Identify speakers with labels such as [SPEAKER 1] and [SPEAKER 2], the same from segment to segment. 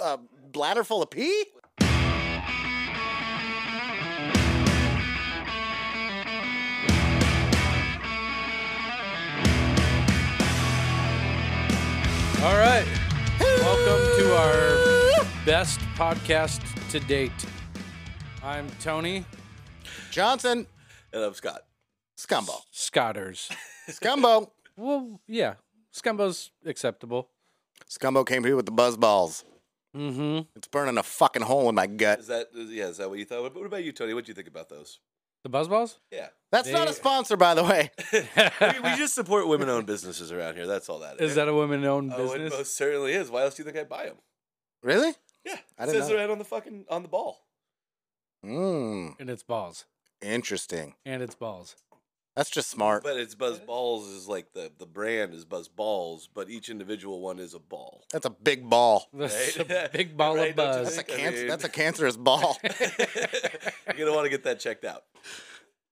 [SPEAKER 1] a bladder full of pee?
[SPEAKER 2] All right. Welcome to our best podcast to date. I'm Tony
[SPEAKER 1] Johnson,
[SPEAKER 3] And I'm Scott.
[SPEAKER 1] scumbo,
[SPEAKER 2] Scotters.
[SPEAKER 1] scumbo,
[SPEAKER 2] Well, yeah, Scumbo's acceptable.
[SPEAKER 1] scumbo came here with the buzz balls.
[SPEAKER 2] Mm-hmm.
[SPEAKER 1] It's burning a fucking hole in my gut.
[SPEAKER 3] Is that is- yeah? Is that what you thought? What about you, Tony? What do you think about those?
[SPEAKER 2] The buzzballs?
[SPEAKER 3] Yeah,
[SPEAKER 1] That's not a
[SPEAKER 2] They-
[SPEAKER 1] sponsor, by the way.
[SPEAKER 3] we, we just support women-owned businesses around here. That's all that is.
[SPEAKER 2] Is that a woman-owned
[SPEAKER 3] oh,
[SPEAKER 2] business?
[SPEAKER 3] it most certainly is. Why else do you think I buy them?
[SPEAKER 1] Really?
[SPEAKER 3] Yeah,
[SPEAKER 1] I
[SPEAKER 3] it
[SPEAKER 1] didn't
[SPEAKER 3] says
[SPEAKER 1] know.
[SPEAKER 3] right on the fucking on the ball.
[SPEAKER 1] Mmm,
[SPEAKER 2] and it's balls.
[SPEAKER 1] interesting.
[SPEAKER 2] And it's balls.
[SPEAKER 1] That's just smart.
[SPEAKER 3] But it's Buzz Balls is like the the brand is Buzz Balls, but each individual one is a ball.
[SPEAKER 1] That's a big ball.
[SPEAKER 2] That's
[SPEAKER 3] Right?
[SPEAKER 2] a big ball
[SPEAKER 3] Right,
[SPEAKER 2] of
[SPEAKER 3] don't you
[SPEAKER 2] buzz.
[SPEAKER 1] That's a
[SPEAKER 3] think- I
[SPEAKER 1] cancer.
[SPEAKER 3] mean-
[SPEAKER 1] That's a cancerous ball.
[SPEAKER 3] You're gonna want to get that checked out.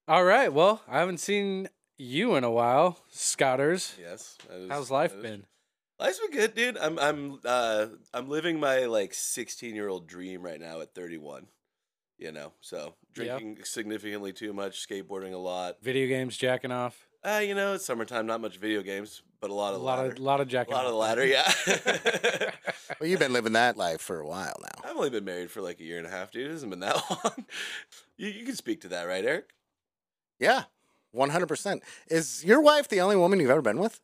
[SPEAKER 2] All right. Well, I haven't seen you in a while, Scotters.
[SPEAKER 3] Yes. that is-
[SPEAKER 2] How's life
[SPEAKER 3] that is-
[SPEAKER 2] been?
[SPEAKER 3] Life's been good, dude. I'm I'm uh I'm living my like 16 year old dream right now at 31. You know, so
[SPEAKER 2] Yeah.
[SPEAKER 3] drinking significantly too much, skateboarding a lot.
[SPEAKER 2] Video games, jacking off.
[SPEAKER 3] Uh, you know, it's summertime, not much video games, but a lot
[SPEAKER 2] A
[SPEAKER 3] of
[SPEAKER 2] lot
[SPEAKER 3] ladder.
[SPEAKER 2] of lot of
[SPEAKER 3] a
[SPEAKER 2] jacking
[SPEAKER 3] lot
[SPEAKER 2] off.
[SPEAKER 3] of ladder, yeah.
[SPEAKER 1] well, you've been living that life for a while now.
[SPEAKER 3] I've only been married for like a year and a half, dude. It hasn't been that long. you you can speak to that, right, Eric?
[SPEAKER 1] Yeah, 100%. Is your wife the only woman you've ever been with?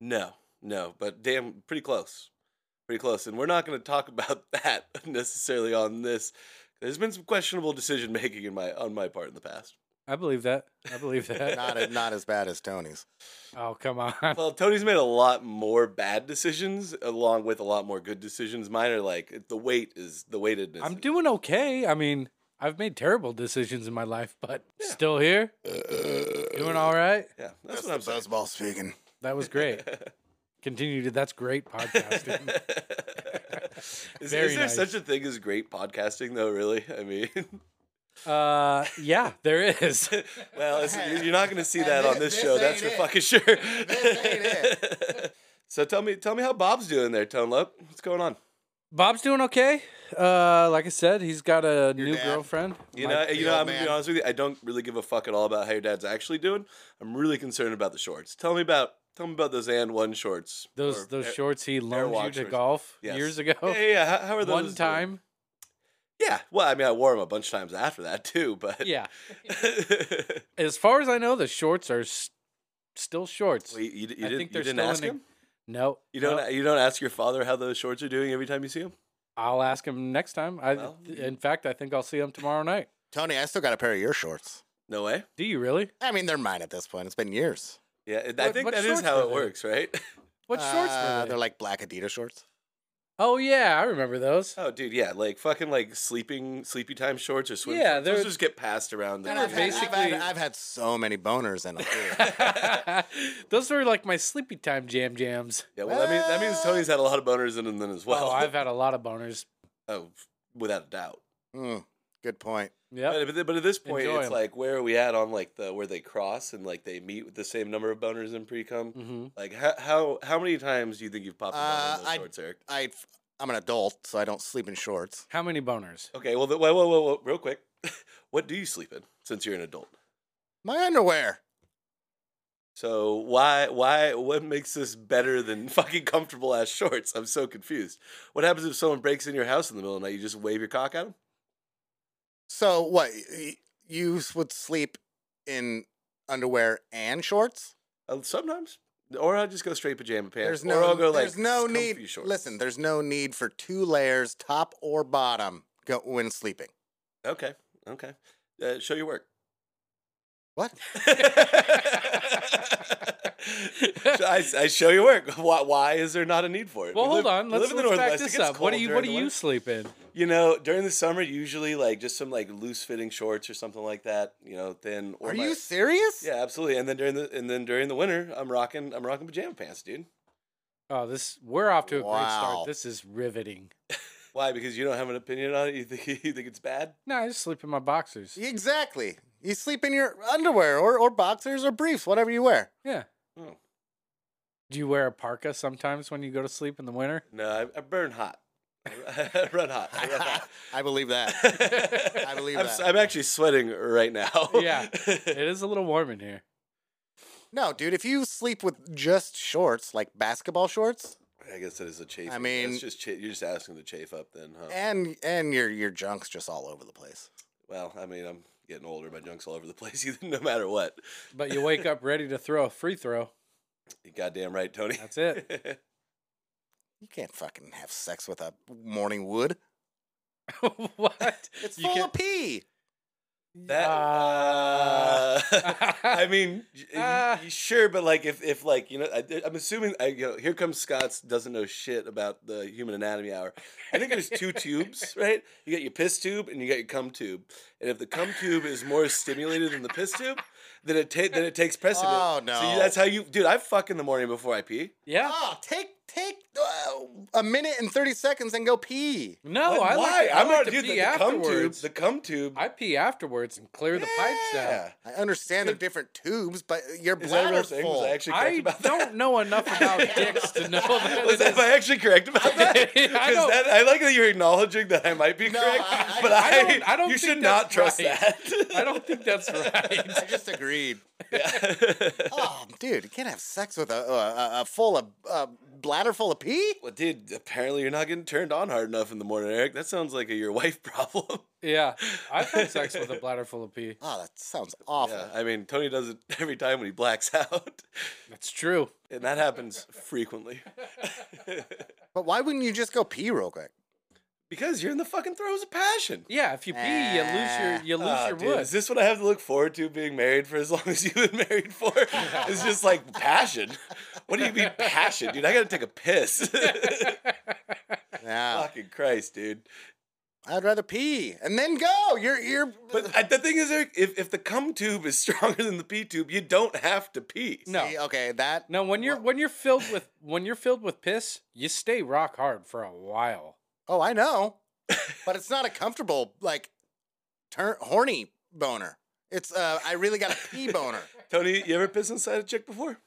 [SPEAKER 3] No, no, but damn, pretty close. Pretty close. And we're not going to talk about that necessarily on this. There's been some questionable decision making in my on my part in the past.
[SPEAKER 2] I believe that. I believe that.
[SPEAKER 1] Not, a, not as bad as Tony's.
[SPEAKER 2] oh come on.
[SPEAKER 3] Well, Tony's made a lot more bad decisions along with a lot more good decisions. Mine are like the weight is the weightedness.
[SPEAKER 2] I'm
[SPEAKER 3] is-
[SPEAKER 2] doing okay. I mean, I've made terrible decisions in my life, but still here, doing all right.
[SPEAKER 3] Yeah, that's, what I'm saying.
[SPEAKER 1] Buzzball speaking.
[SPEAKER 2] That was great. Continue to that's great podcasting.
[SPEAKER 3] is, is
[SPEAKER 2] Very
[SPEAKER 3] there
[SPEAKER 2] nice.
[SPEAKER 3] such a thing as great podcasting though? Really? I mean,
[SPEAKER 2] Uh, yeah, there is.
[SPEAKER 3] well, it's, you- you're not going to see
[SPEAKER 1] And
[SPEAKER 3] that
[SPEAKER 1] thi-
[SPEAKER 3] on this,
[SPEAKER 1] this
[SPEAKER 3] show. That's for
[SPEAKER 1] ain't
[SPEAKER 3] fucking sure.
[SPEAKER 1] ain't
[SPEAKER 3] so tell me, tell me how Bob's doing there, Tone Lope. What's going on?
[SPEAKER 2] Bob's doing okay. Uh, like I said, he's got a new
[SPEAKER 1] dad.
[SPEAKER 2] girlfriend.
[SPEAKER 3] You
[SPEAKER 2] My-
[SPEAKER 3] know, you
[SPEAKER 1] the
[SPEAKER 3] know.
[SPEAKER 1] old
[SPEAKER 3] I'm gonna
[SPEAKER 1] man.
[SPEAKER 3] be honest with you. I don't really give a fuck at all about how your dad's actually doing. I'm really concerned about the shorts. Tell me about, tell me about those and one shorts.
[SPEAKER 2] those
[SPEAKER 3] or uh,
[SPEAKER 2] those
[SPEAKER 3] Air-
[SPEAKER 2] shorts he loaned you
[SPEAKER 3] Airwalk
[SPEAKER 2] to
[SPEAKER 3] shorts.
[SPEAKER 2] golf
[SPEAKER 3] Yes.
[SPEAKER 2] years ago.
[SPEAKER 3] Yeah, yeah. yeah. How, how are those?
[SPEAKER 2] One
[SPEAKER 3] doing?
[SPEAKER 2] time.
[SPEAKER 3] Yeah. Well, I mean, I wore them a bunch of times after that too. But
[SPEAKER 2] Yeah. As far as I know, the shorts are s- still shorts.
[SPEAKER 3] Well, you, you, d- you
[SPEAKER 2] I
[SPEAKER 3] didn't,
[SPEAKER 2] think
[SPEAKER 3] you
[SPEAKER 2] they're
[SPEAKER 3] didn't
[SPEAKER 2] still
[SPEAKER 3] ask
[SPEAKER 2] in the-
[SPEAKER 3] him.
[SPEAKER 2] No,
[SPEAKER 3] You don't.
[SPEAKER 2] no.
[SPEAKER 3] You don't ask your father how those shorts are doing every time you see him.
[SPEAKER 2] I'll ask him next time. I,
[SPEAKER 3] Well,
[SPEAKER 2] th- in fact, I think I'll see him tomorrow night.
[SPEAKER 1] Tony, I still got a pair of your shorts.
[SPEAKER 3] No way.
[SPEAKER 2] Do you really?
[SPEAKER 1] I mean, they're mine at this point. It's been years.
[SPEAKER 3] Yeah, and I
[SPEAKER 2] What-
[SPEAKER 3] think
[SPEAKER 2] what
[SPEAKER 3] that is
[SPEAKER 2] shorts
[SPEAKER 3] how
[SPEAKER 2] were
[SPEAKER 3] it
[SPEAKER 2] they?
[SPEAKER 3] works, right?
[SPEAKER 2] What shorts
[SPEAKER 1] Uh,
[SPEAKER 2] were they?
[SPEAKER 1] They're like black Adidas shorts.
[SPEAKER 2] oh yeah, I remember those.
[SPEAKER 3] Oh, dude, yeah, like fucking like sleeping sleepy time shorts or swim.
[SPEAKER 2] Yeah,
[SPEAKER 3] shorts. those
[SPEAKER 2] they're-
[SPEAKER 3] just get passed around.
[SPEAKER 2] They
[SPEAKER 3] the-
[SPEAKER 2] were
[SPEAKER 1] I've had, I've had- I've,
[SPEAKER 2] basically-
[SPEAKER 1] had, so many boners in them. too.
[SPEAKER 3] Oh.
[SPEAKER 2] those were like my sleepy time jam jams.
[SPEAKER 3] yeah, well, that means that means Tony's had a lot of boners in him then as well.
[SPEAKER 2] oh, I've had a lot of boners.
[SPEAKER 3] Oh, without a doubt.
[SPEAKER 1] Mm, good point.
[SPEAKER 2] Yep.
[SPEAKER 3] But, but, but at this point,
[SPEAKER 2] Enjoy
[SPEAKER 3] it's
[SPEAKER 2] 'em.
[SPEAKER 3] like where are we at on like the where they cross and like they meet with the same number of boners in pre-cum?
[SPEAKER 2] hmm
[SPEAKER 3] Like how how how many times do you think you've popped a boner
[SPEAKER 1] Uh,
[SPEAKER 3] in those
[SPEAKER 1] I-
[SPEAKER 3] shorts, Eric?
[SPEAKER 1] I, I'm an adult, so I don't sleep in shorts.
[SPEAKER 2] How many boners?
[SPEAKER 3] Okay, well, the, whoa, whoa, whoa, whoa, real quick, what do you sleep in since you're an adult?
[SPEAKER 1] My underwear.
[SPEAKER 3] So why why what makes this better than fucking comfortable ass shorts? I'm so confused. What happens if someone breaks in your house in the middle of the night? You just wave your cock at them?
[SPEAKER 1] So what? y- You would sleep in underwear and shorts?
[SPEAKER 3] Uh, sometimes, or I'll just go straight pajama pants.
[SPEAKER 1] There's
[SPEAKER 3] or
[SPEAKER 1] no.
[SPEAKER 3] I'll go like
[SPEAKER 1] there's no
[SPEAKER 3] comfy
[SPEAKER 1] need.
[SPEAKER 3] Shorts.
[SPEAKER 1] Listen, there's no need for two layers, top or bottom, go, when sleeping.
[SPEAKER 3] okay, okay. Uh, show your work.
[SPEAKER 1] What?
[SPEAKER 3] So I, I show your work. Why, why is there not a need for it?
[SPEAKER 2] Well,
[SPEAKER 3] We
[SPEAKER 2] hold
[SPEAKER 3] live-
[SPEAKER 2] on.
[SPEAKER 3] we
[SPEAKER 2] Let's,
[SPEAKER 3] live in the
[SPEAKER 2] let's back
[SPEAKER 3] Northwest. It
[SPEAKER 2] this
[SPEAKER 3] gets
[SPEAKER 2] up. What do
[SPEAKER 3] cold
[SPEAKER 2] you
[SPEAKER 3] during
[SPEAKER 2] What do
[SPEAKER 3] the
[SPEAKER 2] you
[SPEAKER 3] winter.
[SPEAKER 2] sleep in?
[SPEAKER 3] You know, during the summer, usually like just some like loose fitting shorts or something like that. You know, then or
[SPEAKER 1] Are
[SPEAKER 3] my-
[SPEAKER 1] you serious?
[SPEAKER 3] Yeah, absolutely. And then during the and then during the winter, I'm rocking I'm rocking pajama pants, dude.
[SPEAKER 2] Oh, this we're off to a great
[SPEAKER 1] Wow.
[SPEAKER 2] start. This is riveting.
[SPEAKER 3] Why? Because you don't have an opinion on it. You think you think it's bad?
[SPEAKER 2] No, I just sleep in my boxers.
[SPEAKER 1] Exactly. You sleep in your underwear or, or boxers or briefs, whatever you wear.
[SPEAKER 2] Yeah.
[SPEAKER 3] Oh.
[SPEAKER 2] Do you wear a parka sometimes when you go to sleep in the winter?
[SPEAKER 3] No, I, I burn hot. I run hot. I run hot.
[SPEAKER 1] I believe that. I believe
[SPEAKER 3] I'm,
[SPEAKER 1] that.
[SPEAKER 3] s- I'm actually sweating right now.
[SPEAKER 2] Yeah. It is a little warm in here.
[SPEAKER 1] No, dude, if you sleep with just shorts, like basketball shorts,
[SPEAKER 3] I guess that is a chafe.
[SPEAKER 1] I mean- Eh.
[SPEAKER 3] it's just cha- you're just asking to chafe up then, huh?
[SPEAKER 1] and and your your junk's just all over the place.
[SPEAKER 3] Well, I mean, I'm getting older. My junk's all over the place, even no matter what.
[SPEAKER 2] But you wake up ready to throw a free throw.
[SPEAKER 3] You goddamn right, Tony.
[SPEAKER 2] That's it.
[SPEAKER 1] You can't fucking have sex with a morning wood.
[SPEAKER 2] what?
[SPEAKER 1] It's
[SPEAKER 2] You
[SPEAKER 1] full
[SPEAKER 2] can't-
[SPEAKER 1] of pee.
[SPEAKER 3] that.
[SPEAKER 2] Uh,
[SPEAKER 3] uh, I mean, y- y-
[SPEAKER 2] Ah.
[SPEAKER 3] y- sure, but like, if, if like you know, I, I'm assuming. I, you know, here comes Scott's doesn't know shit about the human anatomy hour. I think there's two tubes, right? You got your piss tube and you got your cum tube. And if the cum tube is more stimulated than the piss tube, then it ta- then it takes precedent.
[SPEAKER 1] Oh,
[SPEAKER 3] So you-
[SPEAKER 1] no.
[SPEAKER 3] that's how you, dude. I fuck in the morning before I pee.
[SPEAKER 2] yeah.
[SPEAKER 1] Ah, take take uh, a minute and thirty seconds and go pee.
[SPEAKER 2] No,
[SPEAKER 3] What?
[SPEAKER 2] Oh, I like, I
[SPEAKER 3] I'm
[SPEAKER 2] like
[SPEAKER 3] not
[SPEAKER 2] to
[SPEAKER 3] dude,
[SPEAKER 2] pee
[SPEAKER 3] the, the cum tube.
[SPEAKER 2] afterwards.
[SPEAKER 3] The cum tube.
[SPEAKER 2] I pee afterwards and clear the pipes out.
[SPEAKER 3] Yeah.
[SPEAKER 1] I understand they're different tubes, but your
[SPEAKER 3] Is that a real
[SPEAKER 1] bladder's
[SPEAKER 3] thing? Was I
[SPEAKER 1] full.
[SPEAKER 3] actually correct
[SPEAKER 2] I
[SPEAKER 3] about that?
[SPEAKER 2] don't know enough about dicks to know that.
[SPEAKER 3] Was
[SPEAKER 2] it
[SPEAKER 3] that,
[SPEAKER 2] is-
[SPEAKER 3] am I actually correct about that?
[SPEAKER 2] I
[SPEAKER 3] 'Cause
[SPEAKER 2] don't-
[SPEAKER 3] that- I like that you're acknowledging that I might be
[SPEAKER 1] No,
[SPEAKER 3] correct,
[SPEAKER 1] I- I-
[SPEAKER 3] but
[SPEAKER 1] I
[SPEAKER 3] I,
[SPEAKER 2] don't- I don't
[SPEAKER 3] you
[SPEAKER 2] think
[SPEAKER 3] should not
[SPEAKER 2] that's
[SPEAKER 3] trust
[SPEAKER 2] right.
[SPEAKER 3] that.
[SPEAKER 2] I don't think that's right.
[SPEAKER 1] I just agreed.
[SPEAKER 3] Yeah.
[SPEAKER 1] Oh, dude, you can't have sex with a uh, a, a- a full of a bladder full of pee.
[SPEAKER 3] Well, dude, apparently you're not getting turned on hard enough in the morning, Eric. That sounds like a your wife problem.
[SPEAKER 2] Yeah, I've had sex with a bladder full of pee.
[SPEAKER 1] Oh, that sounds awful.
[SPEAKER 3] Yeah, I mean, Tony does it every time when he blacks out,
[SPEAKER 2] That's true.
[SPEAKER 3] and that happens frequently.
[SPEAKER 1] But why wouldn't you just go pee real quick?
[SPEAKER 3] because you're in the fucking throes of passion.
[SPEAKER 2] Yeah, if you pee, you lose your you lose
[SPEAKER 3] Ah,
[SPEAKER 2] your
[SPEAKER 3] dude,
[SPEAKER 2] wood.
[SPEAKER 3] Is this what I have to look forward to being married for as long as you've been married for? it's just like passion. What do you mean passion, dude? I gotta take a piss.
[SPEAKER 1] Yeah,
[SPEAKER 3] Fucking Christ, dude.
[SPEAKER 1] I'd rather pee and then go. You're you're.
[SPEAKER 3] But uh, the thing is, Eric, if, if the cum tube is stronger than the pee tube, you don't have to pee.
[SPEAKER 2] no.
[SPEAKER 1] See, okay, that
[SPEAKER 2] No, when you're when you're filled with when you're filled with piss, you stay rock hard for a while.
[SPEAKER 1] Oh, I know. but it's not a comfortable, like, turn horny boner. It's, uh, I really got a pee boner.
[SPEAKER 3] Tony, you ever pissed inside a chick before?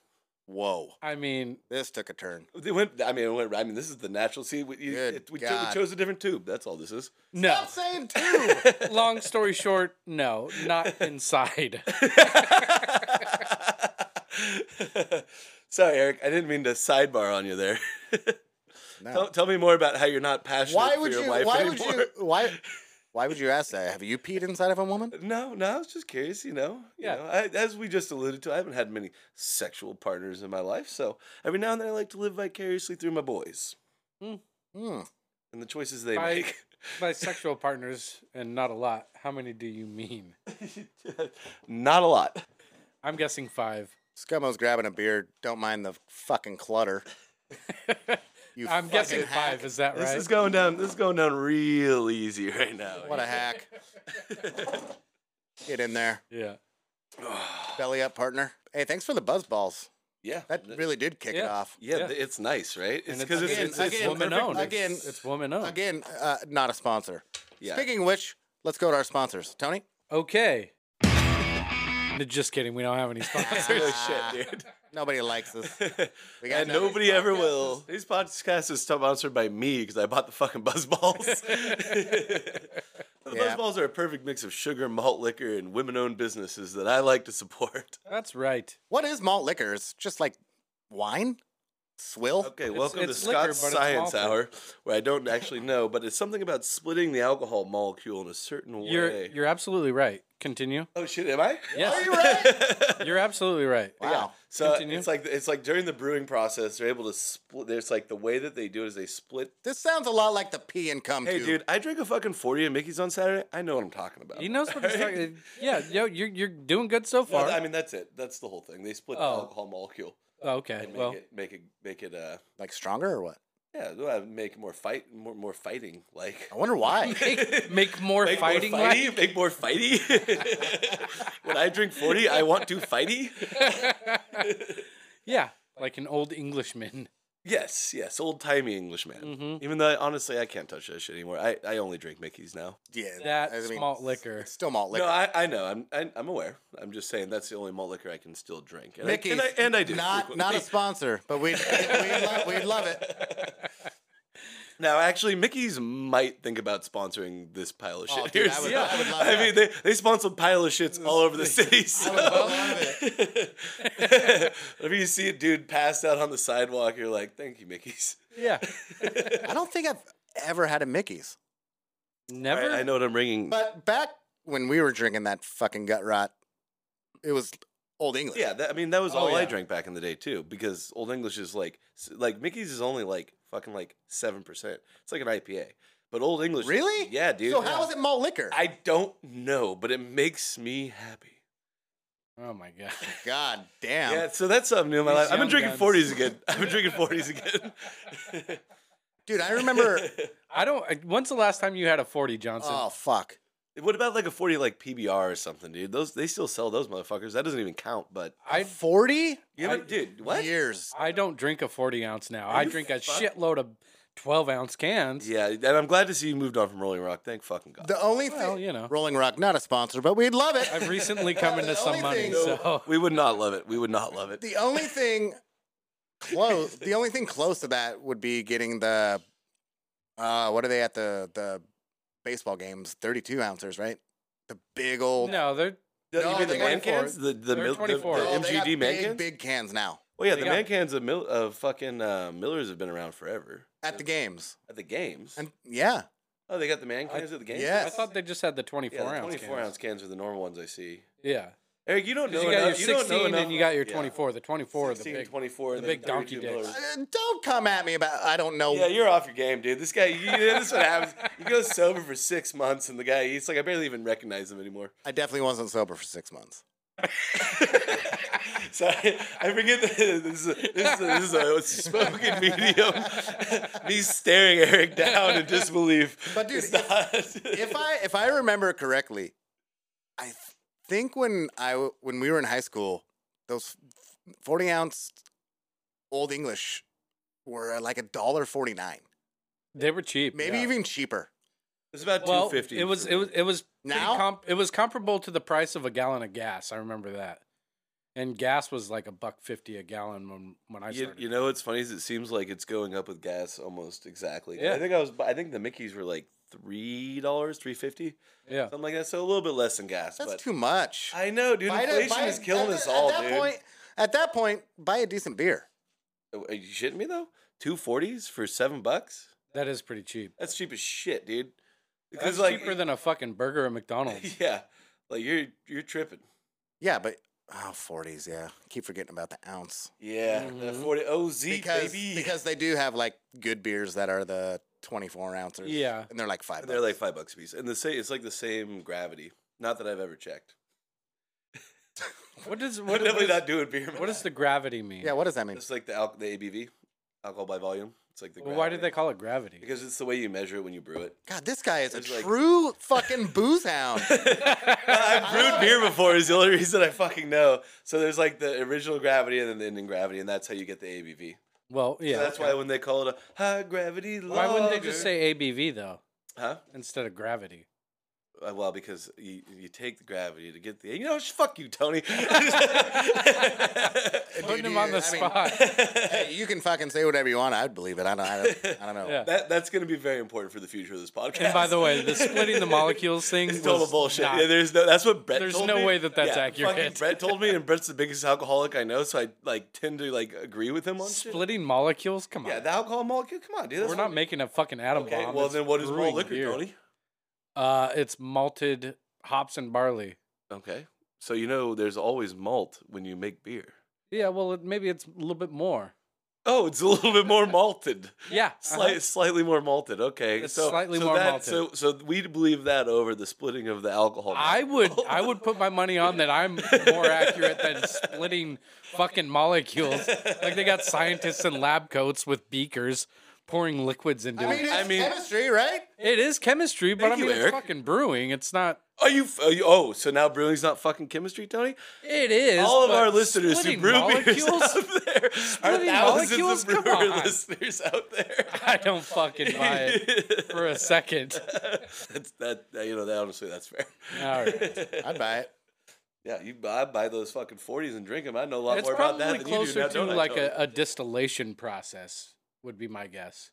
[SPEAKER 1] Whoa.
[SPEAKER 2] I mean,
[SPEAKER 1] This took a turn.
[SPEAKER 3] It went, I mean, it went, I mean, this is the natural. See, we, you-
[SPEAKER 1] Good
[SPEAKER 3] it- we, cho- we
[SPEAKER 1] God.
[SPEAKER 3] chose a different tube. That's all this is.
[SPEAKER 2] no.
[SPEAKER 1] Stop saying two.
[SPEAKER 2] Long story short, no, not inside.
[SPEAKER 3] Sorry, Eric. I didn't mean to sidebar on you there. Tell,
[SPEAKER 1] No.
[SPEAKER 3] tell me more about how you're not passionate
[SPEAKER 1] Why
[SPEAKER 3] for
[SPEAKER 1] would
[SPEAKER 3] your
[SPEAKER 1] you,
[SPEAKER 3] wife
[SPEAKER 1] why would
[SPEAKER 3] anymore.
[SPEAKER 1] you, why, why would you ask that? Have you peed inside of a woman?
[SPEAKER 3] No, no, I was just curious. You know, you
[SPEAKER 2] Yeah.
[SPEAKER 3] know, I, as we just alluded to, I haven't had many sexual partners in my life, so every now and then I like to live vicariously through my boys
[SPEAKER 1] Hmm.
[SPEAKER 3] and the choices they
[SPEAKER 2] I-
[SPEAKER 3] make.
[SPEAKER 2] By sexual partners, and not a lot. How many do you mean?
[SPEAKER 3] Not a lot.
[SPEAKER 2] I'm guessing five.
[SPEAKER 1] Scummo's grabbing a beer. Don't mind the fucking clutter. You
[SPEAKER 2] I'm
[SPEAKER 1] fucking
[SPEAKER 2] guessing
[SPEAKER 1] hack.
[SPEAKER 2] five. Is that
[SPEAKER 3] This
[SPEAKER 2] right?
[SPEAKER 3] is going down. This is going down real easy right now.
[SPEAKER 1] What a hack. Get in there.
[SPEAKER 2] yeah.
[SPEAKER 1] Belly up, partner. Hey, thanks for the buzz balls.
[SPEAKER 3] yeah,
[SPEAKER 1] That really did kick it
[SPEAKER 2] Yeah.
[SPEAKER 1] off.
[SPEAKER 3] yeah,
[SPEAKER 2] yeah.
[SPEAKER 3] th- it's nice, right? It's
[SPEAKER 2] And
[SPEAKER 3] because it's,
[SPEAKER 1] again-
[SPEAKER 3] it's, it's,
[SPEAKER 1] again-
[SPEAKER 2] woman
[SPEAKER 3] perfect-
[SPEAKER 2] owned.
[SPEAKER 1] again-
[SPEAKER 2] it's, woman owned.
[SPEAKER 1] Again, uh, not a sponsor.
[SPEAKER 3] Yeah.
[SPEAKER 1] Speaking of which, let's go to our sponsors. Tony?
[SPEAKER 2] Okay. No, Just kidding. We don't have any sponsors.
[SPEAKER 3] oh shit, dude.
[SPEAKER 1] Nobody likes us. We got
[SPEAKER 3] And nobody ever will. These podcasts is sponsored by me because I bought the fucking buzz balls. the
[SPEAKER 1] Yeah.
[SPEAKER 3] buzz balls are a perfect mix of sugar, malt liquor, and women-owned businesses that I like to support.
[SPEAKER 2] That's right.
[SPEAKER 1] What is malt liquor? It's just like wine? Swill?
[SPEAKER 3] Okay, welcome
[SPEAKER 2] it's
[SPEAKER 3] to
[SPEAKER 2] liquor,
[SPEAKER 3] Scott's
[SPEAKER 2] but it's
[SPEAKER 3] Science
[SPEAKER 2] malted.
[SPEAKER 3] Hour, where I don't actually know, but it's something about splitting the alcohol molecule in a certain
[SPEAKER 2] You're
[SPEAKER 3] way.
[SPEAKER 2] you're absolutely right. Continue.
[SPEAKER 3] oh shit, am I?
[SPEAKER 2] Yes.
[SPEAKER 1] Are you right?
[SPEAKER 2] You're absolutely right.
[SPEAKER 1] wow.
[SPEAKER 3] So
[SPEAKER 2] Continue.
[SPEAKER 3] it's like it's like during the brewing process, they're able to split. There's like the way that they do it is they split.
[SPEAKER 1] This sounds a lot like the pee and cum
[SPEAKER 3] Hey,
[SPEAKER 1] tube.
[SPEAKER 3] dude, I drank a fucking forty at Mickey's on Saturday. I know what I'm talking about.
[SPEAKER 2] He knows what he's talking. Yeah, yo, you're you're doing good so
[SPEAKER 3] No,
[SPEAKER 2] far.
[SPEAKER 3] I mean that's it. That's the whole thing. They split
[SPEAKER 2] Oh.
[SPEAKER 3] the alcohol molecule
[SPEAKER 2] Oh, okay.
[SPEAKER 3] and make
[SPEAKER 2] Well,
[SPEAKER 3] it make it make it uh
[SPEAKER 1] Like stronger or what?
[SPEAKER 3] yeah well, make more fight more more fighting like
[SPEAKER 1] I wonder why.
[SPEAKER 2] make, make more
[SPEAKER 3] make
[SPEAKER 2] fighting.
[SPEAKER 3] more
[SPEAKER 2] like-
[SPEAKER 3] fighty make more fighty. when I drink forty, I want to fighty.
[SPEAKER 2] yeah, like an old Englishman.
[SPEAKER 3] Yes, yes, old timey Englishman.
[SPEAKER 2] Mhm.
[SPEAKER 3] Even though honestly I can't touch that shit anymore. I, I only drink Mickey's now.
[SPEAKER 1] yeah,
[SPEAKER 2] That
[SPEAKER 1] I mean,
[SPEAKER 2] malt liquor.
[SPEAKER 1] It's still malt liquor.
[SPEAKER 3] No, I, I know. I'm I, I'm aware. I'm just saying that's the only malt liquor I can still drink. And I-
[SPEAKER 1] Mickey's,
[SPEAKER 3] and I, and I do
[SPEAKER 1] Not, not a
[SPEAKER 3] frequently.
[SPEAKER 1] sponsor, but we'd, we'd, love, we'd love it.
[SPEAKER 3] Now, actually, Mickey's might think about sponsoring this pile of shit.
[SPEAKER 1] Oh, dude, I
[SPEAKER 3] Here's-
[SPEAKER 1] would-
[SPEAKER 3] yeah.
[SPEAKER 1] I would love
[SPEAKER 3] I
[SPEAKER 1] that.
[SPEAKER 3] mean, they, they sponsor pile of shits all over the city. So.
[SPEAKER 1] would love
[SPEAKER 3] Whenever you see a dude passed out on the sidewalk, you're like, thank you, Mickey's.
[SPEAKER 2] Yeah.
[SPEAKER 1] I don't think I've ever had a Mickey's.
[SPEAKER 3] All
[SPEAKER 2] Never.
[SPEAKER 3] right, I know what I'm ringing.
[SPEAKER 1] But back when we were drinking that fucking gut rot, it was old English.
[SPEAKER 3] yeah, that, I mean, that was
[SPEAKER 2] Oh,
[SPEAKER 3] all I
[SPEAKER 2] yeah.
[SPEAKER 3] drank back in the day, too, because Old English is like, s- like, Mickey's is only like fucking like 7%. It's like an IPA. But Old English.
[SPEAKER 1] Really?
[SPEAKER 3] Yeah, dude.
[SPEAKER 1] So how is it malt liquor?
[SPEAKER 3] I don't know, but it makes me happy.
[SPEAKER 2] oh my god.
[SPEAKER 1] God damn.
[SPEAKER 3] Yeah, so that's something new in my
[SPEAKER 2] These
[SPEAKER 3] life. I've been
[SPEAKER 2] young
[SPEAKER 3] drinking
[SPEAKER 2] guns.
[SPEAKER 3] 40s again. I've been drinking 40s again.
[SPEAKER 1] Dude, I remember.
[SPEAKER 2] I don't. I- When's the last time you had a forty, Johnson?
[SPEAKER 1] oh, fuck.
[SPEAKER 3] what about like a 40 like PBR or something, dude? Those they still sell those motherfuckers. That doesn't even count, but
[SPEAKER 2] I
[SPEAKER 1] 40
[SPEAKER 3] you haven't- dude, what?
[SPEAKER 1] years.
[SPEAKER 2] I don't drink a forty ounce now.
[SPEAKER 3] Are
[SPEAKER 2] I
[SPEAKER 3] you
[SPEAKER 2] drink a
[SPEAKER 3] fuck-
[SPEAKER 2] shitload of twelve ounce cans.
[SPEAKER 3] Yeah, and I'm glad to see you moved on from Rolling Rock. Thank fucking God.
[SPEAKER 1] The only thing.
[SPEAKER 2] Well, you know,
[SPEAKER 1] Rolling Rock, not a sponsor, but we'd love it.
[SPEAKER 2] I've recently come
[SPEAKER 1] The
[SPEAKER 2] into some
[SPEAKER 1] only
[SPEAKER 2] money,
[SPEAKER 1] thing-
[SPEAKER 2] so
[SPEAKER 3] we would not love it. We would not love it.
[SPEAKER 1] the only thing close. the only thing close to that would be getting the. Uh, what are they at the the baseball games? Thirty two ounces, right? The big old.
[SPEAKER 2] no, they're
[SPEAKER 1] No,
[SPEAKER 3] you mean the
[SPEAKER 1] they're
[SPEAKER 3] man
[SPEAKER 2] 24.
[SPEAKER 3] cans? The the,
[SPEAKER 2] They're
[SPEAKER 3] mil- the, the
[SPEAKER 2] 24.
[SPEAKER 1] Oh, they got
[SPEAKER 3] MGD man
[SPEAKER 1] big,
[SPEAKER 3] cans?
[SPEAKER 1] Big cans now
[SPEAKER 3] Well, yeah,
[SPEAKER 2] They
[SPEAKER 3] the
[SPEAKER 2] got-
[SPEAKER 3] man cans of, mil- of fucking uh, Millers have been around forever.
[SPEAKER 1] at the games.
[SPEAKER 3] At the games.
[SPEAKER 1] And yeah,
[SPEAKER 3] oh, they got the man cans at the games?
[SPEAKER 1] yes.
[SPEAKER 2] I thought they just had the twenty
[SPEAKER 3] Yeah,
[SPEAKER 2] four
[SPEAKER 3] the
[SPEAKER 2] ounce.
[SPEAKER 3] 24
[SPEAKER 2] cans.
[SPEAKER 3] ounce cans are the normal ones I see.
[SPEAKER 2] Yeah.
[SPEAKER 3] Eric, you don't know.
[SPEAKER 2] Because you got
[SPEAKER 3] enough-
[SPEAKER 2] your
[SPEAKER 3] you don't know
[SPEAKER 2] 16
[SPEAKER 3] enough-
[SPEAKER 2] and you got your
[SPEAKER 3] Yeah.
[SPEAKER 2] 24. The 24 are the
[SPEAKER 3] 16,
[SPEAKER 2] big.
[SPEAKER 3] 24, and
[SPEAKER 2] the
[SPEAKER 3] then
[SPEAKER 2] big donkey
[SPEAKER 3] 32
[SPEAKER 2] dicks.
[SPEAKER 1] Uh,
[SPEAKER 3] Millers.
[SPEAKER 1] don't come at me about. I don't know.
[SPEAKER 3] Yeah, you're off your game, dude. This guy, you, this is what happens. You go sober for six months, and the guy, he's like, I barely even recognize him anymore.
[SPEAKER 1] I definitely wasn't sober for six months.
[SPEAKER 3] so I, I forget that this is a, this is a, this is a spoken medium. Me staring Eric down in disbelief.
[SPEAKER 1] But, dude,
[SPEAKER 3] It's not-
[SPEAKER 1] If I if I remember correctly, I th- think when I w- when we were in high school, those f- forty ounce Old English were uh, like a dollar forty nine,
[SPEAKER 2] They were cheap.
[SPEAKER 1] maybe
[SPEAKER 2] yeah.
[SPEAKER 1] even cheaper.
[SPEAKER 3] it's about
[SPEAKER 2] Well,
[SPEAKER 3] two fifty.
[SPEAKER 2] it was it was it was pretty
[SPEAKER 1] Now?
[SPEAKER 2] comp- it was comparable to the price of a gallon of gas. I remember that, and gas was like a buck fifty a gallon when when I
[SPEAKER 3] You,
[SPEAKER 2] started.
[SPEAKER 3] you know what's funny is it seems like it's going up with gas almost exactly.
[SPEAKER 2] Yeah.
[SPEAKER 3] I think I was. I think the Mickey's were like three dollars, three fifty,
[SPEAKER 2] yeah,
[SPEAKER 3] something like that. So a little bit less than gas.
[SPEAKER 1] That's
[SPEAKER 3] but
[SPEAKER 1] too much.
[SPEAKER 3] I know, dude.
[SPEAKER 1] Buy it-
[SPEAKER 3] inflation
[SPEAKER 1] buy
[SPEAKER 3] is
[SPEAKER 1] it-
[SPEAKER 3] killing
[SPEAKER 1] at
[SPEAKER 3] us
[SPEAKER 1] the-
[SPEAKER 3] all,
[SPEAKER 1] at that
[SPEAKER 3] dude.
[SPEAKER 1] Point, at that point, buy a decent beer.
[SPEAKER 3] Oh, Are you shitting me though? Two forties for seven bucks?
[SPEAKER 2] that is pretty cheap.
[SPEAKER 3] That's cheap as shit, dude.
[SPEAKER 2] That's cheaper than a fucking burger at McDonald's.
[SPEAKER 3] yeah, like you're you're tripping.
[SPEAKER 1] Yeah, but oh, 40s, yeah. Keep forgetting about the ounce.
[SPEAKER 3] Yeah, that
[SPEAKER 2] Mhm.
[SPEAKER 3] forty OZ
[SPEAKER 1] because
[SPEAKER 3] baby.
[SPEAKER 1] because they do have like good beers that are the 24 ounces.
[SPEAKER 2] Yeah.
[SPEAKER 1] and they're like five.
[SPEAKER 3] And they're like
[SPEAKER 1] bucks.
[SPEAKER 3] five bucks a piece, and the same. It's like the same gravity. Not that I've ever checked.
[SPEAKER 2] What does
[SPEAKER 3] We're
[SPEAKER 2] what, what,
[SPEAKER 3] definitely
[SPEAKER 2] is,
[SPEAKER 3] not doing beer.
[SPEAKER 2] what does the gravity mean?
[SPEAKER 1] yeah. What does that mean?
[SPEAKER 3] It's like the al- the ABV, alcohol by volume. It's like the.
[SPEAKER 2] Well, why did they
[SPEAKER 3] gravity.
[SPEAKER 2] call it gravity?
[SPEAKER 3] Because it's the way you measure it when you brew it.
[SPEAKER 1] God, this guy is a
[SPEAKER 3] It's like-
[SPEAKER 1] true fucking booze hound.
[SPEAKER 3] I've brewed beer before is the only reason I fucking know. So there's like the original gravity and then the ending gravity, and that's how you get the ABV.
[SPEAKER 2] well, yeah.
[SPEAKER 3] So that's why Oh, when they call it a high gravity lager,
[SPEAKER 2] why wouldn't they just say ABV though
[SPEAKER 3] huh?
[SPEAKER 2] instead of gravity?
[SPEAKER 3] Uh, Well, because you, you take the gravity to get the you know sh- fuck you Tony. that
[SPEAKER 2] Putting
[SPEAKER 1] you-
[SPEAKER 2] him on the
[SPEAKER 1] I mean-
[SPEAKER 2] spot.
[SPEAKER 1] Hey, you can fucking say whatever you want. I'd believe it. I don't. I don't, I don't know.
[SPEAKER 2] Yeah.
[SPEAKER 3] that's going to be very important for the future of this podcast.
[SPEAKER 2] and by the way, the splitting the molecules thing
[SPEAKER 3] It's
[SPEAKER 2] was
[SPEAKER 3] total bullshit.
[SPEAKER 2] not-
[SPEAKER 3] Yeah, there's no. That's what Brett.
[SPEAKER 2] There's
[SPEAKER 3] told
[SPEAKER 2] no
[SPEAKER 3] me.
[SPEAKER 2] way that that's
[SPEAKER 3] Yeah,
[SPEAKER 2] accurate.
[SPEAKER 3] fucking Brett told me, and Brett's the biggest alcoholic I know, so I like tend to like agree with him on shit.
[SPEAKER 2] splitting molecules. Come on,
[SPEAKER 3] Yeah, the alcohol molecule. Come on, dude. that's
[SPEAKER 2] we're
[SPEAKER 3] what
[SPEAKER 2] not making a fucking atom
[SPEAKER 3] Okay,
[SPEAKER 2] bomb.
[SPEAKER 3] well
[SPEAKER 2] It's
[SPEAKER 3] then, what is malt
[SPEAKER 2] brewing
[SPEAKER 3] liquor,
[SPEAKER 2] beer.
[SPEAKER 3] Tony?
[SPEAKER 2] Uh, it's malted hops and barley.
[SPEAKER 3] Okay, so you know there's always malt when you make beer.
[SPEAKER 2] Yeah, well, it, maybe it's a little bit more.
[SPEAKER 3] Oh, it's a little bit more malted.
[SPEAKER 2] Yeah,
[SPEAKER 3] Slight, Slightly more malted. Okay,
[SPEAKER 2] Uh-huh. It's
[SPEAKER 3] so
[SPEAKER 2] slightly
[SPEAKER 3] so
[SPEAKER 2] more
[SPEAKER 3] that,
[SPEAKER 2] malted.
[SPEAKER 3] So, so we believe that over the splitting of the alcohol.
[SPEAKER 2] I would,
[SPEAKER 3] molecule.
[SPEAKER 2] I would put my money on that. I'm more accurate than splitting fucking molecules. Like they got scientists in lab coats with beakers pouring liquids into
[SPEAKER 1] I mean,
[SPEAKER 2] it.
[SPEAKER 1] it's
[SPEAKER 3] I mean-
[SPEAKER 1] chemistry, right?
[SPEAKER 2] It is chemistry, but I
[SPEAKER 3] Thank you,
[SPEAKER 2] mean, it's
[SPEAKER 3] Eric.
[SPEAKER 2] fucking brewing. It's not.
[SPEAKER 3] Are you, f- are you? Oh, so now brewing's not fucking chemistry, Tony?
[SPEAKER 2] It is.
[SPEAKER 3] All of
[SPEAKER 2] but
[SPEAKER 3] our listeners who
[SPEAKER 2] splitting
[SPEAKER 3] brew beers
[SPEAKER 2] molecules.
[SPEAKER 3] out there, our
[SPEAKER 2] Splitting
[SPEAKER 3] thousands
[SPEAKER 2] molecules?
[SPEAKER 3] of
[SPEAKER 2] Come
[SPEAKER 3] brewer
[SPEAKER 2] on.
[SPEAKER 3] listeners out there.
[SPEAKER 2] I don't fucking buy it for a second.
[SPEAKER 3] That's that. You know, that, honestly, that's fair.
[SPEAKER 2] All right.
[SPEAKER 1] I'd buy it.
[SPEAKER 3] Yeah, you buy, buy those fucking forties and drink them. I know a lot
[SPEAKER 2] it's
[SPEAKER 3] more about
[SPEAKER 2] probably
[SPEAKER 3] that than you do
[SPEAKER 2] closer
[SPEAKER 3] now,
[SPEAKER 2] to
[SPEAKER 3] don't I,
[SPEAKER 2] like
[SPEAKER 3] Tony?
[SPEAKER 2] a, a distillation process would be my guess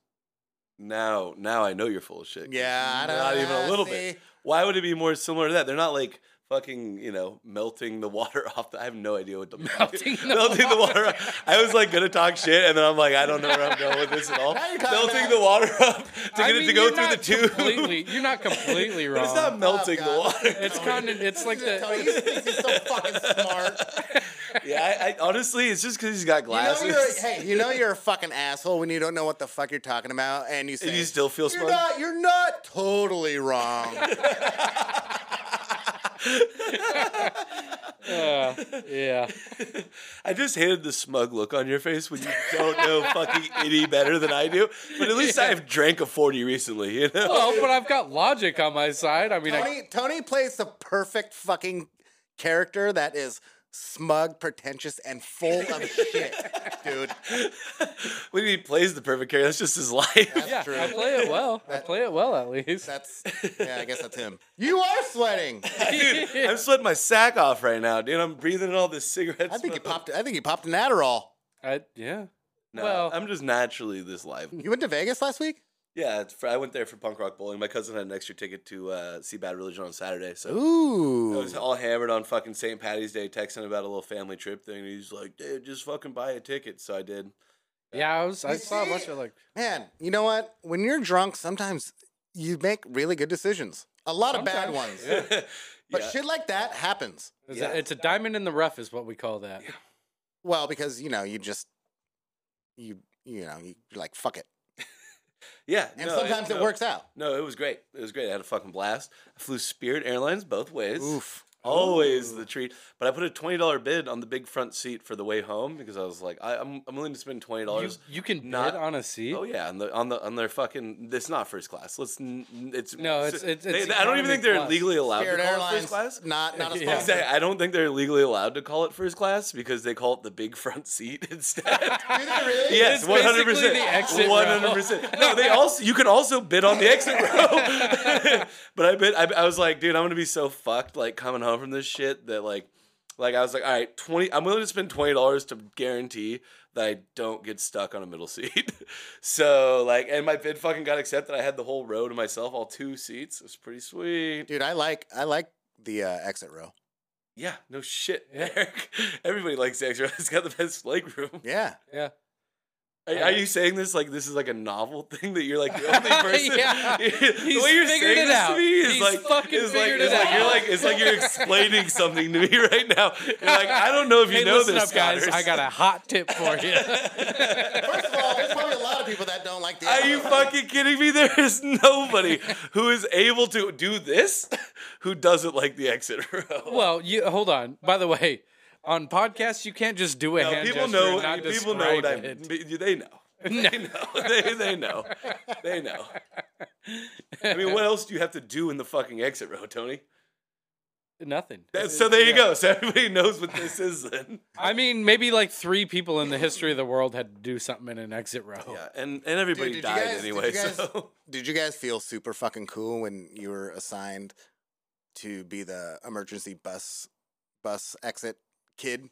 [SPEAKER 3] Now, now I know you're full of shit. 'cause
[SPEAKER 1] Yeah, I don't
[SPEAKER 3] not even a
[SPEAKER 1] know,
[SPEAKER 3] little
[SPEAKER 1] see?
[SPEAKER 3] bit. Why would it be more similar to that? They're not like fucking, you know, melting the water off. The, I have no idea what the
[SPEAKER 2] Melting the
[SPEAKER 3] melting the water. off- I was like gonna talk shit, and then I'm like, I don't know where I'm going with this at all.
[SPEAKER 1] Now you're talking
[SPEAKER 3] Melting
[SPEAKER 1] about-
[SPEAKER 3] the water up to get
[SPEAKER 2] I
[SPEAKER 3] it
[SPEAKER 2] mean,
[SPEAKER 3] to go
[SPEAKER 2] you're
[SPEAKER 3] through the
[SPEAKER 2] not
[SPEAKER 3] tube.
[SPEAKER 2] Completely, you're not completely
[SPEAKER 3] but
[SPEAKER 2] wrong.
[SPEAKER 3] it's not melting the
[SPEAKER 1] Oh, God.
[SPEAKER 3] water.
[SPEAKER 2] It's conden- It's like
[SPEAKER 1] Tony,
[SPEAKER 2] the.
[SPEAKER 1] he's, he's so fucking smart.
[SPEAKER 3] yeah, I, I honestly, it's just because he's got
[SPEAKER 1] You know
[SPEAKER 3] glasses.
[SPEAKER 1] you're, hey, you know you're a fucking asshole when you don't know what the fuck you're talking about, and you say
[SPEAKER 3] and you still feel
[SPEAKER 1] you're
[SPEAKER 3] smug.
[SPEAKER 1] not you're not totally wrong.
[SPEAKER 2] Uh, yeah.
[SPEAKER 3] I just hated the smug look on your face when you don't know fucking any better than I do. But at least I've drank a 40 recently, you know?
[SPEAKER 2] Well, Oh, but I've got logic on my side. I mean, I,
[SPEAKER 1] Tony Tony plays the perfect fucking character that is smug, pretentious, and full of shit, dude.
[SPEAKER 3] What do you mean he plays the perfect character? That's just his life.
[SPEAKER 2] yeah,
[SPEAKER 1] true.
[SPEAKER 2] I play it well. I play it well at least.
[SPEAKER 1] That's yeah, I guess that's him. You are sweating.
[SPEAKER 3] Dude, I'm sweating my sack off right now, dude. I'm breathing in all this cigarette
[SPEAKER 1] I think you
[SPEAKER 3] smoke.
[SPEAKER 1] popped. I think you popped an Adderall.
[SPEAKER 2] I, yeah.
[SPEAKER 3] No,
[SPEAKER 2] well-
[SPEAKER 3] I'm just naturally this live.
[SPEAKER 1] You went to Vegas last week.
[SPEAKER 3] Yeah, it's fr- I went there for punk rock bowling. My cousin had an extra ticket to uh, see Bad Religion on Saturday, so I
[SPEAKER 1] Ooh.
[SPEAKER 3] was all hammered on fucking St. Patty's Day, texting about a little family trip thing. And he's like, "Dude, just fucking buy a ticket." So I did.
[SPEAKER 2] Yeah, I was. I
[SPEAKER 1] You
[SPEAKER 2] saw a
[SPEAKER 1] see?
[SPEAKER 2] bunch of like.
[SPEAKER 1] Man, you know what? When you're drunk, sometimes you make really good decisions. A lot of bad
[SPEAKER 2] Sometimes,
[SPEAKER 1] ones.
[SPEAKER 3] but
[SPEAKER 1] But shit like that happens.
[SPEAKER 2] It's,
[SPEAKER 3] Yeah.
[SPEAKER 2] a, it's a diamond in the rough, is what we call that.
[SPEAKER 1] Well, because you know, you just you you know, you- you're like fuck it.
[SPEAKER 3] yeah,
[SPEAKER 1] And
[SPEAKER 3] no,
[SPEAKER 1] sometimes it
[SPEAKER 3] no.
[SPEAKER 1] works out.
[SPEAKER 3] No, it was great. It was great. I had a fucking blast. I flew Spirit Airlines both ways.
[SPEAKER 1] Oof.
[SPEAKER 3] Always the treat. But I put a twenty dollar bid on the big front seat for the way home because I was like, I, I'm I'm willing to spend twenty
[SPEAKER 2] You,
[SPEAKER 3] dollars.
[SPEAKER 2] you can
[SPEAKER 3] not-
[SPEAKER 2] bid on a seat.
[SPEAKER 3] Oh yeah, on the on the on their fucking. It's not first class. Let's. n- n- It's
[SPEAKER 2] No, it's- it's-
[SPEAKER 3] they-
[SPEAKER 2] it's
[SPEAKER 3] I don't even
[SPEAKER 2] economy
[SPEAKER 3] think they're
[SPEAKER 2] class.
[SPEAKER 3] legally allowed
[SPEAKER 1] Spirit
[SPEAKER 3] to call it
[SPEAKER 1] Airlines
[SPEAKER 3] Uh, first class.
[SPEAKER 1] not not a
[SPEAKER 2] Yeah.
[SPEAKER 1] sponsor.
[SPEAKER 3] Exactly. I don't think they're legally allowed to call it first class because they call it the big front seat instead.
[SPEAKER 1] Do they really?
[SPEAKER 3] Yes,
[SPEAKER 2] It's
[SPEAKER 3] one
[SPEAKER 2] basically
[SPEAKER 3] hundred percent.
[SPEAKER 2] the exit row.
[SPEAKER 3] One hundred percent. No, they also you can also bid on the exit row. but I bid. I, I was like, dude, I'm gonna be so fucked like coming home from this shit that like, like I was like, all right, twenty. I'm willing to spend twenty dollars to guarantee that I don't get stuck on a middle seat. so like, and my bid fucking got accepted. I had the whole row to myself, all two seats. It was pretty sweet.
[SPEAKER 1] Dude, I like I like the uh, exit row.
[SPEAKER 3] Yeah, no shit, Eric. Everybody likes the exit row. It's got the best leg room.
[SPEAKER 1] Yeah.
[SPEAKER 2] Yeah.
[SPEAKER 3] Are, are you saying this like this is like a novel thing that you're like the only person?
[SPEAKER 2] Yeah.
[SPEAKER 3] the
[SPEAKER 2] He's
[SPEAKER 3] way you're
[SPEAKER 2] figured
[SPEAKER 3] saying
[SPEAKER 2] it
[SPEAKER 3] this to
[SPEAKER 2] out.
[SPEAKER 3] me is
[SPEAKER 2] He's
[SPEAKER 3] like
[SPEAKER 2] fucking
[SPEAKER 3] is like,
[SPEAKER 2] figured
[SPEAKER 3] is
[SPEAKER 2] it
[SPEAKER 3] like you're
[SPEAKER 2] out.
[SPEAKER 3] like it's like you're explaining something to me right now. You're like I don't know if you
[SPEAKER 2] Hey,
[SPEAKER 3] know
[SPEAKER 2] listen
[SPEAKER 3] this,
[SPEAKER 2] up, guys.
[SPEAKER 3] Connors.
[SPEAKER 2] I got a hot tip for you.
[SPEAKER 1] First of all, there's probably a lot of people that don't like the
[SPEAKER 3] Are you fucking kidding me? There is nobody who is able to do this who doesn't like the exit row.
[SPEAKER 2] well, you hold on. By the way, on podcasts you can't just do a
[SPEAKER 3] Now,
[SPEAKER 2] hand
[SPEAKER 3] people
[SPEAKER 2] gesture
[SPEAKER 3] know.
[SPEAKER 2] and not
[SPEAKER 3] People know what I.
[SPEAKER 2] describe it.
[SPEAKER 3] They know. They know. They, they know. They know. I mean, what else do you have to do in the fucking exit row, Tony?
[SPEAKER 2] Nothing.
[SPEAKER 3] That's- so there you go. So everybody knows what this is then.
[SPEAKER 2] I mean, maybe like three people in the history of the world had to do something in an exit row.
[SPEAKER 3] Yeah, and and everybody
[SPEAKER 1] Dude, did you
[SPEAKER 3] died
[SPEAKER 1] guys- did
[SPEAKER 3] anyway.
[SPEAKER 1] you guys-
[SPEAKER 3] so
[SPEAKER 1] Did you guys feel super fucking cool when you were assigned to be the emergency bus bus exit kid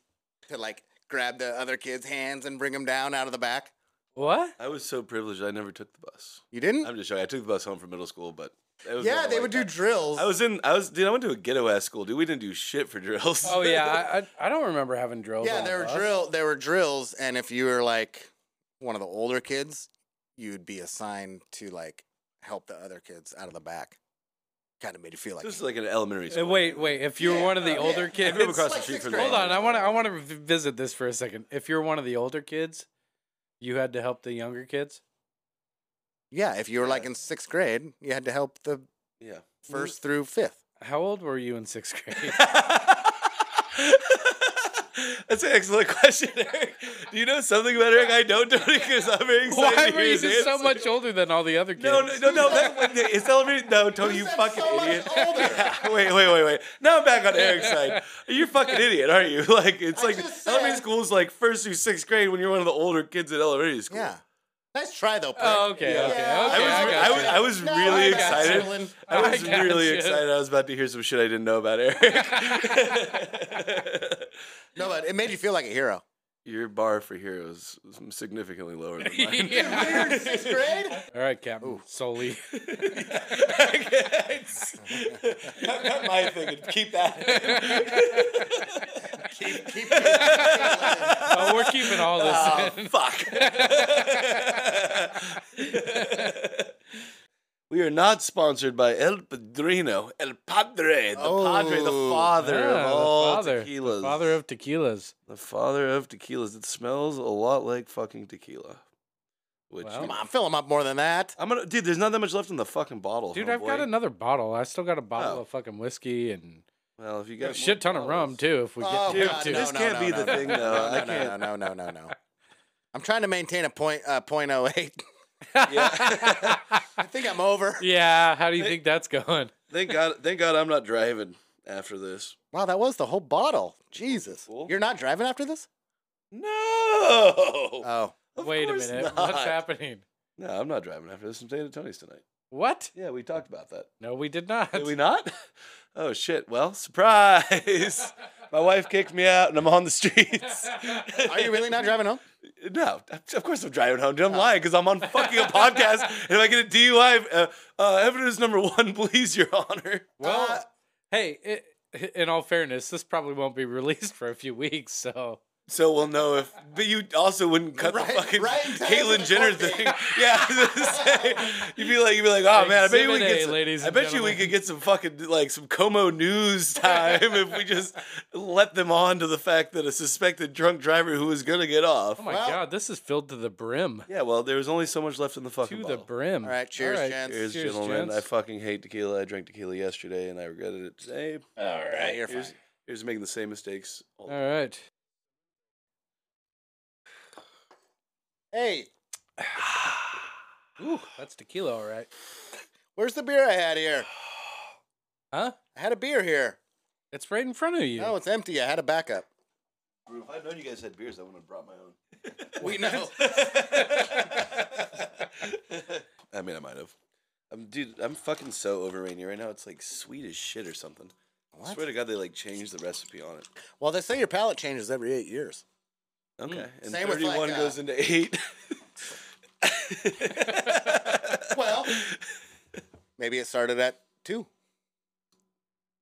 [SPEAKER 1] to like grab the other kids' hands and bring them down out of the back?
[SPEAKER 2] What?
[SPEAKER 3] I was so privileged. I never took the bus.
[SPEAKER 1] You didn't?
[SPEAKER 3] I'm just joking. I took the bus home from middle school, but it was
[SPEAKER 1] yeah,
[SPEAKER 3] never
[SPEAKER 1] they
[SPEAKER 3] like
[SPEAKER 1] would
[SPEAKER 3] that.
[SPEAKER 1] do drills.
[SPEAKER 3] I was in. I was dude. I went to a ghetto ass school, dude. We didn't do shit for drills.
[SPEAKER 2] Oh yeah, I, I I don't remember having drills.
[SPEAKER 1] Yeah,
[SPEAKER 2] on
[SPEAKER 1] there were
[SPEAKER 2] us.
[SPEAKER 1] drill there were drills, and if you were like one of the older kids, you'd be assigned to like help the other kids out of the back. Kind of made you feel like
[SPEAKER 3] this is like an elementary
[SPEAKER 2] Uh,
[SPEAKER 3] school.
[SPEAKER 2] Wait, wait. If you're
[SPEAKER 1] Yeah,
[SPEAKER 2] one of the
[SPEAKER 1] yeah.
[SPEAKER 2] older
[SPEAKER 1] I
[SPEAKER 2] kids,
[SPEAKER 3] grew up across
[SPEAKER 1] It's
[SPEAKER 3] the
[SPEAKER 1] like
[SPEAKER 3] street
[SPEAKER 1] sixth
[SPEAKER 3] from. an
[SPEAKER 1] grade.
[SPEAKER 2] hold on. I
[SPEAKER 3] elementary
[SPEAKER 2] want to I
[SPEAKER 3] school.
[SPEAKER 2] want to visit this for a second. If you're one of the older kids, you had to help the younger kids.
[SPEAKER 1] yeah. If you were like in sixth grade, you had to help the
[SPEAKER 3] Yeah.
[SPEAKER 1] first through fifth.
[SPEAKER 2] How old were you in sixth grade?
[SPEAKER 3] That's an excellent question, Eric. Do you know something about Eric I don't, Tony? Because I'm very excited
[SPEAKER 2] Why
[SPEAKER 3] to
[SPEAKER 2] were
[SPEAKER 3] hear
[SPEAKER 2] you
[SPEAKER 3] his
[SPEAKER 2] so
[SPEAKER 3] answer.
[SPEAKER 2] much older than all the other kids?
[SPEAKER 3] No, no, no, no. That, it's elementary. No, Tony, Oh, you
[SPEAKER 1] said
[SPEAKER 3] fucking
[SPEAKER 1] so much
[SPEAKER 3] idiot.
[SPEAKER 1] older?
[SPEAKER 3] wait, wait, wait, wait. Now I'm back on Eric's side. You're fucking idiot, aren't you? Like it's
[SPEAKER 1] I
[SPEAKER 3] like
[SPEAKER 1] just
[SPEAKER 3] elementary
[SPEAKER 1] said-
[SPEAKER 3] school is like first through sixth grade when you're one of the older kids at elementary school.
[SPEAKER 1] Yeah, nice try though. prick.
[SPEAKER 2] Oh, okay,
[SPEAKER 3] Yeah.
[SPEAKER 2] okay, okay.
[SPEAKER 1] Yeah,
[SPEAKER 3] I was,
[SPEAKER 2] I
[SPEAKER 3] re-
[SPEAKER 2] got
[SPEAKER 3] I was,
[SPEAKER 2] you.
[SPEAKER 3] I was
[SPEAKER 1] No,
[SPEAKER 3] really
[SPEAKER 1] I got
[SPEAKER 3] excited.
[SPEAKER 1] you.
[SPEAKER 3] I
[SPEAKER 2] I
[SPEAKER 3] was
[SPEAKER 2] got
[SPEAKER 3] really
[SPEAKER 2] you.
[SPEAKER 3] excited. I was about to hear some shit I didn't know about Eric.
[SPEAKER 1] No, but it made you feel like a hero.
[SPEAKER 3] Your bar for heroes is significantly lower than mine.
[SPEAKER 2] Yeah.
[SPEAKER 1] Sixth grade?
[SPEAKER 2] All right, Captain Soli.
[SPEAKER 3] It's- not, not my thing. Keep that.
[SPEAKER 1] keep, keep, keep-
[SPEAKER 2] Oh, we're keeping all this.
[SPEAKER 3] Ah, Uh,
[SPEAKER 1] Oh,
[SPEAKER 2] in.
[SPEAKER 3] Fuck. we are not sponsored by El Padrino, El Padre, the Padre, the
[SPEAKER 1] Oh.
[SPEAKER 3] father
[SPEAKER 2] Yeah,
[SPEAKER 3] of all
[SPEAKER 2] father,
[SPEAKER 3] tequilas,
[SPEAKER 2] The father of tequilas.
[SPEAKER 3] the father of tequilas. It smells a lot like fucking tequila. Which
[SPEAKER 2] Well.
[SPEAKER 1] Come on, fill them up more than that.
[SPEAKER 3] I'm gonna, dude. There's not that much left in the fucking bottle,
[SPEAKER 2] Dude,
[SPEAKER 3] homeboy.
[SPEAKER 2] I've got another bottle. I still got a bottle
[SPEAKER 3] Oh.
[SPEAKER 2] of fucking whiskey and
[SPEAKER 3] Well, if you
[SPEAKER 2] a
[SPEAKER 3] got
[SPEAKER 2] shit ton of rum, too, if we get
[SPEAKER 1] Oh,
[SPEAKER 2] down
[SPEAKER 1] God,
[SPEAKER 2] to
[SPEAKER 1] no,
[SPEAKER 2] it.
[SPEAKER 3] This
[SPEAKER 1] no,
[SPEAKER 3] can't
[SPEAKER 1] no,
[SPEAKER 3] be
[SPEAKER 1] no,
[SPEAKER 3] the
[SPEAKER 1] no,
[SPEAKER 3] thing,
[SPEAKER 1] no,
[SPEAKER 3] though.
[SPEAKER 1] No,
[SPEAKER 3] I
[SPEAKER 1] no,
[SPEAKER 3] can't.
[SPEAKER 1] No, no, no, no, no. I'm trying to maintain a point, uh, point oh eight.
[SPEAKER 3] Yeah.
[SPEAKER 1] I think I'm over.
[SPEAKER 2] Yeah, how do you think that's going?
[SPEAKER 3] thank God, thank God, I'm not driving after this.
[SPEAKER 1] Wow, that was the whole bottle. Jesus.
[SPEAKER 3] Cool.
[SPEAKER 1] You're not driving after this?
[SPEAKER 3] No.
[SPEAKER 1] Oh.
[SPEAKER 3] Of
[SPEAKER 2] Wait a
[SPEAKER 3] course
[SPEAKER 2] minute.
[SPEAKER 3] not.
[SPEAKER 2] What's happening?
[SPEAKER 3] Uh, No, I'm not driving after this. I'm staying at Tony's tonight.
[SPEAKER 2] What?
[SPEAKER 3] Yeah, we talked about that.
[SPEAKER 2] No, we did not.
[SPEAKER 3] Did we not? Oh shit! Well, surprise! My wife kicked me out, and I'm on the streets.
[SPEAKER 1] Are you really not driving home?
[SPEAKER 3] No, of course I'm driving home.
[SPEAKER 2] Oh.
[SPEAKER 3] Dude, I'm lying because I'm on fucking a podcast. And if I get a DUI, uh, uh, evidence number one, please, Your Honor.
[SPEAKER 2] Well,
[SPEAKER 1] Uh,
[SPEAKER 2] hey, it, in all fairness, this probably won't be released for a few weeks, so
[SPEAKER 3] So we'll know if. But you also wouldn't cut
[SPEAKER 1] Right-
[SPEAKER 3] the fucking
[SPEAKER 1] right in time for the
[SPEAKER 3] Caitlyn
[SPEAKER 1] court
[SPEAKER 3] Jenner
[SPEAKER 1] date.
[SPEAKER 3] thing. Yeah, I was gonna say, you'd be like, you'd be like, oh man, I bet you
[SPEAKER 2] Exhibit
[SPEAKER 3] we could get.
[SPEAKER 2] A,
[SPEAKER 3] some,
[SPEAKER 2] ladies
[SPEAKER 3] I
[SPEAKER 2] and
[SPEAKER 3] bet you we
[SPEAKER 2] gentlemen."
[SPEAKER 3] could get some fucking like some Como news time if we just let them on to the fact that a suspected drunk driver who was gonna get off.
[SPEAKER 2] Oh my
[SPEAKER 1] Well-
[SPEAKER 2] god, this is filled to the brim.
[SPEAKER 3] yeah, well, there was only so much left in the
[SPEAKER 2] To
[SPEAKER 3] fucking.
[SPEAKER 2] the
[SPEAKER 3] bottle.
[SPEAKER 2] brim.
[SPEAKER 1] All right, cheers, gents.
[SPEAKER 3] Here's
[SPEAKER 2] Cheers,
[SPEAKER 3] gentlemen.
[SPEAKER 2] gents.
[SPEAKER 3] I fucking hate tequila. I drank tequila yesterday and I regretted it today. All
[SPEAKER 1] right, you're
[SPEAKER 3] here's,
[SPEAKER 1] fine.
[SPEAKER 3] here's making the same mistakes. all
[SPEAKER 2] All
[SPEAKER 3] the
[SPEAKER 2] right.
[SPEAKER 1] Hey,
[SPEAKER 2] Ooh, that's tequila, all right.
[SPEAKER 1] where's the beer I had here?
[SPEAKER 2] Huh?
[SPEAKER 1] I had a beer here.
[SPEAKER 2] It's right in front of you.
[SPEAKER 1] No, it's empty. I had a backup.
[SPEAKER 3] If I'd known you guys had beers, I wouldn't have brought my own.
[SPEAKER 1] We know.
[SPEAKER 3] I mean, I might have. I'm, dude, I'm fucking so over Rainier right now. It's like sweet as shit or something. I
[SPEAKER 1] What?
[SPEAKER 3] swear to God, they like changed the recipe on it.
[SPEAKER 1] Well, they say your palate changes every eight years.
[SPEAKER 3] Okay, and
[SPEAKER 1] Hmm. Same with, like,
[SPEAKER 3] 31
[SPEAKER 1] uh,
[SPEAKER 3] goes into eight.
[SPEAKER 1] Well, maybe it started at two.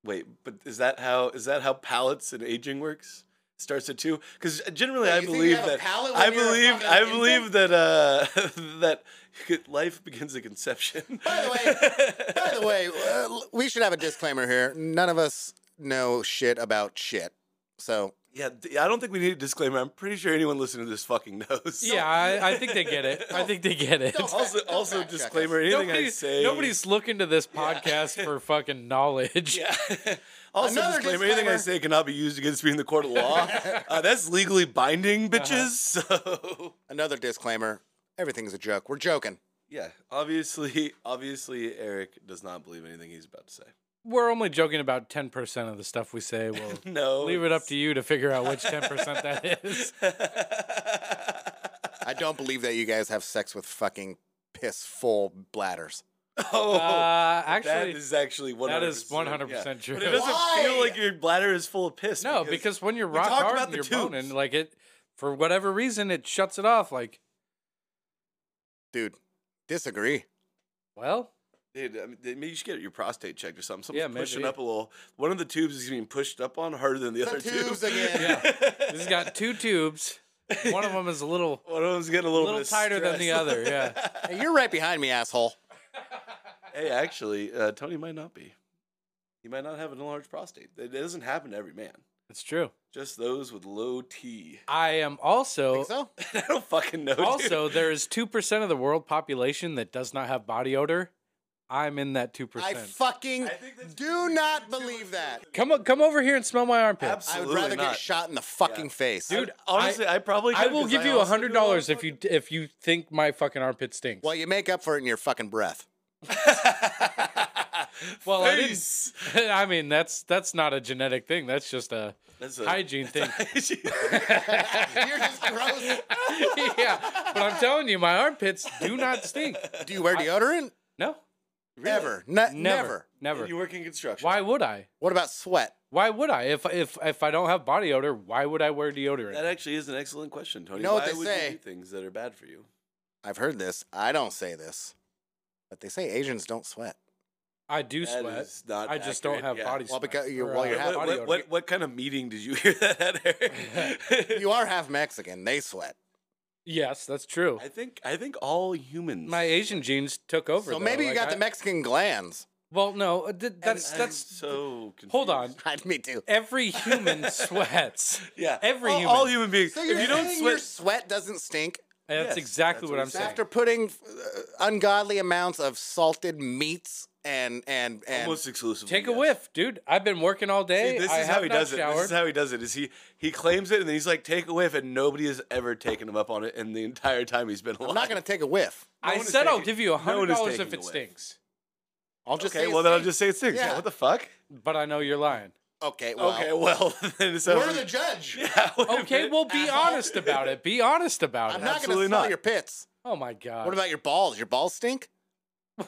[SPEAKER 3] Wait, but is that how is that how palettes and aging works? Starts at two? Because generally,
[SPEAKER 1] Wait,
[SPEAKER 3] I
[SPEAKER 1] you think you
[SPEAKER 3] believe
[SPEAKER 1] have a
[SPEAKER 3] that
[SPEAKER 1] palate when
[SPEAKER 3] I
[SPEAKER 1] you're a
[SPEAKER 3] believe
[SPEAKER 1] fucking
[SPEAKER 3] I
[SPEAKER 1] infant?
[SPEAKER 3] believe that uh, that life begins at conception.
[SPEAKER 1] By the way, by the way, uh, we should have a disclaimer here. None of us know shit about shit. So
[SPEAKER 3] Yeah, d- I don't think we need a disclaimer. I'm pretty sure anyone listening to this fucking knows.
[SPEAKER 2] yeah, I, I think they get it. I think they get it.
[SPEAKER 1] Don't-
[SPEAKER 3] Also,
[SPEAKER 1] Fact- don't
[SPEAKER 3] also
[SPEAKER 1] fact check
[SPEAKER 3] disclaimer. Anything I
[SPEAKER 2] Nobody-
[SPEAKER 3] say.
[SPEAKER 2] Nobody's looking to this podcast for fucking knowledge.
[SPEAKER 3] Yeah. also,
[SPEAKER 1] Another
[SPEAKER 3] disclaimer, Anything I
[SPEAKER 1] disclaimer.
[SPEAKER 3] say cannot be used against me in the court of law. uh, that's legally binding,
[SPEAKER 2] Uh-huh.
[SPEAKER 3] bitches. So.
[SPEAKER 1] another disclaimer. Everything's a joke. We're joking.
[SPEAKER 3] Yeah, obviously, obviously, Eric does not believe anything he's about to say.
[SPEAKER 2] We're only joking about 10% of the stuff we say. We'll
[SPEAKER 3] No,
[SPEAKER 2] leave it up to you to figure out which 10% that is.
[SPEAKER 1] I don't believe that you guys have sex with fucking piss full bladders.
[SPEAKER 3] oh,
[SPEAKER 2] Uh,
[SPEAKER 3] that
[SPEAKER 2] actually,
[SPEAKER 3] is actually one.
[SPEAKER 2] that is 100% true.
[SPEAKER 3] But it doesn't
[SPEAKER 1] Why?
[SPEAKER 3] feel like your bladder is full of piss.
[SPEAKER 2] No, because, when you're
[SPEAKER 3] we
[SPEAKER 2] rock
[SPEAKER 3] talked
[SPEAKER 2] hard
[SPEAKER 3] about
[SPEAKER 2] and
[SPEAKER 3] the
[SPEAKER 2] you're
[SPEAKER 3] tubes.
[SPEAKER 2] boning, like it, for whatever reason, it shuts it off. Like,
[SPEAKER 1] Dude, disagree.
[SPEAKER 2] well,
[SPEAKER 3] Dude, I mean, maybe you should get your prostate checked or something. Something's
[SPEAKER 2] Yeah,
[SPEAKER 3] pushing
[SPEAKER 2] maybe.
[SPEAKER 3] up a little. One of the tubes is being pushed up on harder than the,
[SPEAKER 1] The
[SPEAKER 3] other
[SPEAKER 1] tubes
[SPEAKER 3] tube.
[SPEAKER 1] again.
[SPEAKER 2] Yeah. this has got two tubes. One of them is a little,
[SPEAKER 3] One of them's getting a little,
[SPEAKER 2] little
[SPEAKER 3] bit of
[SPEAKER 2] tighter than the
[SPEAKER 3] stress.
[SPEAKER 2] other. Yeah.
[SPEAKER 1] Hey, you're right behind me, asshole.
[SPEAKER 3] Hey, actually, uh, Tony might not be. He might not have an enlarged prostate. It doesn't happen to every man.
[SPEAKER 2] It's true.
[SPEAKER 3] Just those with low T.
[SPEAKER 2] I am
[SPEAKER 1] Think
[SPEAKER 2] also,
[SPEAKER 1] so?
[SPEAKER 3] I don't fucking know. dude.
[SPEAKER 2] also, there is 2% of the world population that does not have body odor. I'm in that 2%.
[SPEAKER 1] I fucking do not believe that.
[SPEAKER 2] come, o- come over here and smell my armpit.
[SPEAKER 1] I would
[SPEAKER 3] Absolutely
[SPEAKER 1] rather
[SPEAKER 3] not.
[SPEAKER 1] get shot in the fucking face.
[SPEAKER 2] Dude,
[SPEAKER 3] honestly, I, probably.
[SPEAKER 2] I
[SPEAKER 3] could,
[SPEAKER 2] will
[SPEAKER 3] 'cause
[SPEAKER 2] give you a
[SPEAKER 3] also
[SPEAKER 2] hundred
[SPEAKER 3] do a lot
[SPEAKER 2] dollars
[SPEAKER 3] of
[SPEAKER 2] if you if you think my fucking armpit stinks.
[SPEAKER 1] Well, you make up for it in your fucking breath.
[SPEAKER 3] fucking-
[SPEAKER 2] Well, I didn't-
[SPEAKER 3] Face.
[SPEAKER 2] I mean, that's that's not a genetic thing. That's just a
[SPEAKER 3] That's a-
[SPEAKER 2] hygiene thing.
[SPEAKER 1] You're just gross.
[SPEAKER 2] yeah, but I'm telling you, my armpits do not stink.
[SPEAKER 1] Do you wear deodorant?
[SPEAKER 2] No,
[SPEAKER 3] Really?
[SPEAKER 1] Ever. Ne- never.
[SPEAKER 2] Never. Never.
[SPEAKER 3] You work in construction.
[SPEAKER 2] Why would I?
[SPEAKER 1] What about sweat?
[SPEAKER 2] Why would I? If if if I don't have body odor, why would I wear deodorant?
[SPEAKER 3] That actually is an excellent question, Tony.
[SPEAKER 1] You know what
[SPEAKER 3] Why
[SPEAKER 1] they
[SPEAKER 3] would
[SPEAKER 1] say.
[SPEAKER 3] you do things that are bad for you?
[SPEAKER 1] I've heard this. I don't say this, but they say Asians don't sweat.
[SPEAKER 2] I do
[SPEAKER 3] That
[SPEAKER 2] sweat.
[SPEAKER 3] is not
[SPEAKER 2] I just don't
[SPEAKER 3] accurate,
[SPEAKER 2] have
[SPEAKER 3] yeah.
[SPEAKER 2] body
[SPEAKER 1] Well,
[SPEAKER 2] sweat.
[SPEAKER 1] because you-
[SPEAKER 2] or,
[SPEAKER 1] well,
[SPEAKER 2] uh,
[SPEAKER 1] you're half-
[SPEAKER 2] body
[SPEAKER 3] What,
[SPEAKER 2] odor.
[SPEAKER 3] what, what, what kind of meeting did you hear that at, Eric?
[SPEAKER 1] You are half Mexican. They sweat.
[SPEAKER 2] Yes, that's true.
[SPEAKER 3] I think I think all humans.
[SPEAKER 2] My Asian genes took over.
[SPEAKER 1] so
[SPEAKER 2] though.
[SPEAKER 1] maybe you
[SPEAKER 2] Like,
[SPEAKER 1] got
[SPEAKER 2] I-
[SPEAKER 1] the Mexican glands.
[SPEAKER 2] Well, no, uh, th- that's
[SPEAKER 3] I'm
[SPEAKER 2] that's
[SPEAKER 3] so. Confused.
[SPEAKER 2] hold on.
[SPEAKER 1] Me too.
[SPEAKER 2] Every human sweats.
[SPEAKER 3] Yeah.
[SPEAKER 2] Every
[SPEAKER 3] all,
[SPEAKER 2] human.
[SPEAKER 3] all human beings.
[SPEAKER 1] So
[SPEAKER 3] if
[SPEAKER 1] you're
[SPEAKER 3] you don't
[SPEAKER 1] saying
[SPEAKER 3] sweat,
[SPEAKER 1] your sweat doesn't stink
[SPEAKER 2] That's
[SPEAKER 3] Yes,
[SPEAKER 2] exactly
[SPEAKER 3] that's
[SPEAKER 2] what
[SPEAKER 3] what
[SPEAKER 2] I'm
[SPEAKER 3] he
[SPEAKER 2] saying.
[SPEAKER 3] said.
[SPEAKER 1] after putting uh, ungodly amounts of salted meats and and and
[SPEAKER 3] almost exclusively.
[SPEAKER 2] Take a
[SPEAKER 3] yes.
[SPEAKER 2] whiff, dude. I've been working all
[SPEAKER 3] See,
[SPEAKER 2] day.
[SPEAKER 3] this
[SPEAKER 2] I
[SPEAKER 3] is
[SPEAKER 2] have
[SPEAKER 3] how he
[SPEAKER 2] not
[SPEAKER 3] does
[SPEAKER 2] showered.
[SPEAKER 3] it. This is how he does it. Is he he claims it and then he's like, take a whiff, and nobody has ever taken him up on it. And the entire time he's been alive.
[SPEAKER 1] I'm not gonna take a whiff.
[SPEAKER 3] No
[SPEAKER 2] I
[SPEAKER 3] one is
[SPEAKER 2] said I'll
[SPEAKER 3] taking-
[SPEAKER 2] give you a
[SPEAKER 3] no
[SPEAKER 2] hundred
[SPEAKER 3] one is
[SPEAKER 2] dollars if
[SPEAKER 3] taking
[SPEAKER 2] it
[SPEAKER 3] away.
[SPEAKER 2] stinks,
[SPEAKER 1] I'll just
[SPEAKER 3] Okay,
[SPEAKER 1] say
[SPEAKER 3] well
[SPEAKER 1] it's
[SPEAKER 3] then I'll
[SPEAKER 1] me.
[SPEAKER 3] just say it stinks. Yeah.
[SPEAKER 1] Yeah.
[SPEAKER 3] what the fuck?
[SPEAKER 2] but I know you're lying.
[SPEAKER 1] okay. Well,
[SPEAKER 3] okay, well then it's over.
[SPEAKER 1] we're the judge.
[SPEAKER 3] yeah, wait a
[SPEAKER 2] Okay,
[SPEAKER 3] minute.
[SPEAKER 2] well, be
[SPEAKER 1] asshole.
[SPEAKER 2] honest about it. Be honest about
[SPEAKER 1] I'm
[SPEAKER 2] it.
[SPEAKER 1] not gonna
[SPEAKER 3] Absolutely
[SPEAKER 1] smell
[SPEAKER 3] not.
[SPEAKER 1] your pits.
[SPEAKER 2] oh my god.
[SPEAKER 1] What about your balls? Your balls stink.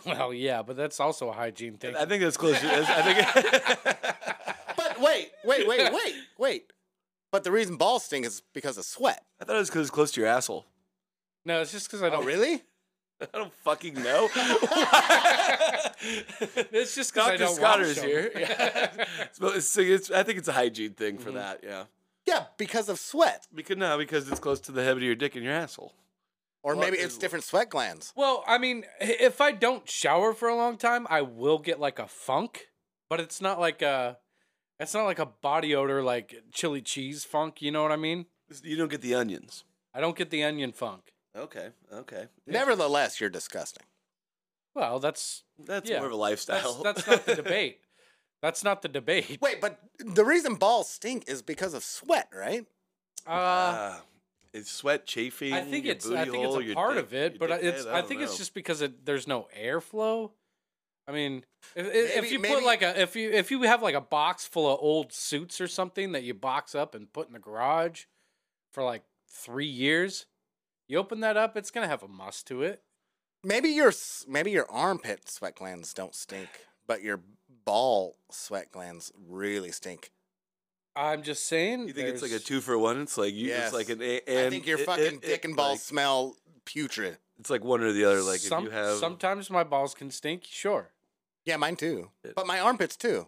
[SPEAKER 2] Well, yeah, but that's also a hygiene thing.
[SPEAKER 3] I think that's close. That's- I think
[SPEAKER 1] But wait, wait, wait, wait, wait. But the reason balls stink is because of sweat.
[SPEAKER 3] I thought it was because it's close to your asshole.
[SPEAKER 2] No, it's just because I
[SPEAKER 1] Oh,
[SPEAKER 2] don't.
[SPEAKER 1] really?
[SPEAKER 3] I don't fucking know.
[SPEAKER 2] It's just because I
[SPEAKER 3] Doctor
[SPEAKER 2] don't
[SPEAKER 3] Scotter
[SPEAKER 2] wash
[SPEAKER 3] is
[SPEAKER 2] them.
[SPEAKER 3] here. Yeah. So it's- it's- I think it's a hygiene thing for
[SPEAKER 2] Mhm.
[SPEAKER 3] that. Yeah,
[SPEAKER 1] Yeah, because of sweat.
[SPEAKER 3] because no, because it's close to the head of your dick and your asshole.
[SPEAKER 1] Or
[SPEAKER 3] What
[SPEAKER 1] maybe
[SPEAKER 3] is
[SPEAKER 1] it's
[SPEAKER 3] what?
[SPEAKER 1] different sweat glands.
[SPEAKER 2] Well, I mean, i- if I don't shower for a long time, I will get like a funk, but it's not like a, it's not like a body odor like chili cheese funk. You know what I mean?
[SPEAKER 3] You don't get the onions.
[SPEAKER 2] I don't get the onion funk.
[SPEAKER 3] Okay. Okay.
[SPEAKER 1] Nevertheless, you're disgusting.
[SPEAKER 2] Well, that's
[SPEAKER 3] That's
[SPEAKER 2] Yeah.
[SPEAKER 3] more of a lifestyle.
[SPEAKER 2] that's, that's not the debate. That's not the debate.
[SPEAKER 1] Wait, but the reason balls stink is because of sweat, right?
[SPEAKER 2] Uh,
[SPEAKER 3] Ah, it's sweat chafing.
[SPEAKER 2] I think
[SPEAKER 3] your
[SPEAKER 2] it's I
[SPEAKER 3] booty
[SPEAKER 2] think it's
[SPEAKER 3] hole,
[SPEAKER 2] a
[SPEAKER 3] your
[SPEAKER 2] part
[SPEAKER 3] dick-
[SPEAKER 2] of it,
[SPEAKER 3] your
[SPEAKER 2] but I-
[SPEAKER 3] dickhead,
[SPEAKER 2] it's I
[SPEAKER 3] don't
[SPEAKER 2] think
[SPEAKER 3] know.
[SPEAKER 2] it's just because it, there's no airflow. I mean, if, if-
[SPEAKER 1] Maybe-
[SPEAKER 2] if you
[SPEAKER 1] maybe-
[SPEAKER 2] put like a if you if you have like a box full of old suits or something that you box up and put in the garage for like three years, you open that up, it's gonna have a must to it.
[SPEAKER 1] Maybe your s- maybe your armpit sweat glands don't stink, but your ball sweat glands really stink.
[SPEAKER 2] I'm just saying.
[SPEAKER 3] You think it's like a
[SPEAKER 2] there's-
[SPEAKER 3] two for one? It's like you.
[SPEAKER 1] Yes.
[SPEAKER 3] It's like an. a- And
[SPEAKER 1] I think your
[SPEAKER 3] it-
[SPEAKER 1] fucking
[SPEAKER 3] it- it-
[SPEAKER 1] dick and balls
[SPEAKER 3] Like,
[SPEAKER 1] smell putrid.
[SPEAKER 3] it's like one or the other. Like
[SPEAKER 2] some-
[SPEAKER 3] if you have.
[SPEAKER 2] sometimes my balls can stink, sure,
[SPEAKER 1] Yeah, mine too.
[SPEAKER 3] It-
[SPEAKER 1] But my armpits too.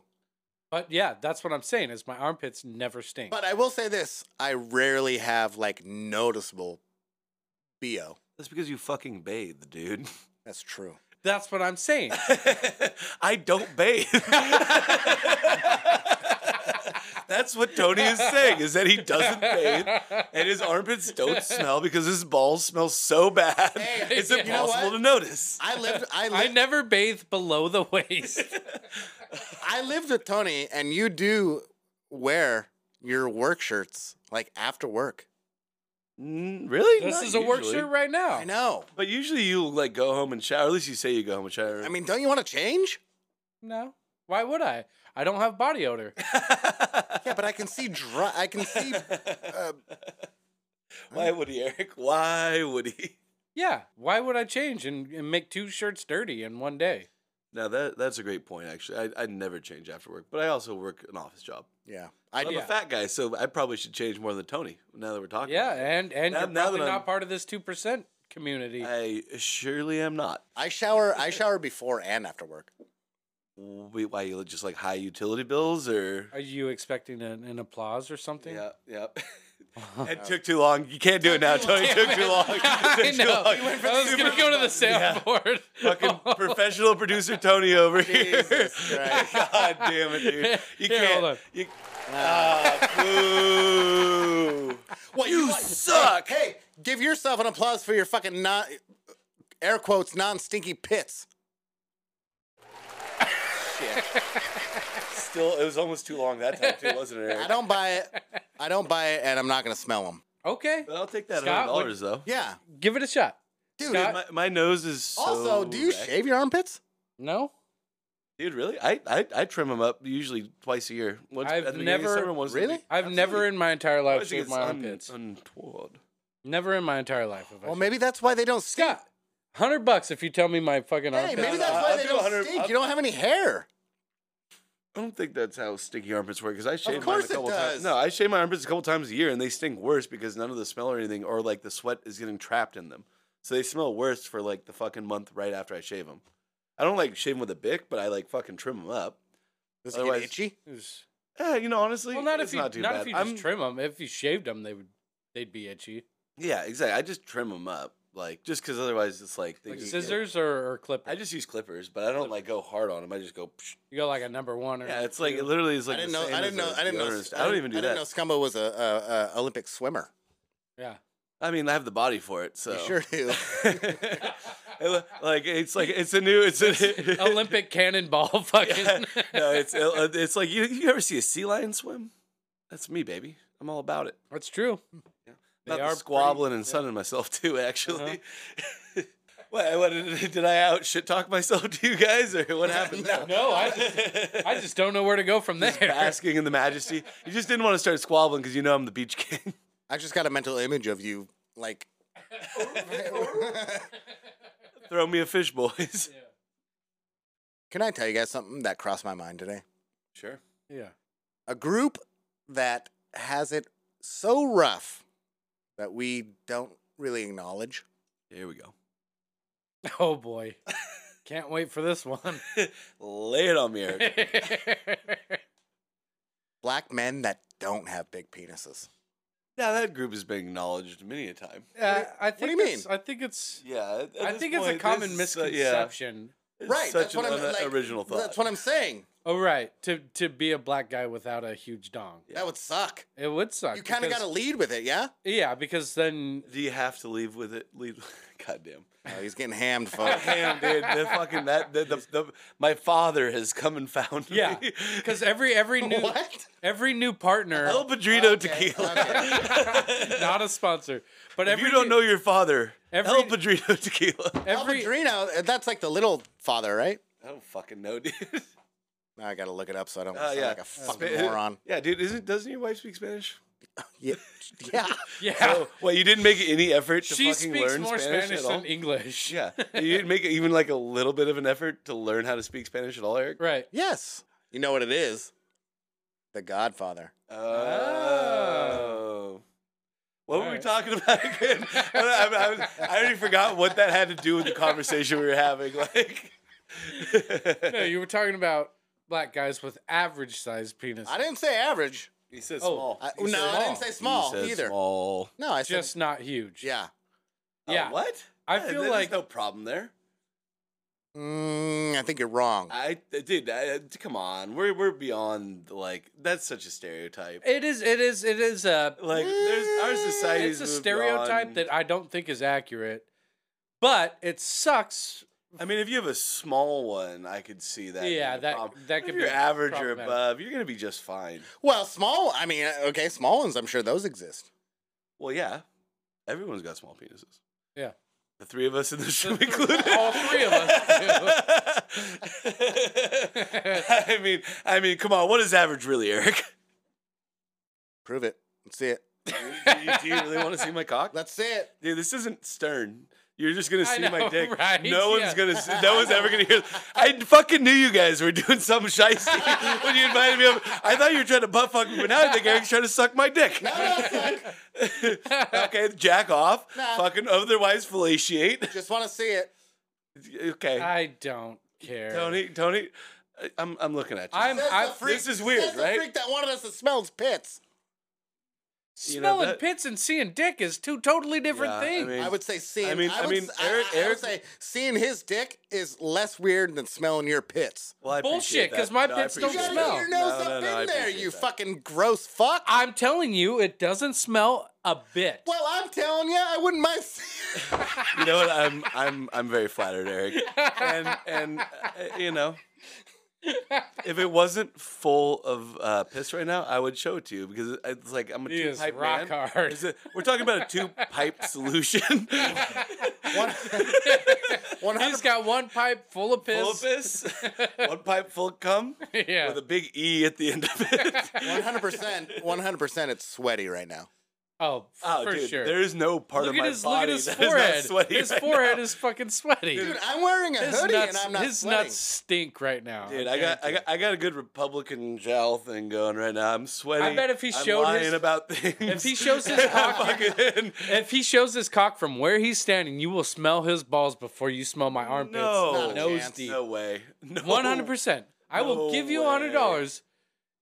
[SPEAKER 2] but yeah, that's what I'm saying. Is my armpits never stink?
[SPEAKER 1] But I will say this: I rarely have like noticeable bo.
[SPEAKER 3] That's because you fucking bathe, dude.
[SPEAKER 1] That's true.
[SPEAKER 2] that's what I'm saying.
[SPEAKER 3] I don't bathe. That's what Tony is saying is that he doesn't bathe and his armpits don't smell because his balls smell so bad.
[SPEAKER 1] Hey,
[SPEAKER 3] it's
[SPEAKER 2] you know
[SPEAKER 3] impossible
[SPEAKER 1] what?
[SPEAKER 3] to notice.
[SPEAKER 1] I lived. I
[SPEAKER 2] I
[SPEAKER 1] lived.
[SPEAKER 2] never bathe below the waist.
[SPEAKER 1] I lived with Tony, and you do wear your work shirts like after work.
[SPEAKER 3] Mm, really?
[SPEAKER 2] this
[SPEAKER 3] Not
[SPEAKER 2] is a work
[SPEAKER 3] usually.
[SPEAKER 2] shirt right now.
[SPEAKER 1] I know.
[SPEAKER 3] But usually you like go home and shower. At least you say you go home and shower.
[SPEAKER 1] I mean, don't you want to change?
[SPEAKER 2] No. Why would I? I don't have body odor.
[SPEAKER 1] Yeah, but I can see dry. I can see. Uh,
[SPEAKER 3] why would he, Eric? Why would he?
[SPEAKER 2] Yeah. Why would I change and, and make two shirts dirty in one day?
[SPEAKER 3] Now that that's a great point. Actually, I I never change after work, but I also work an office job.
[SPEAKER 1] yeah, I
[SPEAKER 3] I'm
[SPEAKER 1] do.
[SPEAKER 3] a fat guy, so I probably should change more than Tony. Now that we're talking,
[SPEAKER 2] Yeah,
[SPEAKER 3] about it.
[SPEAKER 2] and and
[SPEAKER 3] Now-
[SPEAKER 2] you're
[SPEAKER 3] now
[SPEAKER 2] probably
[SPEAKER 3] that I'm-
[SPEAKER 2] not part of this two percent community.
[SPEAKER 3] I surely am not.
[SPEAKER 1] I shower. I shower before and after work.
[SPEAKER 3] Wait, why you look just like high utility bills or?
[SPEAKER 2] Are you expecting an, an applause or something?
[SPEAKER 3] Yeah, yeah. it took too long. You can't do it now, Tony. It took too long.
[SPEAKER 2] I
[SPEAKER 3] It took too
[SPEAKER 2] know.
[SPEAKER 3] long.
[SPEAKER 2] I was
[SPEAKER 3] Super-
[SPEAKER 2] gonna go to the
[SPEAKER 3] Yeah.
[SPEAKER 2] soundboard.
[SPEAKER 3] Fucking professional producer Tony over here.
[SPEAKER 1] Jesus Christ.
[SPEAKER 3] God damn it, dude.
[SPEAKER 2] Here,
[SPEAKER 3] You can't.
[SPEAKER 2] hold on.
[SPEAKER 3] You, ah, boo.
[SPEAKER 1] What
[SPEAKER 3] You
[SPEAKER 1] like-
[SPEAKER 3] suck.
[SPEAKER 1] Hey, give yourself an applause for your fucking non, air quotes non stinky pits.
[SPEAKER 3] Still, it was almost too long that time, too, wasn't it?
[SPEAKER 1] I
[SPEAKER 3] Eric?
[SPEAKER 1] don't buy it. I don't buy it, and I'm not gonna smell them.
[SPEAKER 2] Okay,
[SPEAKER 3] But I'll take that
[SPEAKER 2] Scott,
[SPEAKER 3] hundred
[SPEAKER 2] what-
[SPEAKER 3] dollars though.
[SPEAKER 1] Yeah,
[SPEAKER 2] give it a shot.
[SPEAKER 1] dude.
[SPEAKER 2] Scott?
[SPEAKER 3] My, my nose is so
[SPEAKER 1] also, do you
[SPEAKER 3] wrecked.
[SPEAKER 1] shave your armpits?
[SPEAKER 2] No,
[SPEAKER 3] Dude, really? I, I I trim them up usually twice a year. Once
[SPEAKER 2] I've
[SPEAKER 3] at the beginning of
[SPEAKER 2] never-
[SPEAKER 3] summer, once at the
[SPEAKER 1] really?
[SPEAKER 3] be-
[SPEAKER 2] I've
[SPEAKER 3] Absolutely.
[SPEAKER 2] never in my entire
[SPEAKER 3] I
[SPEAKER 2] life
[SPEAKER 3] think
[SPEAKER 2] shaved
[SPEAKER 3] it's
[SPEAKER 2] my
[SPEAKER 3] un-
[SPEAKER 2] armpits.
[SPEAKER 3] untoward.
[SPEAKER 2] Never in my entire life have I
[SPEAKER 1] Well,
[SPEAKER 2] shaved
[SPEAKER 1] maybe that's why they don't stink.
[SPEAKER 2] Scott, Hundred bucks if you tell me my fucking
[SPEAKER 1] Hey,
[SPEAKER 2] armpit.
[SPEAKER 1] maybe
[SPEAKER 3] no,
[SPEAKER 1] that's
[SPEAKER 3] I'll
[SPEAKER 1] why
[SPEAKER 3] do
[SPEAKER 1] they
[SPEAKER 3] 100
[SPEAKER 1] don't stink. You don't have any hair.
[SPEAKER 3] I don't think that's how sticky armpits work because I shave
[SPEAKER 1] course
[SPEAKER 3] mine a
[SPEAKER 1] it
[SPEAKER 3] couple
[SPEAKER 1] does.
[SPEAKER 3] times. No, I shave my armpits a couple times a year and they stink worse because none of the smell or anything or like the sweat is getting trapped in them. So they smell worse for like the fucking month right after I shave them. I don't like shave them with a bick, but I like fucking trim them up.
[SPEAKER 1] Does it get
[SPEAKER 3] Otherwise-
[SPEAKER 1] itchy?
[SPEAKER 2] It's-
[SPEAKER 3] Eh, you know, honestly,
[SPEAKER 2] Well, not
[SPEAKER 3] it's
[SPEAKER 2] if you
[SPEAKER 3] not
[SPEAKER 2] not,
[SPEAKER 3] too bad.
[SPEAKER 2] if you just
[SPEAKER 3] I'm-
[SPEAKER 2] trim them. If you shaved them, they would they'd be itchy.
[SPEAKER 3] yeah, exactly. I just trim them up, like just because otherwise it's like, they
[SPEAKER 2] Like
[SPEAKER 3] just get-
[SPEAKER 2] scissors or, or clippers.
[SPEAKER 3] I just use clippers, but I don't like go hard on them. I just go. Psh.
[SPEAKER 2] you go like a number one or
[SPEAKER 3] Yeah,
[SPEAKER 2] number
[SPEAKER 3] it's like
[SPEAKER 2] two.
[SPEAKER 3] it literally is like.
[SPEAKER 1] I didn't
[SPEAKER 3] the
[SPEAKER 1] know.
[SPEAKER 3] same
[SPEAKER 1] I didn't
[SPEAKER 3] as
[SPEAKER 1] know.
[SPEAKER 3] a
[SPEAKER 1] I didn't know.
[SPEAKER 3] deodorant. I don't even do
[SPEAKER 1] I
[SPEAKER 3] that.
[SPEAKER 1] didn't know Scumbo was a, a, a Olympic swimmer.
[SPEAKER 2] yeah.
[SPEAKER 3] I mean, I have the body for it, so
[SPEAKER 1] You sure do.
[SPEAKER 3] like it's like it's a new it's a
[SPEAKER 2] Olympic cannonball fucking.
[SPEAKER 3] Yeah. no it's uh, it's like you you ever see a sea lion swim? That's me, baby. I'm all about it.
[SPEAKER 2] That's true.
[SPEAKER 3] Not the squabbling and sunning myself too, actually.
[SPEAKER 2] Uh-huh.
[SPEAKER 3] what, what did, did I out shit talk myself to you guys, or what happened?
[SPEAKER 2] pretty- No, I just, I just don't know where to go from there.
[SPEAKER 3] Basking in the majesty. You just didn't want to start squabbling because you know I'm the beach king.
[SPEAKER 1] I just got a mental image of you, like
[SPEAKER 3] Throw me a fish, boys.
[SPEAKER 1] Can I tell you guys something that crossed my mind today?
[SPEAKER 3] Sure.
[SPEAKER 2] Yeah.
[SPEAKER 1] A group that has it so rough that we don't really acknowledge.
[SPEAKER 3] Here we go.
[SPEAKER 2] Oh boy. Can't wait for this one.
[SPEAKER 3] Lay it on me, Eric.
[SPEAKER 1] Black men that don't have big penises.
[SPEAKER 3] Yeah, that group has been acknowledged many a time.
[SPEAKER 2] Yeah, Uh, I
[SPEAKER 1] do
[SPEAKER 2] think
[SPEAKER 1] you
[SPEAKER 2] it's-
[SPEAKER 1] mean?
[SPEAKER 2] I think it's
[SPEAKER 3] Yeah, at- at
[SPEAKER 2] I
[SPEAKER 3] this
[SPEAKER 2] think it's a
[SPEAKER 3] point,
[SPEAKER 2] common
[SPEAKER 3] this is, uh, yeah,
[SPEAKER 2] misconception.
[SPEAKER 3] it's
[SPEAKER 1] right.
[SPEAKER 3] Such
[SPEAKER 1] that's what
[SPEAKER 3] an
[SPEAKER 1] I'm
[SPEAKER 3] un-
[SPEAKER 1] like,
[SPEAKER 3] original thought.
[SPEAKER 1] That's what I'm saying.
[SPEAKER 2] Oh right, to to be a black guy without a huge dong,
[SPEAKER 3] Yeah. Uh,
[SPEAKER 1] That would suck.
[SPEAKER 2] it would suck.
[SPEAKER 1] You kind of got
[SPEAKER 2] because-
[SPEAKER 1] to lead with it, yeah?
[SPEAKER 2] yeah, because then
[SPEAKER 3] Do you have to leave with it? Leave. Goddamn.
[SPEAKER 1] Oh, he's getting hammed, folks.
[SPEAKER 3] Damn, dude. The fucking that. The, the, the, my father has come and found
[SPEAKER 2] yeah,
[SPEAKER 3] me.
[SPEAKER 2] because every every new
[SPEAKER 1] what?
[SPEAKER 2] every new partner,
[SPEAKER 3] El Padrino
[SPEAKER 1] Okay,
[SPEAKER 3] tequila.
[SPEAKER 1] okay.
[SPEAKER 2] not a sponsor, but
[SPEAKER 3] If
[SPEAKER 2] every
[SPEAKER 3] you don't
[SPEAKER 2] new-
[SPEAKER 3] know your father,
[SPEAKER 2] every-
[SPEAKER 3] El Padrino tequila.
[SPEAKER 1] El
[SPEAKER 2] every
[SPEAKER 1] Padrino, that's like the little father, right?
[SPEAKER 3] I don't fucking know, dude.
[SPEAKER 1] Now I got to look it up so I don't
[SPEAKER 3] Oh,
[SPEAKER 1] sound
[SPEAKER 3] yeah.
[SPEAKER 1] like a fucking
[SPEAKER 3] Spa-
[SPEAKER 1] moron.
[SPEAKER 3] Yeah, dude. Isn't doesn't your wife speak Spanish?
[SPEAKER 1] Yeah. yeah.
[SPEAKER 2] yeah,
[SPEAKER 3] Oh, well, you didn't make any effort to
[SPEAKER 2] she
[SPEAKER 3] fucking
[SPEAKER 2] speaks
[SPEAKER 3] learn
[SPEAKER 2] more
[SPEAKER 3] Spanish,
[SPEAKER 2] Spanish,
[SPEAKER 3] at all.
[SPEAKER 2] than English.
[SPEAKER 3] yeah, you didn't make even like a little bit of an effort to learn how to speak Spanish at all, Eric.
[SPEAKER 2] right.
[SPEAKER 1] Yes. You know what it is? The Godfather.
[SPEAKER 3] Oh. What were we
[SPEAKER 2] Alright.
[SPEAKER 3] talking about again? I, I- I was- I already forgot what that had to do with the conversation we were having. Like,
[SPEAKER 2] No, you were talking about black guys with average sized penises.
[SPEAKER 1] I didn't say average.
[SPEAKER 3] he said
[SPEAKER 2] Oh,
[SPEAKER 3] small.
[SPEAKER 1] I,
[SPEAKER 2] You
[SPEAKER 1] no,
[SPEAKER 2] said
[SPEAKER 1] I didn't
[SPEAKER 2] small.
[SPEAKER 1] say small
[SPEAKER 3] He said
[SPEAKER 1] either.
[SPEAKER 3] Small.
[SPEAKER 1] No, I said
[SPEAKER 2] just not huge.
[SPEAKER 1] yeah.
[SPEAKER 3] Oh,
[SPEAKER 2] yeah.
[SPEAKER 3] what?
[SPEAKER 2] I
[SPEAKER 3] Yeah,
[SPEAKER 2] feel
[SPEAKER 3] there's
[SPEAKER 2] like-
[SPEAKER 3] no problem there.
[SPEAKER 1] Mm, I think you're wrong.
[SPEAKER 3] I, uh, dude, I, come on. We're we're beyond like that's such a stereotype.
[SPEAKER 2] It is. It is. It is a.
[SPEAKER 3] Like, there's our society.
[SPEAKER 2] It's a stereotype that I don't think is accurate, but it sucks.
[SPEAKER 3] I mean, if you have a small one, I could see that.
[SPEAKER 2] Yeah,
[SPEAKER 3] being a
[SPEAKER 2] that-
[SPEAKER 3] problem.
[SPEAKER 2] that
[SPEAKER 3] But
[SPEAKER 2] could
[SPEAKER 3] if you're
[SPEAKER 2] be
[SPEAKER 3] average or
[SPEAKER 2] problematic.
[SPEAKER 3] above, you're gonna be just fine.
[SPEAKER 1] well, small. I mean, uh, okay, small ones. I'm sure those exist.
[SPEAKER 3] Well, yeah. Everyone's got small penises.
[SPEAKER 2] Yeah.
[SPEAKER 3] The three of us in this room
[SPEAKER 2] three-
[SPEAKER 3] included.
[SPEAKER 2] all three of
[SPEAKER 3] us. I mean, I mean, come on. What is average really, Eric?
[SPEAKER 1] Prove it. Let's see it.
[SPEAKER 3] do, you, do you really want to see my cock?
[SPEAKER 1] Let's see it.
[SPEAKER 3] Dude, this isn't stern. You're just gonna
[SPEAKER 2] I
[SPEAKER 3] see my
[SPEAKER 2] know,
[SPEAKER 3] dick.
[SPEAKER 2] right?
[SPEAKER 3] No
[SPEAKER 2] Yeah.
[SPEAKER 3] one's gonna. See, no one's ever gonna hear. I fucking knew you guys were doing some shiesty when you invited me over. I thought you were trying to butt fuck me, but now I think Eric's trying to suck my dick. okay, jack off.
[SPEAKER 1] Nah.
[SPEAKER 3] Fucking otherwise fellatiate.
[SPEAKER 1] Just want to see it.
[SPEAKER 3] Okay.
[SPEAKER 2] I don't care.
[SPEAKER 3] Tony, Tony, I- I'm I'm looking at you.
[SPEAKER 2] I'm-
[SPEAKER 1] Says
[SPEAKER 2] I-
[SPEAKER 1] the
[SPEAKER 3] this is weird,
[SPEAKER 1] says the
[SPEAKER 3] right?
[SPEAKER 1] freak that wanted us to smell his pits.
[SPEAKER 3] You
[SPEAKER 2] Smelling
[SPEAKER 3] know that-
[SPEAKER 2] pits and seeing dick is two totally different
[SPEAKER 3] Yeah, I
[SPEAKER 2] things.
[SPEAKER 3] mean-
[SPEAKER 1] I would say seeing.
[SPEAKER 3] I mean- I
[SPEAKER 1] would
[SPEAKER 3] mean,
[SPEAKER 1] s-
[SPEAKER 3] Eric-
[SPEAKER 1] I, I would
[SPEAKER 3] Eric-
[SPEAKER 1] say seeing his dick is less weird than smelling your pits.
[SPEAKER 3] well, I
[SPEAKER 2] Bullshit,
[SPEAKER 3] appreciate that.
[SPEAKER 2] 'cause my
[SPEAKER 3] No, I
[SPEAKER 2] pits don't
[SPEAKER 1] You gotta
[SPEAKER 3] appreciate
[SPEAKER 1] get
[SPEAKER 2] smell.
[SPEAKER 3] that.
[SPEAKER 1] your nose
[SPEAKER 3] No, no,
[SPEAKER 1] up
[SPEAKER 3] no, I
[SPEAKER 1] in there,
[SPEAKER 3] appreciate
[SPEAKER 1] you
[SPEAKER 3] that.
[SPEAKER 1] fucking gross fuck.
[SPEAKER 2] I'm telling you, it doesn't smell a bit.
[SPEAKER 1] well, I'm telling you, I wouldn't mind. seeing-
[SPEAKER 3] You know what? I'm I'm I'm very flattered, Eric. And and uh, you know, if it wasn't full of uh, piss right now, I would show it to you because it's like I'm a
[SPEAKER 2] He
[SPEAKER 3] two
[SPEAKER 2] is
[SPEAKER 3] pipe
[SPEAKER 2] rock
[SPEAKER 3] man.
[SPEAKER 2] hard.
[SPEAKER 3] Is it- we're talking about a two pipe solution.
[SPEAKER 1] One
[SPEAKER 2] He's
[SPEAKER 1] hundred
[SPEAKER 2] got one pipe full of piss.
[SPEAKER 3] full of piss, one pipe full of cum
[SPEAKER 2] yeah.
[SPEAKER 3] with a big E at the end of it.
[SPEAKER 1] One hundred percent, one hundred percent. It's sweaty right now.
[SPEAKER 2] Oh,
[SPEAKER 3] Oh,
[SPEAKER 2] for
[SPEAKER 3] dude,
[SPEAKER 2] sure.
[SPEAKER 3] there is no part
[SPEAKER 2] look
[SPEAKER 3] of
[SPEAKER 2] at
[SPEAKER 3] my
[SPEAKER 2] his
[SPEAKER 3] body
[SPEAKER 2] look at his
[SPEAKER 3] that is not
[SPEAKER 2] forehead.
[SPEAKER 3] sweaty
[SPEAKER 2] his
[SPEAKER 3] right now.
[SPEAKER 2] forehead is fucking sweaty.
[SPEAKER 1] Dude, I'm wearing a
[SPEAKER 2] his
[SPEAKER 1] hoodie
[SPEAKER 2] nuts,
[SPEAKER 1] and I'm not
[SPEAKER 2] his
[SPEAKER 1] sweating.
[SPEAKER 2] nuts stink right now.
[SPEAKER 3] Dude,
[SPEAKER 2] I
[SPEAKER 3] I got, I
[SPEAKER 2] guarantee
[SPEAKER 3] got, I got a good Republican gel thing going right now. I'm sweating.
[SPEAKER 2] bet if he
[SPEAKER 3] I'm
[SPEAKER 2] showed
[SPEAKER 3] lying
[SPEAKER 2] his-
[SPEAKER 3] about things,
[SPEAKER 2] if he shows his
[SPEAKER 3] I'm
[SPEAKER 2] cock-
[SPEAKER 3] fucking-
[SPEAKER 2] it. If he shows his cock from where he's standing, you will smell his balls before you smell my armpits.
[SPEAKER 3] no,
[SPEAKER 1] a
[SPEAKER 2] nose
[SPEAKER 1] chance.
[SPEAKER 2] deep.
[SPEAKER 3] no way, no,
[SPEAKER 2] One hundred percent. I will
[SPEAKER 3] No
[SPEAKER 2] give you
[SPEAKER 3] way.
[SPEAKER 2] hundred dollars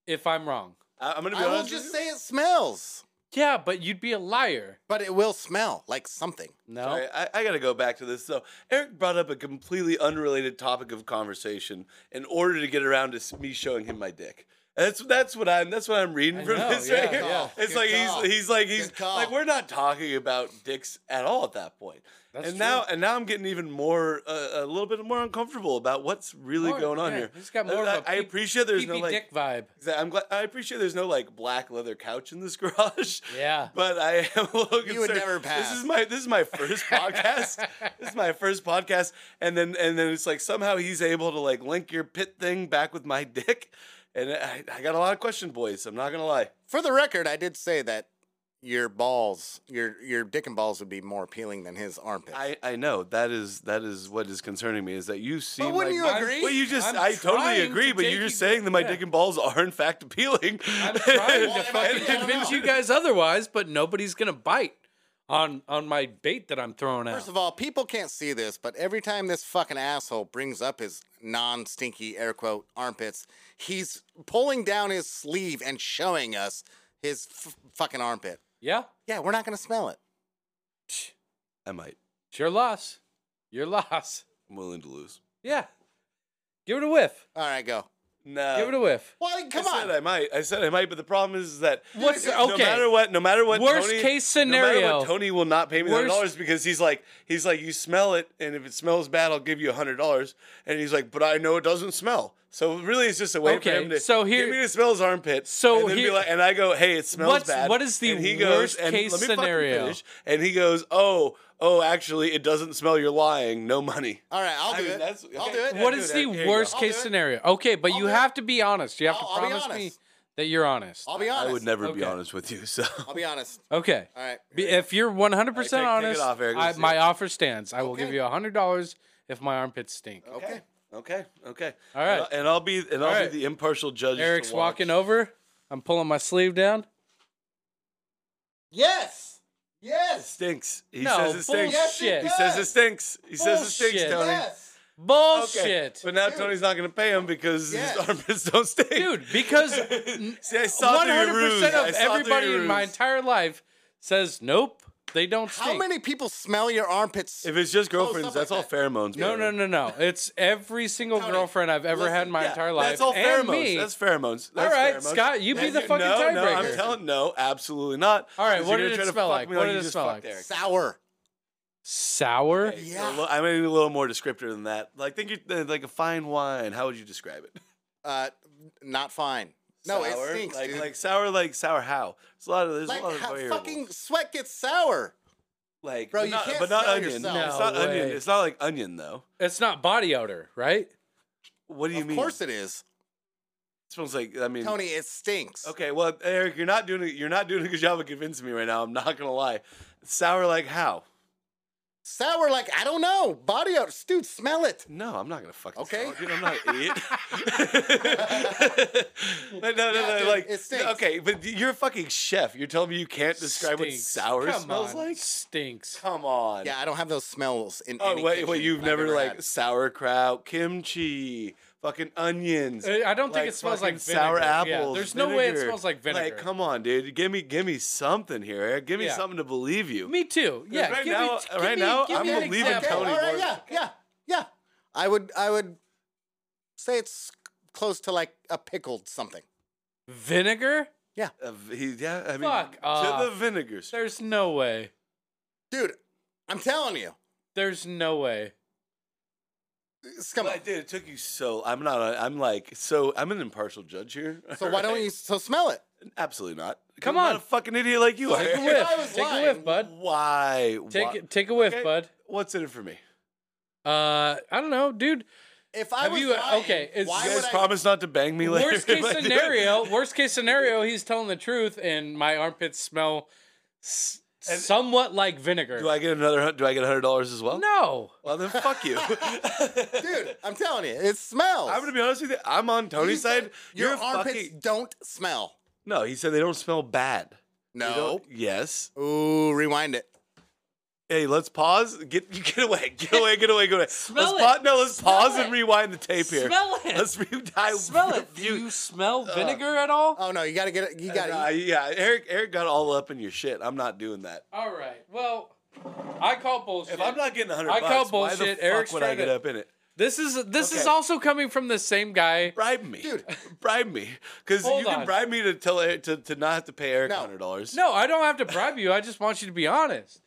[SPEAKER 2] if I'm wrong.
[SPEAKER 3] I- I'm gonna be
[SPEAKER 1] I will
[SPEAKER 3] honest.
[SPEAKER 1] just
[SPEAKER 3] with
[SPEAKER 1] say it smells,
[SPEAKER 2] Yeah, but you'd be a liar.
[SPEAKER 1] but it will smell like something.
[SPEAKER 2] No.
[SPEAKER 3] you. Sorry, I, I gotta go back to this though. Eric brought up a completely unrelated topic of conversation in order to get around to s- me showing him my dick. That's that's what I'm that's what I'm reading
[SPEAKER 2] I
[SPEAKER 3] from
[SPEAKER 2] know,
[SPEAKER 3] this
[SPEAKER 2] yeah,
[SPEAKER 3] right here.
[SPEAKER 1] yeah.
[SPEAKER 3] It's
[SPEAKER 1] Good
[SPEAKER 3] like
[SPEAKER 1] call.
[SPEAKER 3] he's he's like he's
[SPEAKER 1] Good call.
[SPEAKER 3] like we're not talking about dicks at all at that point.
[SPEAKER 2] That's
[SPEAKER 3] and
[SPEAKER 2] true.
[SPEAKER 3] now and now I'm getting even more uh, a little bit more uncomfortable about what's really
[SPEAKER 2] More-
[SPEAKER 3] going on
[SPEAKER 2] yeah,
[SPEAKER 3] here.
[SPEAKER 2] he's got more of
[SPEAKER 3] I,
[SPEAKER 2] a
[SPEAKER 3] I
[SPEAKER 2] pee-
[SPEAKER 3] appreciate there's no
[SPEAKER 2] Pee-pee
[SPEAKER 3] like
[SPEAKER 2] dick vibe.
[SPEAKER 3] exa- I'm glad I appreciate there's no like black leather couch in this garage.
[SPEAKER 2] Yeah.
[SPEAKER 3] But I am a little concerned.
[SPEAKER 1] You would never
[SPEAKER 3] This
[SPEAKER 1] pass.
[SPEAKER 3] is my this is my first podcast. this is my first podcast, and then and then it's like somehow he's able to like link your pit thing back with my dick, and I, I got a lot of question boys. I'm not gonna lie.
[SPEAKER 1] For the record, I did say that your balls, your your dick and balls would be more appealing than his armpits.
[SPEAKER 3] I, I know that is that is what is concerning me is that you seem
[SPEAKER 1] wouldn't
[SPEAKER 3] like
[SPEAKER 1] you
[SPEAKER 3] my-
[SPEAKER 1] agree?
[SPEAKER 3] Well, you just
[SPEAKER 2] I'm
[SPEAKER 3] i
[SPEAKER 2] trying
[SPEAKER 3] totally
[SPEAKER 2] to
[SPEAKER 3] agree, but
[SPEAKER 2] take
[SPEAKER 3] you're just
[SPEAKER 2] you-
[SPEAKER 3] saying that my
[SPEAKER 2] yeah.
[SPEAKER 3] dick and balls are in fact appealing.
[SPEAKER 2] I'm trying
[SPEAKER 1] Well,
[SPEAKER 2] to
[SPEAKER 1] if I
[SPEAKER 2] fucking
[SPEAKER 1] could tell
[SPEAKER 2] convince
[SPEAKER 1] you-
[SPEAKER 2] you guys otherwise, but nobody's gonna bite on on my bait that I'm throwing out.
[SPEAKER 1] First of all, people can't see this, but every time this fucking asshole brings up his non-stinky air quote armpits, he's pulling down his sleeve and showing us his f- fucking armpit.
[SPEAKER 2] yeah,
[SPEAKER 1] Yeah, we're not gonna smell it.
[SPEAKER 3] I might.
[SPEAKER 2] it's your loss. Your loss.
[SPEAKER 3] I'm willing to lose.
[SPEAKER 2] Yeah. Give it a whiff.
[SPEAKER 1] All right, go.
[SPEAKER 3] No.
[SPEAKER 2] Give it a whiff.
[SPEAKER 1] Well, come
[SPEAKER 3] I
[SPEAKER 1] on.
[SPEAKER 3] said I might. I said I might, but the problem is, is that
[SPEAKER 2] What's-
[SPEAKER 3] no
[SPEAKER 2] okay.
[SPEAKER 3] matter what, no matter what,
[SPEAKER 2] Worst
[SPEAKER 3] Tony-
[SPEAKER 2] case
[SPEAKER 3] no matter
[SPEAKER 2] scenario.
[SPEAKER 3] what, Tony will not pay me the hundred
[SPEAKER 2] Worst-
[SPEAKER 3] dollars because he's like, he's like, you smell it, and if it smells bad, I'll give you a hundred dollars, and he's like, but I know it doesn't smell. So really, it's just a way for
[SPEAKER 2] Okay,
[SPEAKER 3] him to
[SPEAKER 2] so here-
[SPEAKER 3] get me to smell his armpit.
[SPEAKER 2] So
[SPEAKER 3] and then
[SPEAKER 2] here-
[SPEAKER 3] be like, and I go, hey, it smells
[SPEAKER 2] What's-
[SPEAKER 3] bad.
[SPEAKER 2] what is the
[SPEAKER 3] and he
[SPEAKER 2] worst
[SPEAKER 3] goes, and
[SPEAKER 2] case
[SPEAKER 3] let me fucking
[SPEAKER 2] scenario?
[SPEAKER 3] Finish, and he goes, oh, oh, actually, it doesn't smell. You're lying. No money.
[SPEAKER 1] All right, I'll
[SPEAKER 3] I
[SPEAKER 1] do
[SPEAKER 3] mean,
[SPEAKER 1] it.
[SPEAKER 3] that's-
[SPEAKER 1] I'll
[SPEAKER 3] okay.
[SPEAKER 1] do it.
[SPEAKER 3] Yeah,
[SPEAKER 2] what
[SPEAKER 3] do
[SPEAKER 2] is
[SPEAKER 3] that.
[SPEAKER 2] the
[SPEAKER 3] Here you go.
[SPEAKER 2] worst
[SPEAKER 1] I'll
[SPEAKER 2] case
[SPEAKER 1] do it.
[SPEAKER 2] scenario? Okay, but
[SPEAKER 1] I'll
[SPEAKER 2] you
[SPEAKER 1] do
[SPEAKER 2] have to be honest. You have
[SPEAKER 1] I'll-
[SPEAKER 2] to
[SPEAKER 1] I'll be
[SPEAKER 2] promise me
[SPEAKER 1] honest.
[SPEAKER 2] that you're honest.
[SPEAKER 1] I'll be honest.
[SPEAKER 3] I would never
[SPEAKER 2] Okay.
[SPEAKER 3] be honest with you. So
[SPEAKER 1] I'll be honest.
[SPEAKER 2] Okay.
[SPEAKER 1] All right.
[SPEAKER 2] Be- If you're 100%
[SPEAKER 3] All right, take- take
[SPEAKER 2] honest,
[SPEAKER 3] it off, Eric.
[SPEAKER 2] I,
[SPEAKER 3] Let's see
[SPEAKER 2] my
[SPEAKER 3] it.
[SPEAKER 2] offer stands. I will give
[SPEAKER 1] Okay.
[SPEAKER 2] you $100 if my armpits stink.
[SPEAKER 1] Okay.
[SPEAKER 3] Okay. Okay.
[SPEAKER 2] All right.
[SPEAKER 3] And I'll- And I'll be and I'll
[SPEAKER 2] All
[SPEAKER 3] be
[SPEAKER 2] right.
[SPEAKER 3] the impartial judge. to
[SPEAKER 2] Eric's
[SPEAKER 3] watch.
[SPEAKER 2] walking over. I'm pulling my sleeve down.
[SPEAKER 1] Yes. Yes.
[SPEAKER 3] Stinks. He
[SPEAKER 2] No,
[SPEAKER 3] says it stinks.
[SPEAKER 2] bullshit.
[SPEAKER 3] He says it stinks. He says it stinks,
[SPEAKER 2] Bullshit.
[SPEAKER 3] Tony.
[SPEAKER 1] Yes.
[SPEAKER 3] Okay.
[SPEAKER 2] Bullshit.
[SPEAKER 3] But now
[SPEAKER 1] Dude.
[SPEAKER 3] Tony's not going to pay him because
[SPEAKER 1] Yes.
[SPEAKER 3] his armpits don't stink.
[SPEAKER 2] Dude, because
[SPEAKER 3] See, I saw
[SPEAKER 2] One
[SPEAKER 3] through your
[SPEAKER 2] hundred percent
[SPEAKER 3] ruse. I
[SPEAKER 2] of
[SPEAKER 3] saw through
[SPEAKER 2] everybody
[SPEAKER 3] your
[SPEAKER 2] in my
[SPEAKER 3] ruse.
[SPEAKER 2] entire life says nope. They don't stink.
[SPEAKER 1] How many people smell your armpits?
[SPEAKER 3] If it's just girlfriends,
[SPEAKER 1] stuff
[SPEAKER 3] that's all
[SPEAKER 1] Oh, like
[SPEAKER 3] pheromone. pheromones.
[SPEAKER 2] No, no, no,
[SPEAKER 3] brother.
[SPEAKER 2] no. It's every single
[SPEAKER 1] Tony,
[SPEAKER 2] girlfriend I've ever had in my
[SPEAKER 3] Yeah,
[SPEAKER 2] entire life.
[SPEAKER 3] That's all
[SPEAKER 2] and
[SPEAKER 3] pheromones.
[SPEAKER 2] me.
[SPEAKER 3] That's pheromones. That's
[SPEAKER 2] all right,
[SPEAKER 3] pheromones.
[SPEAKER 2] Scott, you be
[SPEAKER 1] That's
[SPEAKER 2] the
[SPEAKER 1] it.
[SPEAKER 2] fucking
[SPEAKER 3] no, no,
[SPEAKER 2] tiebreaker.
[SPEAKER 3] I'm telling no, absolutely not.
[SPEAKER 2] All right,
[SPEAKER 3] 'Cause
[SPEAKER 2] what
[SPEAKER 3] you're
[SPEAKER 2] did
[SPEAKER 3] gonna
[SPEAKER 2] it
[SPEAKER 3] try to
[SPEAKER 2] smell
[SPEAKER 3] fuck
[SPEAKER 2] like?
[SPEAKER 3] me
[SPEAKER 2] What
[SPEAKER 3] you
[SPEAKER 2] did it
[SPEAKER 3] just
[SPEAKER 2] smell
[SPEAKER 3] fucked
[SPEAKER 2] like?
[SPEAKER 3] Eric.
[SPEAKER 1] sour.
[SPEAKER 2] Sour.
[SPEAKER 3] Okay, so
[SPEAKER 1] Yeah.
[SPEAKER 3] a little- I'm gonna need a little more descriptor than that. Like think you're uh, like a fine wine. How would you describe it?
[SPEAKER 1] Uh, not fine. No, it
[SPEAKER 3] sour?
[SPEAKER 1] stinks,
[SPEAKER 3] like,
[SPEAKER 1] dude.
[SPEAKER 3] Like sour, like sour. How? There's a lot of there's
[SPEAKER 1] Like,
[SPEAKER 3] a lot of
[SPEAKER 1] how
[SPEAKER 3] variables.
[SPEAKER 1] fucking sweat gets sour.
[SPEAKER 3] like
[SPEAKER 1] Bro,
[SPEAKER 3] but
[SPEAKER 1] you
[SPEAKER 3] not,
[SPEAKER 1] can't
[SPEAKER 3] but not
[SPEAKER 1] sell
[SPEAKER 3] onion.
[SPEAKER 1] yourself.
[SPEAKER 3] It's
[SPEAKER 2] No
[SPEAKER 3] not onion.
[SPEAKER 2] way.
[SPEAKER 3] It's not like onion though.
[SPEAKER 2] It's not body odor, right?
[SPEAKER 3] What do you
[SPEAKER 1] of
[SPEAKER 3] mean?
[SPEAKER 1] course it is,
[SPEAKER 3] it smells like. I mean,
[SPEAKER 1] Tony. It stinks.
[SPEAKER 3] okay. Well, Eric, you're not doing a, you're not doing a good job of convincing me right now. I'm not gonna lie. Sour like how?
[SPEAKER 1] Sour, like I don't know. Body odor, dude. Smell it.
[SPEAKER 3] No, I'm not gonna fucking.
[SPEAKER 1] Okay.
[SPEAKER 3] smell it, dude, I'm not an idiot. no, no, no,
[SPEAKER 1] Yeah,
[SPEAKER 3] no,
[SPEAKER 1] dude,
[SPEAKER 3] like
[SPEAKER 1] it stinks.
[SPEAKER 3] okay, but you're a fucking chef. You're telling me you can't describe what
[SPEAKER 2] Stinks.
[SPEAKER 3] sour
[SPEAKER 2] Come
[SPEAKER 3] smells
[SPEAKER 2] on.
[SPEAKER 3] like?
[SPEAKER 2] Stinks.
[SPEAKER 3] Come on.
[SPEAKER 1] Yeah, I don't have those smells in.
[SPEAKER 3] Oh
[SPEAKER 1] any
[SPEAKER 3] wait, wait!
[SPEAKER 1] kitchen
[SPEAKER 3] You've
[SPEAKER 1] I've
[SPEAKER 3] never
[SPEAKER 1] ever
[SPEAKER 3] like
[SPEAKER 1] had.
[SPEAKER 3] sauerkraut, kimchi, fucking onions.
[SPEAKER 2] Uh, I don't think it smells like
[SPEAKER 3] fucking sour
[SPEAKER 2] vinegar. Yeah,
[SPEAKER 3] apples.
[SPEAKER 2] there's no way it
[SPEAKER 3] vinegar.
[SPEAKER 2] smells like vinegar.
[SPEAKER 3] Like, come on, dude! Give me, give me something here. Eric. Give me
[SPEAKER 2] Yeah.
[SPEAKER 3] something to believe you.
[SPEAKER 2] Me too. Yeah.
[SPEAKER 3] right
[SPEAKER 2] give
[SPEAKER 3] now-
[SPEAKER 2] me, give
[SPEAKER 3] right
[SPEAKER 2] me-
[SPEAKER 3] now,
[SPEAKER 2] give
[SPEAKER 3] I'm
[SPEAKER 2] me an
[SPEAKER 3] believing
[SPEAKER 2] example.
[SPEAKER 3] Tony
[SPEAKER 1] all right,
[SPEAKER 3] Morgan.
[SPEAKER 1] yeah, yeah, yeah. I would, I would say it's close to like a pickled something.
[SPEAKER 2] Vinegar?
[SPEAKER 3] Uh, he- yeah, I mean,
[SPEAKER 2] Fuck uh,
[SPEAKER 3] to
[SPEAKER 2] off.
[SPEAKER 3] the vinegar. stream.
[SPEAKER 2] There's no way.
[SPEAKER 1] Dude, I'm telling you.
[SPEAKER 2] There's no way.
[SPEAKER 1] Come on.
[SPEAKER 3] But, dude, it took you so. I'm not. A, I'm like so. I'm an impartial judge here.
[SPEAKER 1] So why don't you? So smell it.
[SPEAKER 3] Absolutely not. 'Cause
[SPEAKER 2] Come
[SPEAKER 3] I'm
[SPEAKER 2] on.
[SPEAKER 3] not a fucking idiot like you
[SPEAKER 2] Take a
[SPEAKER 3] are.
[SPEAKER 1] If I
[SPEAKER 2] whiff.
[SPEAKER 1] was
[SPEAKER 2] Take a
[SPEAKER 1] lying,
[SPEAKER 2] whiff, bud.
[SPEAKER 3] Why?
[SPEAKER 2] Take
[SPEAKER 3] why-
[SPEAKER 2] it- take a whiff,
[SPEAKER 3] Okay,
[SPEAKER 2] bud.
[SPEAKER 3] What's in it for me?
[SPEAKER 2] Uh, I don't know, dude.
[SPEAKER 1] If I
[SPEAKER 2] Have
[SPEAKER 1] was
[SPEAKER 2] you-
[SPEAKER 3] uh,
[SPEAKER 1] lying,
[SPEAKER 2] okay, is-
[SPEAKER 1] why
[SPEAKER 3] You
[SPEAKER 1] would
[SPEAKER 3] guys
[SPEAKER 1] I?
[SPEAKER 3] promise not to bang me later.
[SPEAKER 2] Worst
[SPEAKER 3] if
[SPEAKER 2] case
[SPEAKER 3] I do it?
[SPEAKER 2] scenario. Worst case scenario. He's telling the truth, and my armpits smell S-
[SPEAKER 3] And-
[SPEAKER 2] somewhat like vinegar.
[SPEAKER 3] Do I get another? hun- Do I get hundred dollars as well?
[SPEAKER 2] no.
[SPEAKER 3] Well, then fuck you,
[SPEAKER 1] Dude, I'm telling you, it smells.
[SPEAKER 3] I'm gonna be honest with you. I'm on
[SPEAKER 1] You
[SPEAKER 3] Tony's
[SPEAKER 1] said
[SPEAKER 3] side.
[SPEAKER 1] Your
[SPEAKER 3] You're
[SPEAKER 1] armpits
[SPEAKER 3] fucking.
[SPEAKER 1] don't smell.
[SPEAKER 3] No, he said they don't smell bad. They
[SPEAKER 1] No.
[SPEAKER 3] don't- Yes.
[SPEAKER 1] Ooh, rewind it.
[SPEAKER 3] Hey, let's pause. Get get away. Get away. Get away. Get away.
[SPEAKER 2] Smell
[SPEAKER 3] let's
[SPEAKER 2] it.
[SPEAKER 3] pa- no, let's
[SPEAKER 2] Smell
[SPEAKER 3] pause
[SPEAKER 2] it.
[SPEAKER 3] and rewind the tape here.
[SPEAKER 2] Smell it.
[SPEAKER 3] Let's re- dive.
[SPEAKER 2] smell it. Do you smell vinegar at all?
[SPEAKER 1] Oh no, you gotta get it. You gotta.
[SPEAKER 3] Uh, yeah, Eric. Eric got all up in your shit. I'm not doing that.
[SPEAKER 2] all right. Well, I call bullshit.
[SPEAKER 3] If I'm not getting 100
[SPEAKER 2] I
[SPEAKER 3] bucks,
[SPEAKER 2] call
[SPEAKER 3] why the
[SPEAKER 2] bullshit.
[SPEAKER 3] fuck
[SPEAKER 2] Eric's
[SPEAKER 3] would I
[SPEAKER 2] trying
[SPEAKER 3] get
[SPEAKER 2] to-
[SPEAKER 3] up in it?
[SPEAKER 2] This is this is
[SPEAKER 3] Okay.
[SPEAKER 2] also coming from the same guy.
[SPEAKER 3] Bribe me,
[SPEAKER 1] Dude.
[SPEAKER 3] Bribe me, because you
[SPEAKER 2] Hold
[SPEAKER 3] can
[SPEAKER 2] on.
[SPEAKER 3] bribe me to tell Eric to, to not have to pay Eric
[SPEAKER 1] No.
[SPEAKER 3] hundred dollars.
[SPEAKER 2] No, I don't have to bribe you. I just want you to be honest.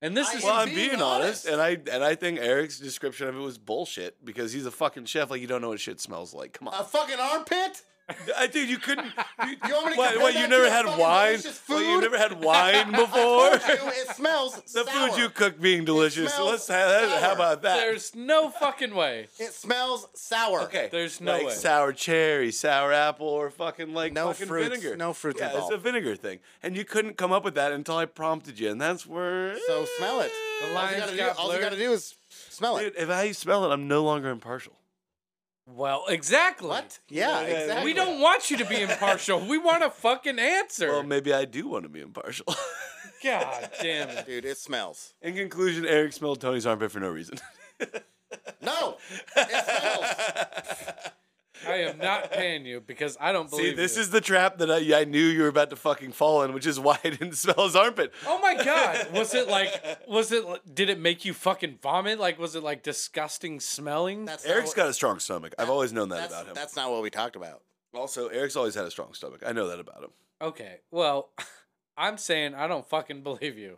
[SPEAKER 2] And this
[SPEAKER 1] I
[SPEAKER 2] is
[SPEAKER 3] Well, I'm
[SPEAKER 1] Being
[SPEAKER 3] being
[SPEAKER 1] honest.
[SPEAKER 3] honest, and I and I think Eric's description of it was bullshit because he's a fucking chef. Like you don't know what shit smells like. Come
[SPEAKER 1] A
[SPEAKER 3] on,
[SPEAKER 1] fucking armpit?
[SPEAKER 3] I think you couldn't. You,
[SPEAKER 1] You want me to
[SPEAKER 3] what?
[SPEAKER 1] compare
[SPEAKER 3] what,
[SPEAKER 1] that
[SPEAKER 3] you
[SPEAKER 1] to
[SPEAKER 3] never
[SPEAKER 1] a
[SPEAKER 3] had
[SPEAKER 1] fucking
[SPEAKER 3] wine?
[SPEAKER 1] delicious
[SPEAKER 3] What, you
[SPEAKER 1] food?
[SPEAKER 3] never had wine
[SPEAKER 1] Told
[SPEAKER 3] before?
[SPEAKER 1] you, it smells.
[SPEAKER 3] the
[SPEAKER 1] sour.
[SPEAKER 3] food you cook being delicious.
[SPEAKER 1] smells
[SPEAKER 3] Let's have, how
[SPEAKER 1] sour.
[SPEAKER 3] about that?
[SPEAKER 2] there's no fucking way.
[SPEAKER 1] It smells sour.
[SPEAKER 3] Okay.
[SPEAKER 2] There's no
[SPEAKER 3] like
[SPEAKER 2] way.
[SPEAKER 3] sour cherry, sour apple, or fucking like
[SPEAKER 1] No
[SPEAKER 3] fucking
[SPEAKER 1] fruits.
[SPEAKER 3] vinegar.
[SPEAKER 1] No fruits
[SPEAKER 3] Yeah, it's
[SPEAKER 1] involved.
[SPEAKER 3] a vinegar thing, and you couldn't come up with that until I prompted you, and that's where.
[SPEAKER 1] So smell it.
[SPEAKER 2] The
[SPEAKER 1] All you
[SPEAKER 2] lines
[SPEAKER 1] gotta do,
[SPEAKER 2] got
[SPEAKER 1] all you
[SPEAKER 2] blurred.
[SPEAKER 1] gotta do is smell it.
[SPEAKER 3] Dude, if I smell it, I'm no longer impartial.
[SPEAKER 2] Well, exactly.
[SPEAKER 1] What? Yeah,
[SPEAKER 3] Yeah, yeah,
[SPEAKER 1] exactly.
[SPEAKER 2] We don't want you to be impartial. we want a fucking answer.
[SPEAKER 3] Well, maybe I do want to be impartial.
[SPEAKER 2] God damn it.
[SPEAKER 1] Dude, it smells.
[SPEAKER 3] In conclusion, Eric smelled Tony's armpit for no reason.
[SPEAKER 1] No, it smells.
[SPEAKER 2] I am not paying you because I don't believe
[SPEAKER 3] See, this
[SPEAKER 2] you.
[SPEAKER 3] is the trap that I, I knew you were about to fucking fall in, which is why I didn't smell his armpit.
[SPEAKER 2] Oh my god. Was it like was it li- did it make you fucking vomit? Like was it like disgusting smelling?
[SPEAKER 1] That's not
[SPEAKER 3] Eric's
[SPEAKER 1] what-
[SPEAKER 3] got a strong stomach. I've always known that
[SPEAKER 1] that's,
[SPEAKER 3] about him.
[SPEAKER 1] That's not what we talked about.
[SPEAKER 3] Also, Eric's always had a strong stomach. I know that about him.
[SPEAKER 2] Okay. Well, I'm saying I don't fucking believe you.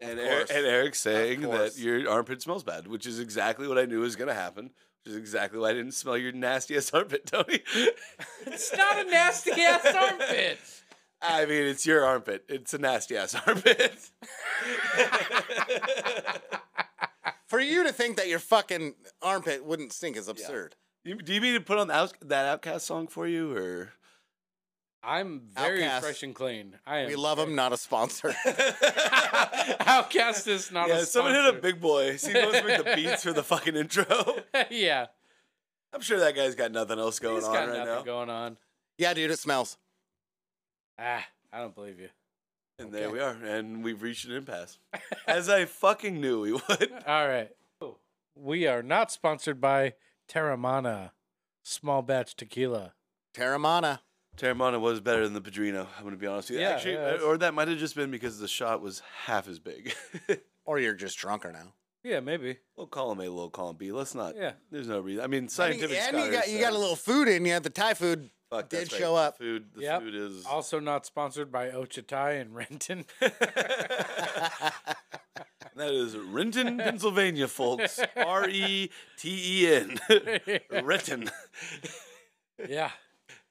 [SPEAKER 3] And,
[SPEAKER 1] Of
[SPEAKER 3] Eric,
[SPEAKER 1] course.
[SPEAKER 3] and Eric's saying that
[SPEAKER 1] course.
[SPEAKER 3] your armpit smells bad, which is exactly what I knew was going to happen, which is exactly why I didn't smell your nasty ass armpit, Tony.
[SPEAKER 2] It's not a nasty ass armpit.
[SPEAKER 3] I mean, it's your armpit. It's a nasty ass armpit.
[SPEAKER 1] For you to think that your fucking armpit wouldn't stink is absurd.
[SPEAKER 3] You- do you mean to put on the out- that Outcast song for you, or
[SPEAKER 2] I'm very
[SPEAKER 1] Outcast.
[SPEAKER 2] fresh and clean. I am
[SPEAKER 1] We love him, not a sponsor.
[SPEAKER 2] Outcast is not
[SPEAKER 3] yeah?
[SPEAKER 2] a
[SPEAKER 3] Someone hit a big boy. See, he must make the beats for the fucking intro.
[SPEAKER 2] sponsor. yeah.
[SPEAKER 3] I'm sure that guy's got nothing else going
[SPEAKER 2] He's
[SPEAKER 3] on
[SPEAKER 2] got
[SPEAKER 3] right
[SPEAKER 2] nothing
[SPEAKER 3] now.
[SPEAKER 2] going on.
[SPEAKER 1] yeah, dude, it smells.
[SPEAKER 2] Ah, I don't believe you.
[SPEAKER 3] and there we are, and we've reached an impasse, as I fucking knew we would.
[SPEAKER 2] All right. We are not sponsored by Terramana small batch tequila.
[SPEAKER 1] Terramana.
[SPEAKER 3] Terramana was better than the Padrino. I'm gonna be honest with you.
[SPEAKER 2] Yeah,
[SPEAKER 3] Actually,
[SPEAKER 2] yeah, that's-
[SPEAKER 3] or that might have just been because the shot was half as big.
[SPEAKER 1] Or you're just drunker now.
[SPEAKER 2] Yeah, maybe.
[SPEAKER 3] we'll call him A, we'll call him B. Let's not.
[SPEAKER 2] Yeah.
[SPEAKER 3] There's no reason. I mean,
[SPEAKER 1] I mean,
[SPEAKER 3] scientific.
[SPEAKER 1] and you
[SPEAKER 3] scholars
[SPEAKER 1] got you got
[SPEAKER 3] say,
[SPEAKER 1] a little food in you. The Thai food.
[SPEAKER 3] "Fuck, that's
[SPEAKER 1] did show up.
[SPEAKER 3] The food. The
[SPEAKER 2] Yep.
[SPEAKER 3] food is.
[SPEAKER 2] Also not sponsored by Ochatai and Renton.
[SPEAKER 3] That is Renton, Pennsylvania, folks. R e t e n. Renton.
[SPEAKER 2] yeah.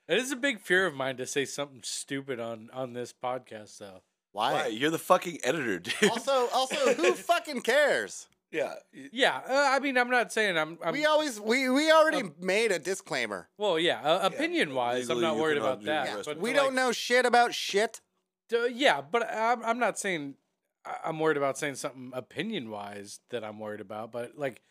[SPEAKER 2] It is a big fear of mine to say something stupid on on this podcast though.
[SPEAKER 3] Why?
[SPEAKER 1] Why?
[SPEAKER 3] You're the fucking editor, dude.
[SPEAKER 1] also, also, who fucking cares?
[SPEAKER 3] yeah.
[SPEAKER 2] Yeah, uh, I mean I'm not saying I'm, I'm
[SPEAKER 1] we always we we already made a disclaimer.
[SPEAKER 2] well, yeah, uh, opinion wise,
[SPEAKER 3] legally
[SPEAKER 2] I'm not
[SPEAKER 3] you
[SPEAKER 2] worried
[SPEAKER 3] cannot
[SPEAKER 2] about
[SPEAKER 3] do
[SPEAKER 2] that.
[SPEAKER 3] the rest
[SPEAKER 2] but
[SPEAKER 3] of
[SPEAKER 1] We
[SPEAKER 2] to,
[SPEAKER 1] don't
[SPEAKER 2] like,
[SPEAKER 1] know shit about shit.
[SPEAKER 2] Uh, yeah, but I'm, I'm not saying I- I'm worried about saying something opinion wise that I'm worried about, but like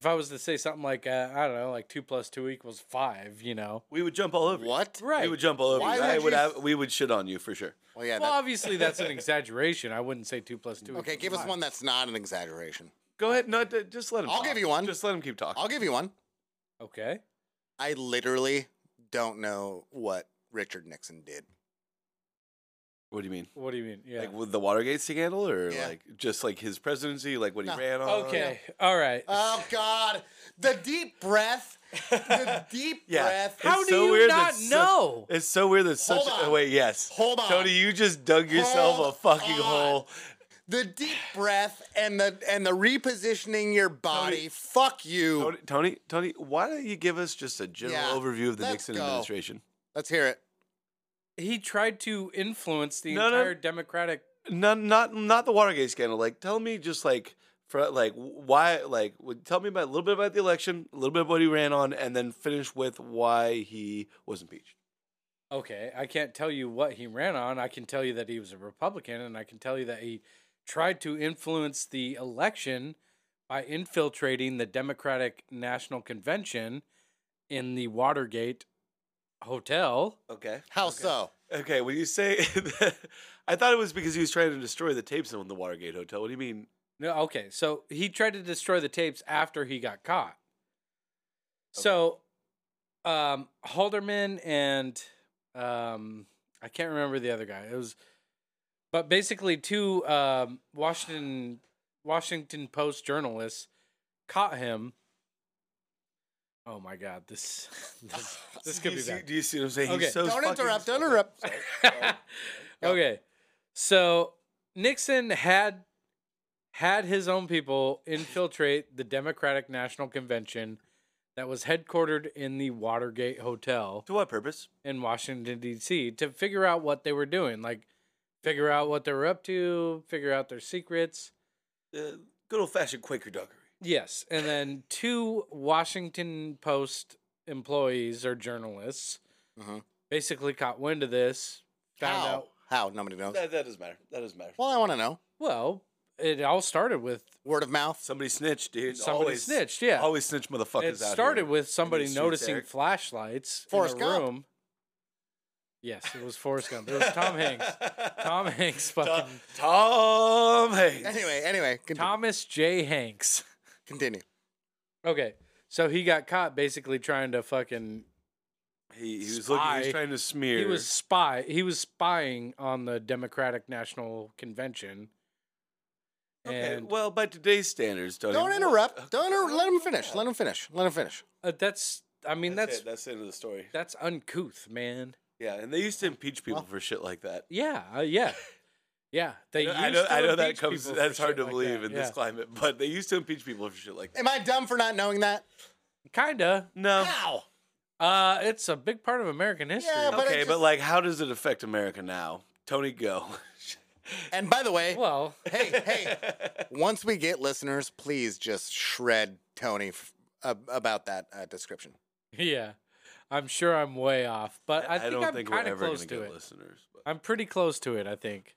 [SPEAKER 2] if I was to say something like uh, I don't know, like two plus two equals five, you know,
[SPEAKER 3] We would jump all over. you.
[SPEAKER 1] What?
[SPEAKER 2] right?
[SPEAKER 3] We would jump all over.
[SPEAKER 1] Why
[SPEAKER 3] you.
[SPEAKER 1] would
[SPEAKER 3] I
[SPEAKER 1] you
[SPEAKER 3] would
[SPEAKER 1] s-
[SPEAKER 3] have, we would shit on you for sure.
[SPEAKER 1] Well, yeah.
[SPEAKER 2] well,
[SPEAKER 1] That,
[SPEAKER 2] obviously that's an exaggeration. I wouldn't say two plus two.
[SPEAKER 1] okay,
[SPEAKER 2] equals
[SPEAKER 1] give us
[SPEAKER 2] five.
[SPEAKER 1] one that's not an exaggeration.
[SPEAKER 3] Go ahead. No, d- just let him.
[SPEAKER 1] I'll
[SPEAKER 3] talk.
[SPEAKER 1] give you one.
[SPEAKER 3] Just let him keep talking.
[SPEAKER 1] I'll give you one.
[SPEAKER 2] Okay,
[SPEAKER 1] I literally don't know what Richard Nixon did.
[SPEAKER 3] what do you mean?
[SPEAKER 2] what do you mean? Yeah.
[SPEAKER 3] Like with the Watergate scandal, or
[SPEAKER 1] Yeah.
[SPEAKER 3] like just like his presidency, like what he
[SPEAKER 1] No.
[SPEAKER 3] ran on.
[SPEAKER 2] okay, all right.
[SPEAKER 3] Uh,
[SPEAKER 1] Oh God, the deep breath, the deep
[SPEAKER 3] Yeah.
[SPEAKER 1] breath.
[SPEAKER 2] How
[SPEAKER 3] it's
[SPEAKER 2] do
[SPEAKER 3] so
[SPEAKER 2] you
[SPEAKER 3] weird
[SPEAKER 2] not
[SPEAKER 3] that such-
[SPEAKER 2] know?
[SPEAKER 3] It's so weird that such.
[SPEAKER 1] Hold on.
[SPEAKER 3] oh, wait, yes.
[SPEAKER 1] Hold on.
[SPEAKER 3] Tony. You just dug yourself
[SPEAKER 1] Hold
[SPEAKER 3] a fucking
[SPEAKER 1] on.
[SPEAKER 3] hole.
[SPEAKER 1] The deep breath and the and the repositioning your body. Fuck you.
[SPEAKER 3] Tony, Tony, Tony, why don't you give us just a general
[SPEAKER 1] Yeah.
[SPEAKER 3] overview of the
[SPEAKER 1] Let's
[SPEAKER 3] Nixon
[SPEAKER 1] go.
[SPEAKER 3] administration?
[SPEAKER 1] Let's hear it.
[SPEAKER 2] he tried to influence the
[SPEAKER 3] No, no.
[SPEAKER 2] entire Democratic.
[SPEAKER 3] No, not not the Watergate scandal. Like, tell me just like for like why like would- tell me about a little bit about the election, a little bit of what he ran on, and then finish with why he was impeached.
[SPEAKER 2] Okay, I can't tell you what he ran on. I can tell you that he was a Republican, and I can tell you that he tried to influence the election by infiltrating the Democratic National Convention in the Watergate Hotel.
[SPEAKER 3] Okay.
[SPEAKER 1] How
[SPEAKER 2] Okay.
[SPEAKER 1] so?
[SPEAKER 3] Okay. When you say, that, I thought it was because he was trying to destroy the tapes in the Watergate Hotel. What do you mean?
[SPEAKER 2] No, okay. So he tried to destroy the tapes after he got caught. So um Haldeman and um I can't remember the other guy. It was but basically two um Washington Washington Post journalists caught him. Oh my god, this this this could
[SPEAKER 3] Do
[SPEAKER 2] be
[SPEAKER 3] you see-
[SPEAKER 2] bad.
[SPEAKER 3] Do you see what I'm saying?
[SPEAKER 2] Okay.
[SPEAKER 3] He's so
[SPEAKER 1] Don't
[SPEAKER 3] fucking-
[SPEAKER 1] interrupt, don't interrupt.
[SPEAKER 3] Sorry, sorry. Go.
[SPEAKER 2] okay. So Nixon had had his own people infiltrate the Democratic National Convention that was headquartered in the Watergate Hotel
[SPEAKER 3] to what purpose?
[SPEAKER 2] in Washington D.C. to figure out what they were doing, like figure out what they were up to, figure out their secrets.
[SPEAKER 3] Uh, good old fashioned Quaker doggery.
[SPEAKER 2] Yes, and then two Washington Post employees or journalists
[SPEAKER 1] Mhm.
[SPEAKER 2] basically caught wind of this, found
[SPEAKER 1] How?
[SPEAKER 2] out.
[SPEAKER 1] How? Nobody knows.
[SPEAKER 3] That, that doesn't matter. That doesn't matter.
[SPEAKER 1] Well, I want to know.
[SPEAKER 2] Well, it all started with
[SPEAKER 1] Word of mouth.
[SPEAKER 3] Somebody snitched, dude.
[SPEAKER 2] Somebody
[SPEAKER 3] always,
[SPEAKER 2] snitched, yeah.
[SPEAKER 3] Always snitch motherfuckers
[SPEAKER 2] it
[SPEAKER 3] out
[SPEAKER 2] started
[SPEAKER 3] here.
[SPEAKER 2] with somebody
[SPEAKER 3] streets,
[SPEAKER 2] noticing
[SPEAKER 3] Eric.
[SPEAKER 2] flashlights
[SPEAKER 1] Forrest
[SPEAKER 2] in a
[SPEAKER 1] Gump.
[SPEAKER 2] room. Yes, it was Forrest Gump. It was Tom Hanks. Tom Hanks fucking
[SPEAKER 3] Tom Hanks.
[SPEAKER 1] Anyway, anyway, continue.
[SPEAKER 2] Thomas J. Hanks.
[SPEAKER 1] continue.
[SPEAKER 2] Okay. So he got caught basically trying to fucking
[SPEAKER 3] He, he was looking. He
[SPEAKER 2] Spy.
[SPEAKER 3] was trying to smear.
[SPEAKER 2] he was spy he was spying on the Democratic National Convention.
[SPEAKER 3] Okay,
[SPEAKER 2] And
[SPEAKER 3] well, by today's standards, Tony.
[SPEAKER 1] Don't interrupt. Don't inter- let him finish. Let him finish. Let him finish.
[SPEAKER 2] uh, that's I mean that's
[SPEAKER 3] that's it. that's the end of the story.
[SPEAKER 2] that's uncouth, man.
[SPEAKER 3] Yeah, and they used to impeach people
[SPEAKER 1] Well-
[SPEAKER 3] for shit like that.
[SPEAKER 2] Yeah, uh, yeah. Yeah, they
[SPEAKER 3] I
[SPEAKER 2] used
[SPEAKER 3] know,
[SPEAKER 2] to
[SPEAKER 3] I know that
[SPEAKER 2] impeach
[SPEAKER 3] comes.
[SPEAKER 2] people
[SPEAKER 3] That's
[SPEAKER 2] for
[SPEAKER 3] hard
[SPEAKER 2] shit
[SPEAKER 3] to
[SPEAKER 2] like
[SPEAKER 3] believe
[SPEAKER 2] that,
[SPEAKER 3] in
[SPEAKER 2] yeah.
[SPEAKER 3] this climate, but they used to impeach people for shit like that.
[SPEAKER 1] Am I dumb for not knowing that?
[SPEAKER 2] Kinda.
[SPEAKER 3] No,
[SPEAKER 1] How?
[SPEAKER 2] Uh, it's a big part of American history.
[SPEAKER 1] Yeah, but- I
[SPEAKER 3] okay, but
[SPEAKER 1] just-
[SPEAKER 3] like, how does it affect America now? Tony, go.
[SPEAKER 1] And by the way,
[SPEAKER 2] well,
[SPEAKER 1] hey, hey, once we get listeners, please just shred Tony f- ab- about that uh, description.
[SPEAKER 2] yeah, I'm sure I'm way off, but I,
[SPEAKER 3] I
[SPEAKER 2] think
[SPEAKER 3] don't
[SPEAKER 2] I'm
[SPEAKER 3] think we're
[SPEAKER 2] kind
[SPEAKER 3] ever
[SPEAKER 2] of
[SPEAKER 3] going
[SPEAKER 2] close
[SPEAKER 3] to
[SPEAKER 2] to
[SPEAKER 3] get
[SPEAKER 2] it.
[SPEAKER 3] listeners. But.
[SPEAKER 2] I'm pretty close to it, I think.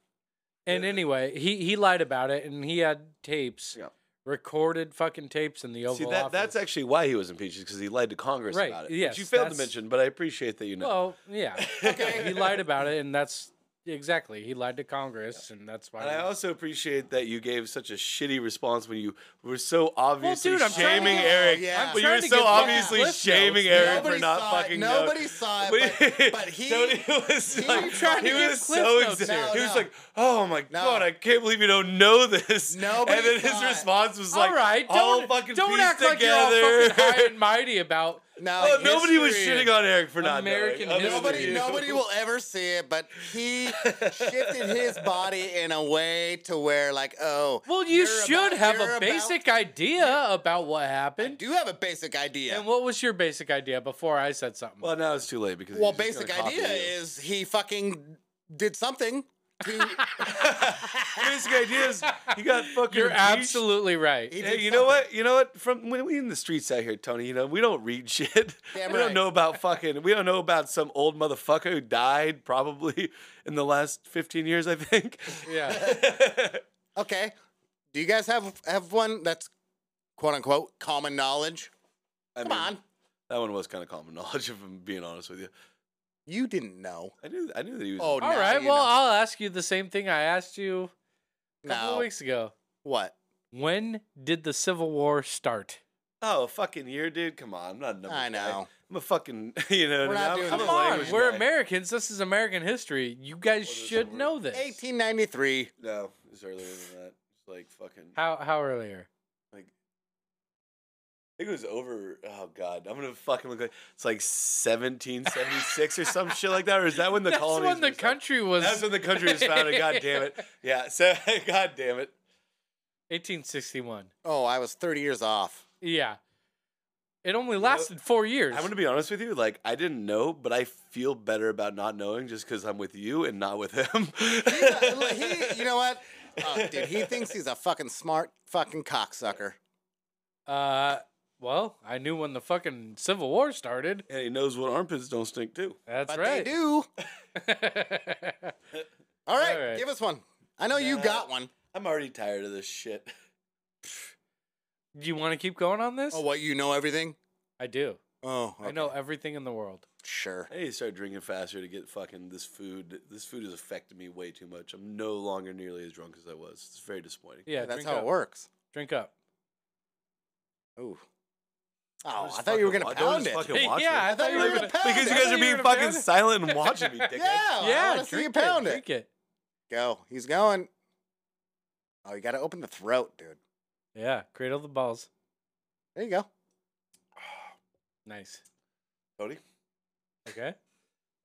[SPEAKER 2] And
[SPEAKER 3] Yeah.
[SPEAKER 2] anyway, he he lied about it, and he had tapes,
[SPEAKER 3] Yeah.
[SPEAKER 2] recorded fucking tapes in the Oval
[SPEAKER 3] See, that,
[SPEAKER 2] Office.
[SPEAKER 3] that's actually why he was impeached because he lied to Congress
[SPEAKER 2] Right,
[SPEAKER 3] about it.
[SPEAKER 2] yes,
[SPEAKER 3] which you failed to
[SPEAKER 2] that's-
[SPEAKER 3] mention, but I appreciate that you know.
[SPEAKER 2] well, yeah, he lied about it, and that's exactly he lied to Congress, and that's why.
[SPEAKER 3] And I also appreciate that you gave such a shitty response when you were so obviously
[SPEAKER 2] dude, I'm trying to
[SPEAKER 3] shaming
[SPEAKER 2] get-
[SPEAKER 3] Eric.
[SPEAKER 1] Yeah. I'm
[SPEAKER 3] But you
[SPEAKER 2] trying
[SPEAKER 3] were
[SPEAKER 2] to
[SPEAKER 3] so
[SPEAKER 2] get fucking
[SPEAKER 3] obviously
[SPEAKER 2] cliff notes.
[SPEAKER 3] shaming Eric
[SPEAKER 1] Nobody
[SPEAKER 3] for not
[SPEAKER 1] saw it.
[SPEAKER 3] fucking
[SPEAKER 1] Nobody
[SPEAKER 3] know-
[SPEAKER 1] saw it, but, but he.
[SPEAKER 3] Tony was like,
[SPEAKER 1] tried to
[SPEAKER 3] he
[SPEAKER 2] give
[SPEAKER 3] was
[SPEAKER 2] cliff
[SPEAKER 3] so
[SPEAKER 2] notes
[SPEAKER 3] excited.
[SPEAKER 1] here.
[SPEAKER 3] he
[SPEAKER 1] No,
[SPEAKER 3] was
[SPEAKER 1] no.
[SPEAKER 3] like, "Oh my
[SPEAKER 1] No.
[SPEAKER 3] god, I can't believe you don't know this."
[SPEAKER 1] Nobody
[SPEAKER 3] and then his
[SPEAKER 1] saw it.
[SPEAKER 3] response was
[SPEAKER 2] all
[SPEAKER 3] like,
[SPEAKER 2] right,
[SPEAKER 3] all
[SPEAKER 2] don't
[SPEAKER 3] fucking
[SPEAKER 2] don't
[SPEAKER 3] pieced
[SPEAKER 2] act like you're all
[SPEAKER 3] together."
[SPEAKER 2] fucking high and mighty about.
[SPEAKER 1] no,
[SPEAKER 3] Oh, nobody was
[SPEAKER 2] history
[SPEAKER 3] shitting on Eric for not
[SPEAKER 2] American
[SPEAKER 3] knowing. other than
[SPEAKER 1] Nobody,
[SPEAKER 2] history.
[SPEAKER 3] you.
[SPEAKER 1] nobody will ever see it, but he shifted his body in a way to where, like, oh,
[SPEAKER 2] Well, you
[SPEAKER 1] you're
[SPEAKER 2] should
[SPEAKER 1] about-
[SPEAKER 2] have
[SPEAKER 1] you're
[SPEAKER 2] a
[SPEAKER 1] about-
[SPEAKER 2] basic idea about what
[SPEAKER 1] I
[SPEAKER 2] happened.
[SPEAKER 1] do have a basic idea.
[SPEAKER 2] And what was your basic idea before I said something?
[SPEAKER 3] Well, now it's too late because
[SPEAKER 1] well,
[SPEAKER 3] he's just
[SPEAKER 1] basic
[SPEAKER 3] gonna copy
[SPEAKER 1] idea
[SPEAKER 3] you.
[SPEAKER 1] is he fucking did something. To,
[SPEAKER 3] basic idea is you got fucking.
[SPEAKER 2] You're
[SPEAKER 3] reach.
[SPEAKER 2] absolutely right.
[SPEAKER 1] He
[SPEAKER 3] Hey,
[SPEAKER 1] did
[SPEAKER 3] you know
[SPEAKER 1] something.
[SPEAKER 3] what? You know what? From when we in the streets out here, Tony, you know we don't read shit.
[SPEAKER 1] Damn
[SPEAKER 3] we
[SPEAKER 1] right.
[SPEAKER 3] don't know about fucking. We don't know about some old motherfucker who died probably in the last fifteen years. I think.
[SPEAKER 2] Yeah.
[SPEAKER 1] Okay. Do you guys have have one that's quote unquote common knowledge?
[SPEAKER 3] I
[SPEAKER 1] Come
[SPEAKER 3] mean,
[SPEAKER 1] on.
[SPEAKER 3] That one was kind of common knowledge, if I'm being honest with you.
[SPEAKER 1] You didn't know.
[SPEAKER 3] I knew. I knew that he was.
[SPEAKER 1] Oh,
[SPEAKER 2] All
[SPEAKER 1] now
[SPEAKER 2] right.
[SPEAKER 1] you
[SPEAKER 2] Well,
[SPEAKER 1] know.
[SPEAKER 2] I'll ask you the same thing I asked you a couple
[SPEAKER 1] No.
[SPEAKER 2] weeks ago.
[SPEAKER 1] What?
[SPEAKER 2] When did the Civil War start?
[SPEAKER 3] oh, a fucking year, dude. Come on, I'm not. a number
[SPEAKER 1] I
[SPEAKER 3] guy.
[SPEAKER 1] know.
[SPEAKER 3] I'm a fucking. You know.
[SPEAKER 1] We're not
[SPEAKER 3] I'm-
[SPEAKER 1] doing
[SPEAKER 3] I'm
[SPEAKER 1] this.
[SPEAKER 3] a
[SPEAKER 2] Come on,
[SPEAKER 3] language
[SPEAKER 2] we're
[SPEAKER 3] guy.
[SPEAKER 2] Americans. This is American history. You guys
[SPEAKER 3] What is
[SPEAKER 2] should
[SPEAKER 3] the word?
[SPEAKER 2] know this.
[SPEAKER 1] 1893.
[SPEAKER 3] No, it's earlier than that. It's like fucking.
[SPEAKER 2] How how earlier?
[SPEAKER 3] like I think it was over. Oh god, I'm gonna fucking look. Like, it's like 1776 or some shit like that. Or is that when the
[SPEAKER 2] That's
[SPEAKER 3] colonies?
[SPEAKER 2] when the
[SPEAKER 3] were started?
[SPEAKER 2] country was.
[SPEAKER 3] That's when the country was founded. God damn it. Yeah. So god damn it.
[SPEAKER 2] 1861.
[SPEAKER 1] Oh, I was 30 years off.
[SPEAKER 2] Yeah. It only
[SPEAKER 3] You know-
[SPEAKER 2] lasted four years.
[SPEAKER 3] I'm gonna be honest with you. Like I didn't know, but I feel better about not knowing just because I'm with you and not with him.
[SPEAKER 1] He's a- he, you know oh, what? Oh, dude, he thinks he's a fucking smart fucking cocksucker.
[SPEAKER 2] Uh, Well, I knew when the fucking Civil War started.
[SPEAKER 3] And he knows what armpits don't stink too.
[SPEAKER 2] That's
[SPEAKER 1] but
[SPEAKER 2] right.
[SPEAKER 1] they do. All right,
[SPEAKER 2] All right.
[SPEAKER 1] give us one. I know you
[SPEAKER 3] Yeah.
[SPEAKER 1] got one.
[SPEAKER 3] I'm already tired of this shit.
[SPEAKER 2] you want to keep going on this?
[SPEAKER 1] Oh, what you know everything?
[SPEAKER 2] I do.
[SPEAKER 1] Oh,
[SPEAKER 2] I know everything in the world.
[SPEAKER 1] Sure.
[SPEAKER 3] I need to start drinking faster to get fucking this food. This food has affected me way too much. I'm no longer nearly as drunk as I was. It's very disappointing.
[SPEAKER 2] Yeah,
[SPEAKER 1] that's
[SPEAKER 2] drink
[SPEAKER 1] how
[SPEAKER 2] up.
[SPEAKER 1] it works.
[SPEAKER 2] Drink up.
[SPEAKER 1] Ooh.
[SPEAKER 3] Don't
[SPEAKER 1] Oh,
[SPEAKER 3] just
[SPEAKER 1] I thought you were
[SPEAKER 3] fucking
[SPEAKER 1] gonna
[SPEAKER 3] wa- don't
[SPEAKER 1] pound
[SPEAKER 3] just
[SPEAKER 1] it.
[SPEAKER 3] fucking watch
[SPEAKER 2] yeah,
[SPEAKER 3] it.
[SPEAKER 2] I thought you were gonna.
[SPEAKER 1] pound it.
[SPEAKER 3] Because you
[SPEAKER 2] I thought
[SPEAKER 3] guys are
[SPEAKER 2] you
[SPEAKER 3] being
[SPEAKER 2] were gonna
[SPEAKER 3] fucking
[SPEAKER 2] pound it.
[SPEAKER 3] silent and watching me, dickhead.
[SPEAKER 1] Yeah, I
[SPEAKER 2] Yeah,
[SPEAKER 1] wanna see you
[SPEAKER 2] drink
[SPEAKER 1] pound
[SPEAKER 2] it.
[SPEAKER 1] it.
[SPEAKER 2] Drink it.
[SPEAKER 1] Go. He's going. Oh, you gotta open the throat, dude.
[SPEAKER 2] Yeah, cradle the balls.
[SPEAKER 1] There you go.
[SPEAKER 2] Nice.
[SPEAKER 3] Cody?
[SPEAKER 2] Okay.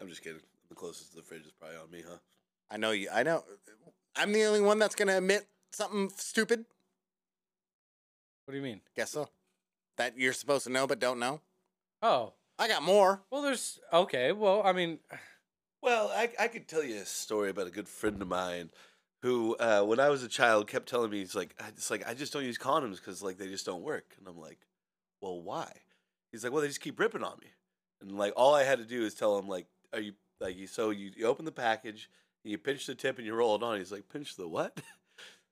[SPEAKER 3] I'm just kidding. The closest to the fridge is probably on me, huh?
[SPEAKER 1] I know you. I know. I'm the only one that's gonna admit something stupid.
[SPEAKER 2] What do you mean?
[SPEAKER 1] Guess so. That you're supposed to know but don't know.
[SPEAKER 2] Oh,
[SPEAKER 1] I got more.
[SPEAKER 2] well, there's okay. Well, I mean,
[SPEAKER 3] Well, I, I could tell you a story about a good friend of mine who, uh, when I was a child, kept telling me, he's like, I- it's like, I just don't use condoms because, like, they just don't work. And I'm like, well, why? He's like, well, they just keep ripping on me. And, like, all I had to do is tell him, like, are you, like, you, so you, you open the package, you pinch the tip, and you roll it on. He's like, pinch the what?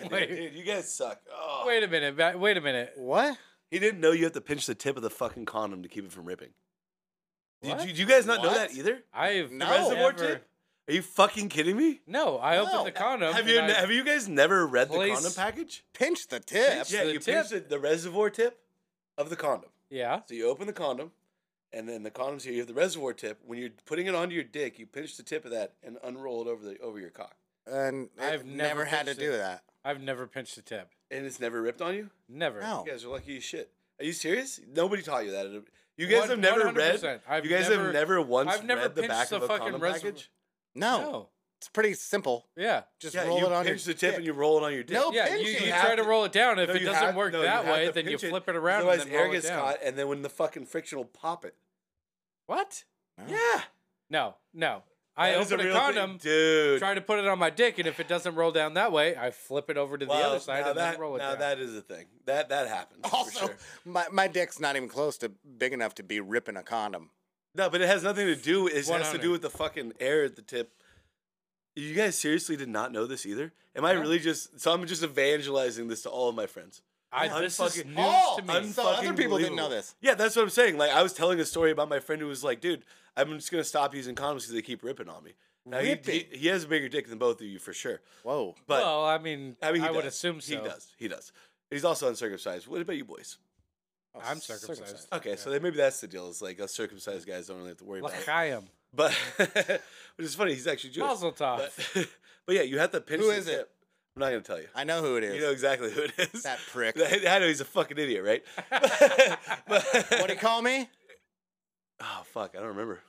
[SPEAKER 3] And, uh,
[SPEAKER 2] Wait.
[SPEAKER 3] dude, you guys suck. Oh.
[SPEAKER 2] wait a minute. ba- Wait a minute.
[SPEAKER 1] What?
[SPEAKER 3] He didn't know you have to pinch the tip of the fucking condom to keep it from ripping. Did
[SPEAKER 2] What?
[SPEAKER 3] you, do you guys not know
[SPEAKER 1] What?
[SPEAKER 3] that either?
[SPEAKER 2] I've
[SPEAKER 1] The
[SPEAKER 3] The
[SPEAKER 1] No.
[SPEAKER 3] reservoir
[SPEAKER 2] never-
[SPEAKER 3] tip? Are you fucking kidding me?
[SPEAKER 2] No, I
[SPEAKER 1] No.
[SPEAKER 2] opened the condom.
[SPEAKER 3] Have you
[SPEAKER 2] and I-
[SPEAKER 3] have you guys never read
[SPEAKER 2] place-
[SPEAKER 3] the condom package?
[SPEAKER 1] Pinch the tip.
[SPEAKER 2] Yeah, the
[SPEAKER 3] you
[SPEAKER 2] tip.
[SPEAKER 3] pinch the, the reservoir tip of the condom.
[SPEAKER 2] Yeah.
[SPEAKER 3] So you open the condom, and then the condom's here. You have the reservoir tip. When you're putting it onto your dick, you pinch the tip of that and unroll it over the over your cock,
[SPEAKER 1] And
[SPEAKER 2] I've
[SPEAKER 1] I've
[SPEAKER 2] never
[SPEAKER 1] never, had to
[SPEAKER 2] pinched it.
[SPEAKER 1] do that.
[SPEAKER 2] I've never pinched a tip.
[SPEAKER 3] and it's never ripped on you.
[SPEAKER 2] Never.
[SPEAKER 1] No.
[SPEAKER 3] You guys are lucky as shit. Are you serious? Nobody taught you that. You guys
[SPEAKER 2] One-
[SPEAKER 3] have never read.
[SPEAKER 2] 100%. I've
[SPEAKER 3] you guys
[SPEAKER 2] never-
[SPEAKER 3] have never once
[SPEAKER 2] I've never
[SPEAKER 3] read the
[SPEAKER 2] pinched
[SPEAKER 3] back
[SPEAKER 2] the
[SPEAKER 3] of a
[SPEAKER 2] fucking
[SPEAKER 3] condom
[SPEAKER 2] reservoir-
[SPEAKER 3] package.
[SPEAKER 1] No,
[SPEAKER 2] No.
[SPEAKER 1] it's pretty simple.
[SPEAKER 2] Yeah.
[SPEAKER 1] Just
[SPEAKER 3] yeah,
[SPEAKER 1] roll
[SPEAKER 3] you
[SPEAKER 1] it on
[SPEAKER 3] pinch
[SPEAKER 1] your
[SPEAKER 3] the tip
[SPEAKER 1] dick.
[SPEAKER 3] and you roll it on your dick.
[SPEAKER 1] No
[SPEAKER 2] Yeah,
[SPEAKER 1] pinch
[SPEAKER 2] you,
[SPEAKER 1] it.
[SPEAKER 2] you
[SPEAKER 1] You
[SPEAKER 2] try
[SPEAKER 3] have
[SPEAKER 2] to
[SPEAKER 3] to-
[SPEAKER 2] roll it down. If
[SPEAKER 3] No,
[SPEAKER 2] it
[SPEAKER 3] you
[SPEAKER 2] doesn't
[SPEAKER 3] have-
[SPEAKER 2] work
[SPEAKER 3] no, you
[SPEAKER 2] that
[SPEAKER 3] have
[SPEAKER 2] way,
[SPEAKER 3] to
[SPEAKER 2] then you
[SPEAKER 3] pinch it,
[SPEAKER 2] flip it around and
[SPEAKER 3] Otherwise,
[SPEAKER 2] then
[SPEAKER 3] air
[SPEAKER 2] roll it
[SPEAKER 3] gets
[SPEAKER 2] down.
[SPEAKER 3] caught, and then when the fucking friction will pop it.
[SPEAKER 2] What?
[SPEAKER 1] No.
[SPEAKER 3] Yeah.
[SPEAKER 2] No, no. I
[SPEAKER 3] That is
[SPEAKER 2] open a,
[SPEAKER 3] real thing.
[SPEAKER 2] condom,
[SPEAKER 3] dude.
[SPEAKER 2] try to put it on my dick, and if it doesn't roll down that way, I flip it over to the
[SPEAKER 3] Wow,
[SPEAKER 2] other side
[SPEAKER 3] now
[SPEAKER 2] and
[SPEAKER 3] that,
[SPEAKER 2] then roll it
[SPEAKER 3] now
[SPEAKER 2] down.
[SPEAKER 3] that is a thing. That that happens. for
[SPEAKER 1] Also,
[SPEAKER 3] sure.
[SPEAKER 1] my, my dick's not even close to big enough to be ripping a condom.
[SPEAKER 3] no, but it has nothing to do. It has to
[SPEAKER 2] 100.
[SPEAKER 3] do with the fucking air at the tip. You guys seriously did not know this either. Am I
[SPEAKER 2] No.
[SPEAKER 3] really just? So I'm just evangelizing this to all of my friends.
[SPEAKER 2] I,
[SPEAKER 3] I'm
[SPEAKER 2] this is
[SPEAKER 3] fucking-
[SPEAKER 2] news
[SPEAKER 1] Oh,
[SPEAKER 2] to me.
[SPEAKER 3] I'm
[SPEAKER 1] so other
[SPEAKER 3] fucking
[SPEAKER 1] people didn't know
[SPEAKER 3] believable.
[SPEAKER 1] this.
[SPEAKER 3] Yeah, that's what I'm saying. Like I was telling a story about my friend who was like, "Dude, I'm just gonna stop using condoms because they keep ripping on me." Now, he, he,
[SPEAKER 1] Ripping?
[SPEAKER 3] he has a bigger dick than both of you for sure.
[SPEAKER 1] Whoa.
[SPEAKER 3] But
[SPEAKER 2] well, I mean, I,
[SPEAKER 3] I mean, he
[SPEAKER 2] would
[SPEAKER 3] does.
[SPEAKER 2] assume so.
[SPEAKER 3] He does. He does. He's also uncircumcised. What about you boys?
[SPEAKER 1] Oh,
[SPEAKER 2] I'm circumcised.
[SPEAKER 3] Okay, so then maybe that's the deal. Is like us circumcised guys don't really have to worry about it.
[SPEAKER 2] L'chaim.
[SPEAKER 3] But which is funny, he's actually Jewish.
[SPEAKER 2] Mazel tov.
[SPEAKER 3] But, Uh, but yeah, you have to pinch
[SPEAKER 1] Who
[SPEAKER 3] the
[SPEAKER 1] is it?
[SPEAKER 3] tip. I'm not gonna tell you.
[SPEAKER 1] I know who it is.
[SPEAKER 3] You know exactly who it is.
[SPEAKER 1] that prick.
[SPEAKER 3] I know he's a fucking idiot, right?
[SPEAKER 1] what do you call me?
[SPEAKER 3] oh fuck, I don't remember.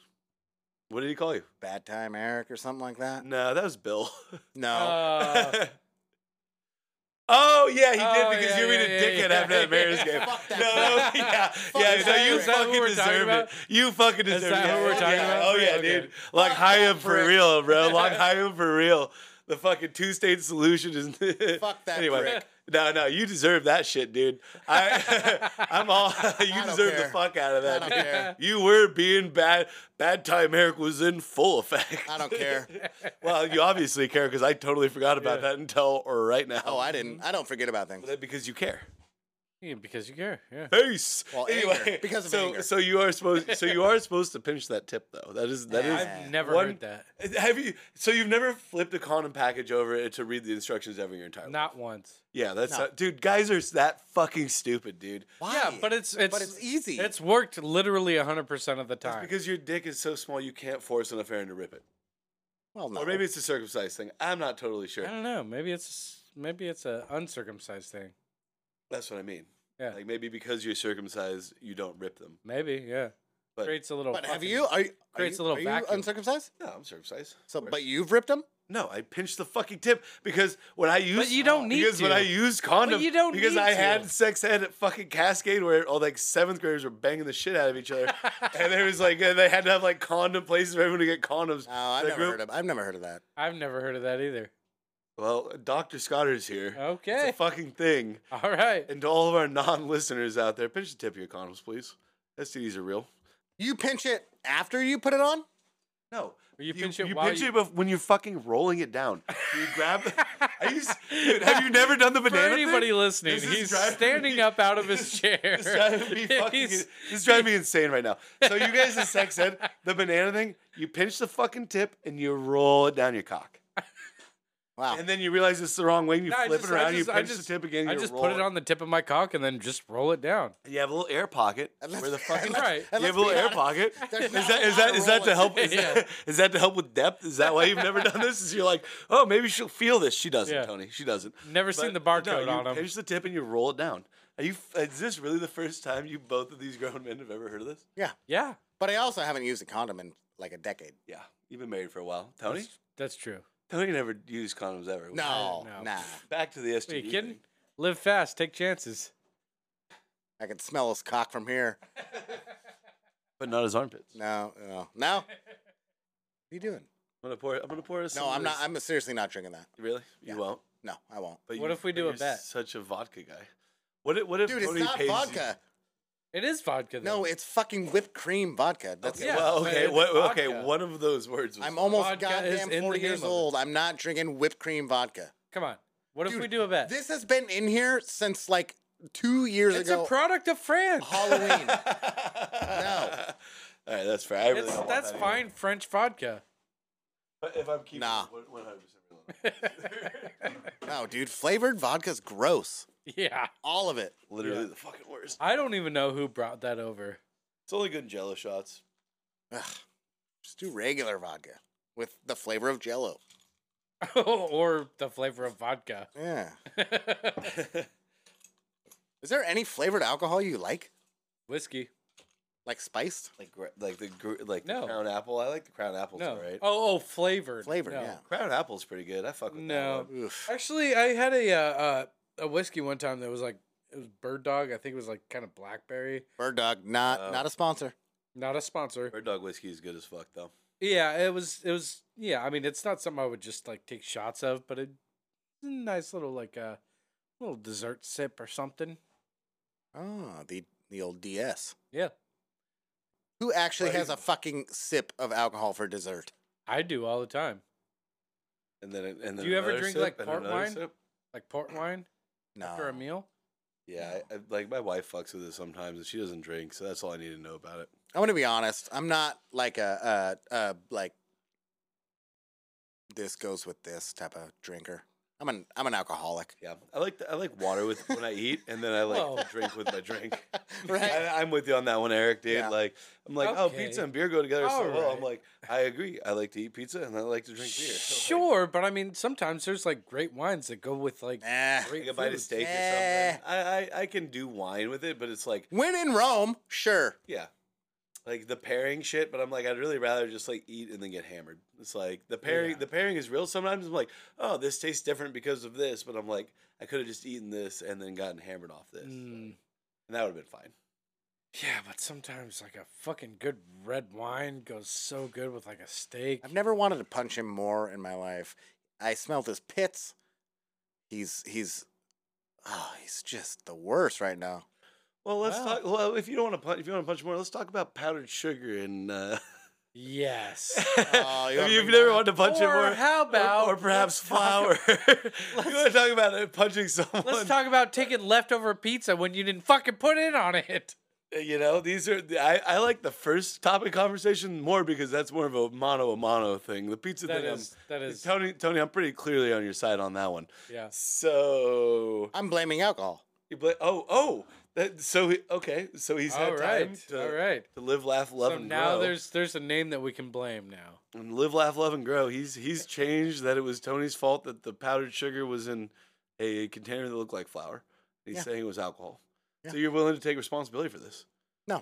[SPEAKER 3] What did he call you?
[SPEAKER 1] Bad time Eric or something like that?
[SPEAKER 3] No, that was Bill.
[SPEAKER 1] No.
[SPEAKER 2] Uh,
[SPEAKER 3] oh yeah, he
[SPEAKER 2] Oh,
[SPEAKER 3] did because
[SPEAKER 2] yeah,
[SPEAKER 3] you're being
[SPEAKER 2] yeah,
[SPEAKER 3] a
[SPEAKER 2] yeah,
[SPEAKER 3] dickhead
[SPEAKER 2] yeah,
[SPEAKER 3] after
[SPEAKER 2] yeah.
[SPEAKER 3] that Mariners game.
[SPEAKER 1] Fuck that
[SPEAKER 3] no, no,
[SPEAKER 2] prick.
[SPEAKER 3] yeah,
[SPEAKER 1] Fuck
[SPEAKER 3] yeah.
[SPEAKER 1] that
[SPEAKER 3] No, you
[SPEAKER 1] prick. Is that
[SPEAKER 2] who
[SPEAKER 3] fucking
[SPEAKER 2] we're talking
[SPEAKER 3] deserve it.
[SPEAKER 2] about?
[SPEAKER 3] You fucking
[SPEAKER 2] Is
[SPEAKER 3] deserve
[SPEAKER 2] that who
[SPEAKER 3] it. Yeah,
[SPEAKER 2] we're
[SPEAKER 3] fuck
[SPEAKER 1] talking
[SPEAKER 3] yeah.
[SPEAKER 1] about?
[SPEAKER 3] Oh yeah,
[SPEAKER 2] Okay.
[SPEAKER 3] dude. Like
[SPEAKER 1] Fuck
[SPEAKER 3] high
[SPEAKER 1] that
[SPEAKER 3] up for
[SPEAKER 1] prick.
[SPEAKER 3] real, bro. Like high up for real. The fucking two state solution is
[SPEAKER 1] Fuck that
[SPEAKER 3] anyway.
[SPEAKER 1] prick.
[SPEAKER 3] No, no, you deserve that shit, dude. I, I'm all. you
[SPEAKER 1] don't
[SPEAKER 3] deserve the
[SPEAKER 1] care.
[SPEAKER 3] fuck out of
[SPEAKER 1] I
[SPEAKER 3] that.
[SPEAKER 1] don't
[SPEAKER 3] dude.
[SPEAKER 1] care.
[SPEAKER 3] You were being bad. Bad time Eric was in full effect.
[SPEAKER 1] I don't care.
[SPEAKER 3] well, you obviously care because I totally forgot about that until right now.
[SPEAKER 1] Oh, I didn't. I don't forget about things.
[SPEAKER 3] Well, that- because you care.
[SPEAKER 2] Yeah, because you care. Yeah.
[SPEAKER 3] Peace.
[SPEAKER 1] Well, anger, because of
[SPEAKER 3] so
[SPEAKER 1] anger.
[SPEAKER 3] so you are supposed so you are supposed to pinch that tip though. That is that is.
[SPEAKER 1] Yeah.
[SPEAKER 2] I've never
[SPEAKER 3] One-
[SPEAKER 2] heard that.
[SPEAKER 3] Have you? So you've never flipped a condom package over to read the instructions ever in your entire life?
[SPEAKER 2] Not once.
[SPEAKER 3] Yeah, that's
[SPEAKER 1] No.
[SPEAKER 3] not- dude. Guys are that fucking stupid, dude.
[SPEAKER 1] Why?
[SPEAKER 2] Yeah, but it's it's
[SPEAKER 1] but it's easy.
[SPEAKER 2] It's worked literally hundred percent of the
[SPEAKER 3] It's
[SPEAKER 2] time.
[SPEAKER 3] because your dick is so small you can't force enough air to rip it.
[SPEAKER 1] well, no.
[SPEAKER 3] Or maybe it's a circumcised thing. I'm not
[SPEAKER 2] I
[SPEAKER 3] totally sure.
[SPEAKER 2] don't know. Maybe it's maybe it's a uncircumcised thing.
[SPEAKER 3] That's what I mean.
[SPEAKER 2] Yeah.
[SPEAKER 3] Like maybe because you're circumcised, you don't rip them.
[SPEAKER 2] Maybe. Yeah.
[SPEAKER 3] But-
[SPEAKER 2] creates a little.
[SPEAKER 1] but have
[SPEAKER 2] fucking-
[SPEAKER 1] you? Are, you- are
[SPEAKER 2] creates
[SPEAKER 1] you,
[SPEAKER 2] a little
[SPEAKER 1] are you
[SPEAKER 2] vacuum.
[SPEAKER 1] uncircumcised?
[SPEAKER 3] No, I'm circumcised.
[SPEAKER 1] So,
[SPEAKER 3] Of course.
[SPEAKER 1] but you've ripped them?
[SPEAKER 3] No, I pinched the fucking tip because when I used
[SPEAKER 2] you don't need
[SPEAKER 3] because when
[SPEAKER 2] to.
[SPEAKER 3] I used condom
[SPEAKER 2] But you don't
[SPEAKER 3] because
[SPEAKER 2] need
[SPEAKER 3] I
[SPEAKER 2] to.
[SPEAKER 3] had sex ed at fucking Cascade where all like seventh graders were banging the shit out of each other and there was like and they had to have like condom places for everyone to get condoms.
[SPEAKER 1] Oh, I've
[SPEAKER 3] The
[SPEAKER 1] never
[SPEAKER 3] group-
[SPEAKER 1] heard of. I've never heard of that.
[SPEAKER 2] I've never heard of that either.
[SPEAKER 3] Well, Dr. Scotter's here. It's
[SPEAKER 2] Okay.
[SPEAKER 3] a fucking thing.
[SPEAKER 2] All right.
[SPEAKER 3] And to all of our non listeners out there, pinch the tip of your condoms, please. STDs are real.
[SPEAKER 1] You pinch it after you put it on?
[SPEAKER 3] No.
[SPEAKER 2] Or you pinch it while you-
[SPEAKER 3] bef- when you're fucking rolling it down. You grab I used, dude, have you never done the
[SPEAKER 2] For
[SPEAKER 3] banana
[SPEAKER 2] anybody
[SPEAKER 3] thing?
[SPEAKER 2] listening,
[SPEAKER 3] This is
[SPEAKER 2] he's
[SPEAKER 3] driving
[SPEAKER 2] standing
[SPEAKER 3] me-
[SPEAKER 2] up out of his chair.
[SPEAKER 3] This is driving me fucking.
[SPEAKER 2] He's-
[SPEAKER 3] this is driving me insane right now. So you guys, the sex ed, the banana thing, you pinch the fucking tip and you roll it down your cock,
[SPEAKER 1] Wow.
[SPEAKER 3] and then you realize it's the wrong way. and You
[SPEAKER 2] No, I
[SPEAKER 3] flip
[SPEAKER 2] just- I
[SPEAKER 3] it around,
[SPEAKER 2] just-
[SPEAKER 3] you
[SPEAKER 2] I
[SPEAKER 3] pinch
[SPEAKER 2] just-
[SPEAKER 3] the tip again.
[SPEAKER 2] I
[SPEAKER 3] you
[SPEAKER 2] just
[SPEAKER 3] roll
[SPEAKER 2] put
[SPEAKER 3] it.
[SPEAKER 2] it on the tip of my cock and then just roll it down.
[SPEAKER 3] You have a little air pocket
[SPEAKER 1] And let's-
[SPEAKER 3] where the
[SPEAKER 1] and
[SPEAKER 3] fucking. You
[SPEAKER 2] Right.
[SPEAKER 1] and
[SPEAKER 3] have
[SPEAKER 1] let's
[SPEAKER 3] a little
[SPEAKER 1] be
[SPEAKER 3] air
[SPEAKER 1] honest,
[SPEAKER 3] pocket.
[SPEAKER 1] there's
[SPEAKER 3] Is
[SPEAKER 1] not
[SPEAKER 3] that
[SPEAKER 1] a lot
[SPEAKER 3] is that
[SPEAKER 1] of
[SPEAKER 3] is that to
[SPEAKER 1] rolling.
[SPEAKER 3] help? Is that, is that to help with depth? Is that why you've never done this? Is you're like, oh, maybe she'll feel this. She doesn't,
[SPEAKER 2] Yeah.
[SPEAKER 3] Tony. She doesn't.
[SPEAKER 2] Never seen the
[SPEAKER 3] But,
[SPEAKER 2] barcode
[SPEAKER 3] no,
[SPEAKER 2] on
[SPEAKER 3] You
[SPEAKER 2] him.
[SPEAKER 3] pinch the tip and you roll it down. Are you? Is this really the first time you both of these grown men have ever heard of this?
[SPEAKER 2] Yeah,
[SPEAKER 1] But I also haven't used a condom in like a decade.
[SPEAKER 3] Yeah, you've been married for a while, Tony.
[SPEAKER 2] that's, that's true.
[SPEAKER 3] Tony never used condoms ever.
[SPEAKER 1] No,
[SPEAKER 2] no.
[SPEAKER 1] nah.
[SPEAKER 3] Back to the STD.
[SPEAKER 2] Are you kidding?
[SPEAKER 3] thing.
[SPEAKER 2] Live fast, take chances.
[SPEAKER 1] I can smell his cock from here.
[SPEAKER 3] But not his armpits.
[SPEAKER 1] No, no, no. What are you doing?
[SPEAKER 3] I'm gonna pour. I'm gonna pour us.
[SPEAKER 1] No, I'm not. I'm seriously not drinking that.
[SPEAKER 3] Really?
[SPEAKER 1] Yeah.
[SPEAKER 3] You won't.
[SPEAKER 1] No, I won't.
[SPEAKER 3] But
[SPEAKER 2] What
[SPEAKER 3] you-
[SPEAKER 2] if we
[SPEAKER 3] but
[SPEAKER 2] do a
[SPEAKER 3] you're
[SPEAKER 2] bet?
[SPEAKER 3] Such a vodka guy. What if? What if
[SPEAKER 1] Dude, it's
[SPEAKER 3] Tony
[SPEAKER 1] not
[SPEAKER 3] pays you-
[SPEAKER 1] vodka.
[SPEAKER 2] It is vodka. Though.
[SPEAKER 1] No, it's fucking whipped cream vodka. That's
[SPEAKER 3] Okay.
[SPEAKER 2] Yeah,
[SPEAKER 3] well,
[SPEAKER 2] but
[SPEAKER 3] okay.
[SPEAKER 2] it's
[SPEAKER 3] What, okay.
[SPEAKER 2] vodka.
[SPEAKER 3] One of those words. Was
[SPEAKER 1] I'm almost
[SPEAKER 2] Vodka is in
[SPEAKER 1] goddamn
[SPEAKER 2] the
[SPEAKER 1] 40
[SPEAKER 2] game
[SPEAKER 1] years
[SPEAKER 2] of it.
[SPEAKER 1] old. I'm not drinking whipped cream vodka.
[SPEAKER 2] come on. What if
[SPEAKER 1] Dude,
[SPEAKER 2] we do a bet?
[SPEAKER 1] This has been in here since like two years
[SPEAKER 2] it's
[SPEAKER 1] ago.
[SPEAKER 2] a product of France.
[SPEAKER 3] Oh,
[SPEAKER 1] Halloween.
[SPEAKER 3] no. All right, that's fair. I really
[SPEAKER 2] It's,
[SPEAKER 3] don't want
[SPEAKER 2] that's
[SPEAKER 3] that either.
[SPEAKER 2] fine French vodka.
[SPEAKER 3] But if I'm keeping
[SPEAKER 1] Nah.
[SPEAKER 3] one hundred percent.
[SPEAKER 1] no, dude, flavored vodka's gross.
[SPEAKER 2] yeah,
[SPEAKER 1] All of it.
[SPEAKER 3] Literally
[SPEAKER 2] Yeah.
[SPEAKER 3] the fucking worst.
[SPEAKER 2] I don't even know who brought that over.
[SPEAKER 3] It's only good in Jello shots.
[SPEAKER 1] Ugh. Just do regular vodka with the flavor of Jello.
[SPEAKER 2] or the flavor of vodka.
[SPEAKER 1] Yeah. Is there any flavored alcohol you like?
[SPEAKER 2] Whiskey.
[SPEAKER 1] Like spiced?
[SPEAKER 3] Like gra- like the gr- like
[SPEAKER 2] No.
[SPEAKER 3] the crown apple. I like the crown apples.
[SPEAKER 2] No.
[SPEAKER 3] All right.
[SPEAKER 2] Oh, oh, flavored.
[SPEAKER 1] Flavored,
[SPEAKER 2] No.
[SPEAKER 1] yeah.
[SPEAKER 3] Crown apple's pretty good. I fuck with
[SPEAKER 2] No.
[SPEAKER 3] that one.
[SPEAKER 1] Oof.
[SPEAKER 2] Actually, I had a uh, uh, a whiskey one time that was like it was Bird Dog. I think it was like kind of blackberry.
[SPEAKER 1] Bird Dog, not
[SPEAKER 3] Oh.
[SPEAKER 1] not a sponsor.
[SPEAKER 2] Not a sponsor.
[SPEAKER 3] Bird dog whiskey is good as fuck though.
[SPEAKER 2] Yeah, it was. It was. Yeah, I mean, it's not something I would just like take shots of, but it, it's a nice little like uh, little dessert sip or something.
[SPEAKER 1] Oh, the the old DS.
[SPEAKER 2] Yeah,
[SPEAKER 1] Who actually
[SPEAKER 3] Right.
[SPEAKER 1] has a fucking sip of alcohol for dessert?
[SPEAKER 2] I do all the time.
[SPEAKER 3] And then and then
[SPEAKER 2] Do you ever
[SPEAKER 3] another
[SPEAKER 2] drink,
[SPEAKER 3] sip,
[SPEAKER 2] like,
[SPEAKER 3] and
[SPEAKER 2] port
[SPEAKER 3] another
[SPEAKER 2] wine?
[SPEAKER 3] sip.
[SPEAKER 2] Like port wine
[SPEAKER 1] No.
[SPEAKER 2] after
[SPEAKER 3] Oh.
[SPEAKER 2] a meal.
[SPEAKER 3] Yeah, I, I, like my wife fucks with it sometimes, and she doesn't drink, so that's all I need to know about it.
[SPEAKER 1] I'm gonna be honest. I'm not like a uh uh like this goes with this type of drinker. I'm an I'm an alcoholic.
[SPEAKER 3] Yeah, I like the, I like water with when I eat, and then I like
[SPEAKER 2] Whoa.
[SPEAKER 3] to drink with my drink.
[SPEAKER 1] Right.
[SPEAKER 3] I, I'm with you on that one, Eric, dude.
[SPEAKER 1] Yeah.
[SPEAKER 3] Like, I'm like, oh,
[SPEAKER 2] Okay.
[SPEAKER 3] pizza and beer go together so
[SPEAKER 2] All
[SPEAKER 3] well. I'm
[SPEAKER 2] right.
[SPEAKER 3] like, I agree. I like to eat pizza and I like to drink beer. So, like,
[SPEAKER 2] Sure, but I mean, sometimes there's like great wines that go with like
[SPEAKER 1] Nah.
[SPEAKER 2] great
[SPEAKER 3] Like a bite of
[SPEAKER 2] foods.
[SPEAKER 3] steak or
[SPEAKER 1] Yeah.
[SPEAKER 3] something. I, I I can do wine with it, but it's like,
[SPEAKER 1] When in Rome, sure.
[SPEAKER 3] yeah, like the pairing shit. But I'm like, I'd really rather just like eat and then get hammered. It's like the pairing.
[SPEAKER 2] Yeah.
[SPEAKER 3] The pairing is real. Sometimes I'm like, oh, this tastes different because of this. But I'm like, I could have just eaten this and then gotten hammered off this,
[SPEAKER 2] Mm,
[SPEAKER 3] and that would have been fine.
[SPEAKER 2] yeah, but sometimes like a fucking good red wine goes so good with like a steak.
[SPEAKER 1] I've never wanted to punch him more in my life. I smelled his pits. He's he's oh, he's just the worst right now.
[SPEAKER 3] Well, let's
[SPEAKER 2] Wow.
[SPEAKER 3] talk. Well, if you don't want to punch, if you want to punch more, let's talk about powdered sugar and. Uh,
[SPEAKER 2] Yes.
[SPEAKER 1] Oh, you wanna
[SPEAKER 3] if
[SPEAKER 1] bring
[SPEAKER 3] you've
[SPEAKER 1] that
[SPEAKER 3] never
[SPEAKER 1] up?
[SPEAKER 3] wanted to punch it
[SPEAKER 2] Or
[SPEAKER 3] more,
[SPEAKER 2] how
[SPEAKER 3] or-
[SPEAKER 2] about
[SPEAKER 3] or,
[SPEAKER 2] let's
[SPEAKER 3] perhaps
[SPEAKER 2] talk
[SPEAKER 3] flour? you want to talk about it, punching someone?
[SPEAKER 2] Let's talk about taking leftover pizza when you didn't fucking put in on it.
[SPEAKER 3] You know, these are I, I like the first topic conversation more because that's more of a mono a mono thing. The pizza
[SPEAKER 2] That
[SPEAKER 3] thing, I'm-
[SPEAKER 2] is that is
[SPEAKER 3] Tony. Tony, I'm pretty clearly on your side on that one.
[SPEAKER 2] yeah.
[SPEAKER 3] So
[SPEAKER 1] I'm blaming alcohol.
[SPEAKER 3] you play, oh oh that, so he, okay so he's had
[SPEAKER 2] All
[SPEAKER 3] time
[SPEAKER 2] right.
[SPEAKER 3] to,
[SPEAKER 2] All right.
[SPEAKER 3] to live laugh love
[SPEAKER 2] So
[SPEAKER 3] and
[SPEAKER 2] now
[SPEAKER 3] grow.
[SPEAKER 2] there's there's a name that we can blame now.
[SPEAKER 3] And live, laugh, love, and grow. He's he's changed that it was Tony's fault that the powdered sugar was in a container that looked like flour. He's
[SPEAKER 1] Yeah.
[SPEAKER 3] saying it was alcohol.
[SPEAKER 1] Yeah.
[SPEAKER 3] So you're willing to take responsibility for this?
[SPEAKER 1] No.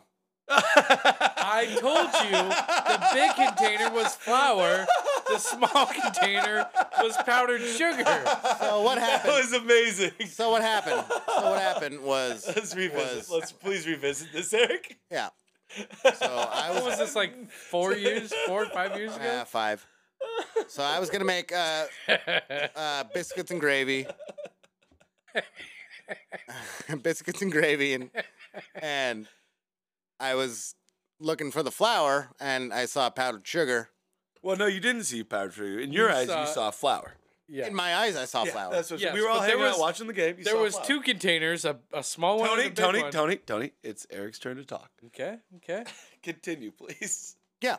[SPEAKER 2] I
[SPEAKER 3] I
[SPEAKER 2] told you the big container was flour, the small container was powdered sugar.
[SPEAKER 1] So what
[SPEAKER 3] That
[SPEAKER 1] happened?
[SPEAKER 3] was amazing.
[SPEAKER 1] So what happened? So what happened was
[SPEAKER 3] Let's revisit.
[SPEAKER 1] was-
[SPEAKER 3] Let's please revisit this, Eric.
[SPEAKER 1] yeah. So I
[SPEAKER 2] What
[SPEAKER 1] was
[SPEAKER 2] was this like 4 years, 4 or 5 years ago?
[SPEAKER 1] uh, five. So I was gonna make uh, uh, biscuits and gravy, biscuits and gravy, and and I was looking for the flour, and I saw powdered sugar.
[SPEAKER 3] Well, no, you didn't see Power Trigger. In your
[SPEAKER 2] You
[SPEAKER 3] eyes,
[SPEAKER 2] saw-
[SPEAKER 3] you saw flour.
[SPEAKER 2] yeah.
[SPEAKER 1] In my eyes, I saw
[SPEAKER 3] Yeah,
[SPEAKER 1] flour.
[SPEAKER 3] that's what
[SPEAKER 2] Yes,
[SPEAKER 3] we were all
[SPEAKER 2] but there
[SPEAKER 3] hanging out
[SPEAKER 2] was-
[SPEAKER 3] watching the game. You
[SPEAKER 2] there
[SPEAKER 3] saw
[SPEAKER 2] was
[SPEAKER 3] flour.
[SPEAKER 2] two containers, a, a small one,
[SPEAKER 3] Tony,
[SPEAKER 2] and a big
[SPEAKER 3] Tony,
[SPEAKER 2] one.
[SPEAKER 3] Tony, Tony. It's Eric's turn to talk.
[SPEAKER 2] Okay, okay.
[SPEAKER 3] Continue, please.
[SPEAKER 1] yeah.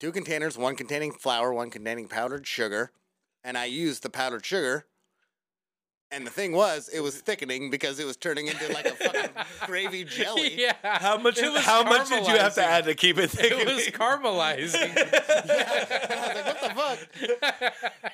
[SPEAKER 1] Two containers, one containing flour, one containing powdered sugar, and I used the powdered sugar. And the thing was, it was thickening because it was turning into like a fucking gravy jelly.
[SPEAKER 2] yeah.
[SPEAKER 3] How much?
[SPEAKER 2] It was
[SPEAKER 3] How much did you have to
[SPEAKER 2] caramelizing.
[SPEAKER 3] add to keep it?
[SPEAKER 2] It was caramelizing.
[SPEAKER 1] And I was like, what the fuck?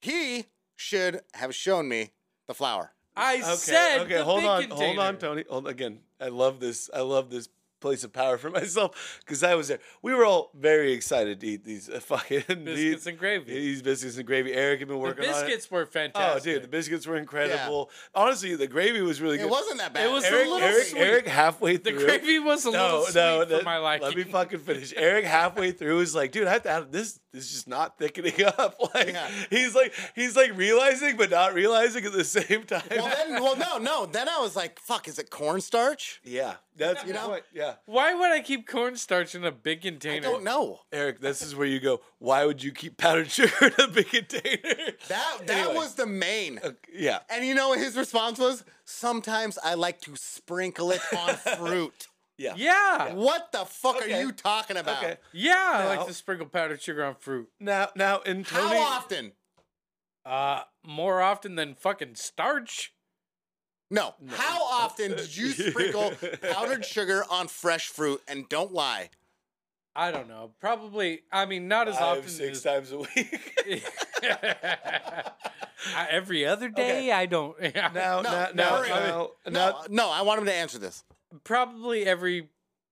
[SPEAKER 1] He should have shown me the flour.
[SPEAKER 2] I said.
[SPEAKER 3] Okay,
[SPEAKER 2] the
[SPEAKER 3] hold
[SPEAKER 2] big
[SPEAKER 3] on, hold
[SPEAKER 2] container.
[SPEAKER 3] on, Tony. Hold again. I love this. I love this place of power for myself because I was there. We were all very excited to eat these uh, fucking
[SPEAKER 2] Biscuits
[SPEAKER 3] these,
[SPEAKER 2] and gravy.
[SPEAKER 3] these biscuits and gravy. Eric had been
[SPEAKER 2] The
[SPEAKER 3] working on it.
[SPEAKER 2] biscuits were
[SPEAKER 3] Oh,
[SPEAKER 2] fantastic.
[SPEAKER 3] dude, the biscuits were incredible. Honestly, the gravy was really good.
[SPEAKER 1] It wasn't that bad.
[SPEAKER 2] It was a
[SPEAKER 3] Eric,
[SPEAKER 2] little
[SPEAKER 3] Eric,
[SPEAKER 2] sweet.
[SPEAKER 3] Eric halfway
[SPEAKER 2] The
[SPEAKER 3] through.
[SPEAKER 2] gravy was a little sweet for
[SPEAKER 3] that-
[SPEAKER 2] my liking.
[SPEAKER 3] Let me fucking finish. Eric halfway through is like, dude, I have to add this. This is just not thickening up. Like
[SPEAKER 1] Yeah.
[SPEAKER 3] he's like he's like realizing but not realizing at the same time.
[SPEAKER 1] well, then, well, no, no. Then I was like, "Fuck, is it cornstarch?"
[SPEAKER 3] yeah, that's
[SPEAKER 1] You know?
[SPEAKER 3] what- Yeah,
[SPEAKER 2] Why would I keep cornstarch in a big
[SPEAKER 1] I
[SPEAKER 2] container?
[SPEAKER 1] don't know.
[SPEAKER 3] Eric, this is where you go. Why would you keep powdered sugar in a big container?
[SPEAKER 1] That that
[SPEAKER 3] Anyway.
[SPEAKER 1] was the main.
[SPEAKER 3] Uh, yeah.
[SPEAKER 1] And you know what his response was? Sometimes I like to sprinkle it on fruit.
[SPEAKER 3] Yeah.
[SPEAKER 2] Yeah.
[SPEAKER 1] What the fuck
[SPEAKER 3] Okay.
[SPEAKER 1] are you talking about?
[SPEAKER 3] Okay.
[SPEAKER 2] Yeah, I like
[SPEAKER 3] Now-
[SPEAKER 2] to sprinkle powdered sugar on fruit.
[SPEAKER 3] Now, now, in
[SPEAKER 1] How
[SPEAKER 3] Tony,
[SPEAKER 1] often?
[SPEAKER 2] Uh, more often than fucking starch.
[SPEAKER 1] No. How often did you sprinkle powdered sugar on fresh fruit? And don't lie.
[SPEAKER 2] I don't know. Probably. I mean, not as
[SPEAKER 3] five,
[SPEAKER 2] often.
[SPEAKER 3] six
[SPEAKER 2] as,
[SPEAKER 3] times a week.
[SPEAKER 2] I- every other day,
[SPEAKER 3] Okay.
[SPEAKER 2] I don't.
[SPEAKER 3] now,
[SPEAKER 1] No,
[SPEAKER 3] now,
[SPEAKER 1] no,
[SPEAKER 3] now,
[SPEAKER 1] Eric.
[SPEAKER 3] now,
[SPEAKER 1] No,
[SPEAKER 3] now,
[SPEAKER 1] no. I want him to answer this.
[SPEAKER 2] probably every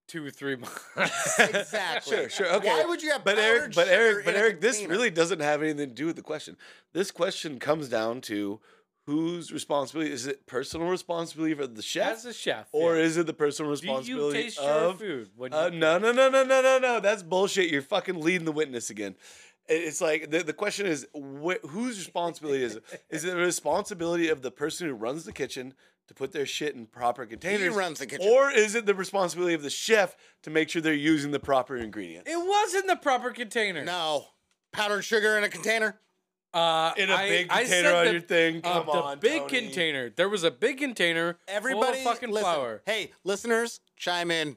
[SPEAKER 2] two or three months.
[SPEAKER 1] Exactly.
[SPEAKER 3] Sure, sure. Okay.
[SPEAKER 1] Why would you have
[SPEAKER 3] But Eric,
[SPEAKER 1] powdered
[SPEAKER 3] but
[SPEAKER 1] sugar
[SPEAKER 3] Eric,
[SPEAKER 1] in
[SPEAKER 3] but
[SPEAKER 1] a
[SPEAKER 3] Eric, this
[SPEAKER 1] container?
[SPEAKER 3] really doesn't have anything to do with the question. This question comes down to whose responsibility is it? Personal responsibility for the chef,
[SPEAKER 2] As a chef,
[SPEAKER 3] or
[SPEAKER 2] yeah.
[SPEAKER 3] is it the personal
[SPEAKER 2] do you
[SPEAKER 3] responsibility
[SPEAKER 2] taste your
[SPEAKER 3] of?
[SPEAKER 2] food? When
[SPEAKER 3] Uh,
[SPEAKER 2] you
[SPEAKER 3] no, no, no, no, no, no, no. That's bullshit. You're fucking leading the witness again. It- It's like the, the question is wh- whose responsibility is it? Is it the responsibility of the person who runs the kitchen to put their shit in proper
[SPEAKER 1] He
[SPEAKER 3] containers?
[SPEAKER 1] runs the kitchen.
[SPEAKER 3] Or is it the responsibility of the chef to make sure they're using the proper ingredients?
[SPEAKER 2] It was in the proper container.
[SPEAKER 1] no. Powdered sugar in a container?
[SPEAKER 2] Uh,
[SPEAKER 3] In a
[SPEAKER 2] I-
[SPEAKER 3] big
[SPEAKER 2] I
[SPEAKER 3] container
[SPEAKER 2] said
[SPEAKER 3] on
[SPEAKER 2] the-
[SPEAKER 3] your thing.
[SPEAKER 2] uh,
[SPEAKER 3] Come
[SPEAKER 2] the
[SPEAKER 3] on,
[SPEAKER 2] big
[SPEAKER 3] Tony.
[SPEAKER 2] container. There was a big container. full
[SPEAKER 1] Everybody,
[SPEAKER 2] of fucking
[SPEAKER 1] listen.
[SPEAKER 2] flour.
[SPEAKER 1] Hey, listeners, chime in.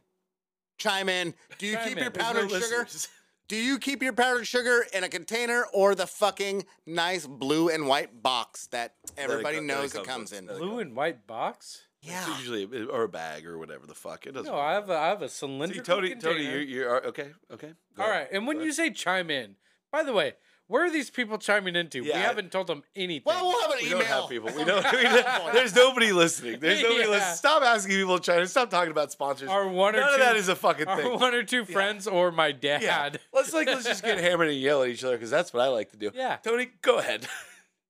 [SPEAKER 1] Chime in. Do you
[SPEAKER 2] Chime
[SPEAKER 1] keep
[SPEAKER 2] in.
[SPEAKER 1] your
[SPEAKER 2] There's
[SPEAKER 3] no
[SPEAKER 1] powdered sugar?
[SPEAKER 3] listeners.
[SPEAKER 1] Do you keep your powdered sugar in a container or the fucking nice blue and white box that everybody
[SPEAKER 3] co- that it
[SPEAKER 1] knows it
[SPEAKER 3] comes
[SPEAKER 1] comes
[SPEAKER 3] with.
[SPEAKER 1] in?
[SPEAKER 3] That it-
[SPEAKER 2] Blue and white box.
[SPEAKER 1] Yeah.
[SPEAKER 3] It's usually or a bag or whatever the fuck. It doesn't.
[SPEAKER 2] No, I have a, I have a
[SPEAKER 3] See,
[SPEAKER 2] cylindrical
[SPEAKER 3] Tony,
[SPEAKER 2] container.
[SPEAKER 3] Tony, you're, you're okay. Okay. Go
[SPEAKER 2] All
[SPEAKER 3] ahead.
[SPEAKER 2] right, and when
[SPEAKER 3] Go
[SPEAKER 2] you say chime in, by the way, where are these people chiming into?
[SPEAKER 3] Yeah,
[SPEAKER 2] we
[SPEAKER 3] I-
[SPEAKER 2] haven't told them anything.
[SPEAKER 1] Oh, Well, we'll have an
[SPEAKER 3] We
[SPEAKER 1] email.
[SPEAKER 3] don't have people. We don't. We don't there's nobody listening. There's nobody
[SPEAKER 2] Yeah.
[SPEAKER 3] listening. Stop asking people in China. Stop talking about sponsors.
[SPEAKER 2] Our one or
[SPEAKER 3] None
[SPEAKER 2] two-
[SPEAKER 3] of that is a fucking
[SPEAKER 2] Our
[SPEAKER 3] thing.
[SPEAKER 2] one or two friends or my dad.
[SPEAKER 3] yeah. Let's like let's just get hammered and yell at each other because that's what I like to do.
[SPEAKER 2] Yeah.
[SPEAKER 3] Tony, go ahead.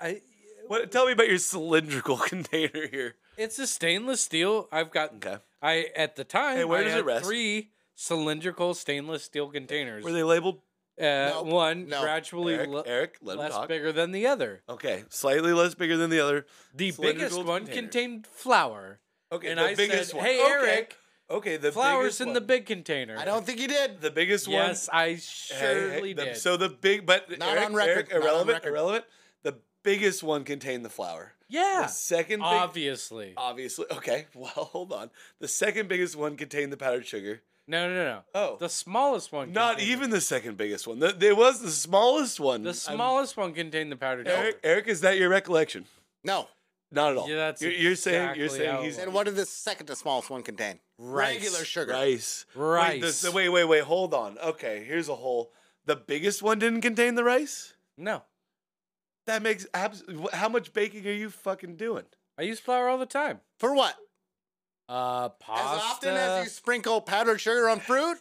[SPEAKER 2] I,
[SPEAKER 3] What? Tell me about your cylindrical container here.
[SPEAKER 2] it's a stainless steel. I've got.
[SPEAKER 3] Okay.
[SPEAKER 2] I at the time.
[SPEAKER 3] Hey, where
[SPEAKER 2] I
[SPEAKER 3] does it
[SPEAKER 2] had
[SPEAKER 3] rest?
[SPEAKER 2] Three cylindrical stainless steel containers.
[SPEAKER 3] Were they labeled?
[SPEAKER 2] uh,
[SPEAKER 1] Nope.
[SPEAKER 2] one
[SPEAKER 1] No.
[SPEAKER 2] gradually
[SPEAKER 3] Eric,
[SPEAKER 2] le-
[SPEAKER 3] Eric let him
[SPEAKER 2] less
[SPEAKER 3] talk.
[SPEAKER 2] bigger than the other.
[SPEAKER 3] Okay, slightly less bigger than the other.
[SPEAKER 2] The
[SPEAKER 3] Cylindrical
[SPEAKER 2] biggest one
[SPEAKER 3] container.
[SPEAKER 2] contained flour.
[SPEAKER 3] Okay,
[SPEAKER 2] And
[SPEAKER 3] the
[SPEAKER 2] I
[SPEAKER 3] biggest
[SPEAKER 2] said,
[SPEAKER 3] one.
[SPEAKER 2] "Hey,
[SPEAKER 3] Okay,
[SPEAKER 2] Eric,
[SPEAKER 3] Okay, the
[SPEAKER 2] Flour's
[SPEAKER 3] biggest
[SPEAKER 2] in
[SPEAKER 3] one.
[SPEAKER 2] the big container.
[SPEAKER 1] I don't think you did.
[SPEAKER 3] the biggest one.
[SPEAKER 2] Yes, I
[SPEAKER 3] Hey,
[SPEAKER 2] surely
[SPEAKER 3] hey, the-
[SPEAKER 2] did.
[SPEAKER 3] so the big, but
[SPEAKER 1] Not
[SPEAKER 3] Eric,
[SPEAKER 1] on record,
[SPEAKER 3] Eric,
[SPEAKER 1] not on
[SPEAKER 3] irrelevant,
[SPEAKER 1] record.
[SPEAKER 3] irrelevant. The biggest one contained the flour. The
[SPEAKER 2] yeah,
[SPEAKER 3] second, big,
[SPEAKER 2] obviously.
[SPEAKER 3] obviously, okay. Well, hold on. The second biggest one contained the powdered sugar.
[SPEAKER 2] No, no, no.
[SPEAKER 3] Oh.
[SPEAKER 2] the smallest one.
[SPEAKER 3] Not
[SPEAKER 2] contained-
[SPEAKER 3] even the second biggest one. The, there was the smallest one.
[SPEAKER 2] the
[SPEAKER 3] I'm-
[SPEAKER 2] smallest one contained the powdered sugar.
[SPEAKER 3] Eric, Eric, is that your recollection?
[SPEAKER 1] No.
[SPEAKER 3] Not at all.
[SPEAKER 2] Yeah, that's
[SPEAKER 3] you're, you're saying you're
[SPEAKER 2] exactly how
[SPEAKER 3] saying
[SPEAKER 2] it
[SPEAKER 3] he's
[SPEAKER 1] Then what did the second to smallest one contain?
[SPEAKER 2] Rice.
[SPEAKER 1] Regular sugar.
[SPEAKER 3] rice. Wait,
[SPEAKER 2] rice.
[SPEAKER 3] this, wait, wait, wait. Hold on. Okay, here's a hole. The biggest one didn't contain the rice.
[SPEAKER 2] No,
[SPEAKER 3] That makes abs- How much baking are you fucking doing?
[SPEAKER 2] I use flour all the time.
[SPEAKER 1] For what?
[SPEAKER 2] Uh,
[SPEAKER 1] As
[SPEAKER 2] pasta.
[SPEAKER 1] often as you sprinkle powdered sugar on fruit?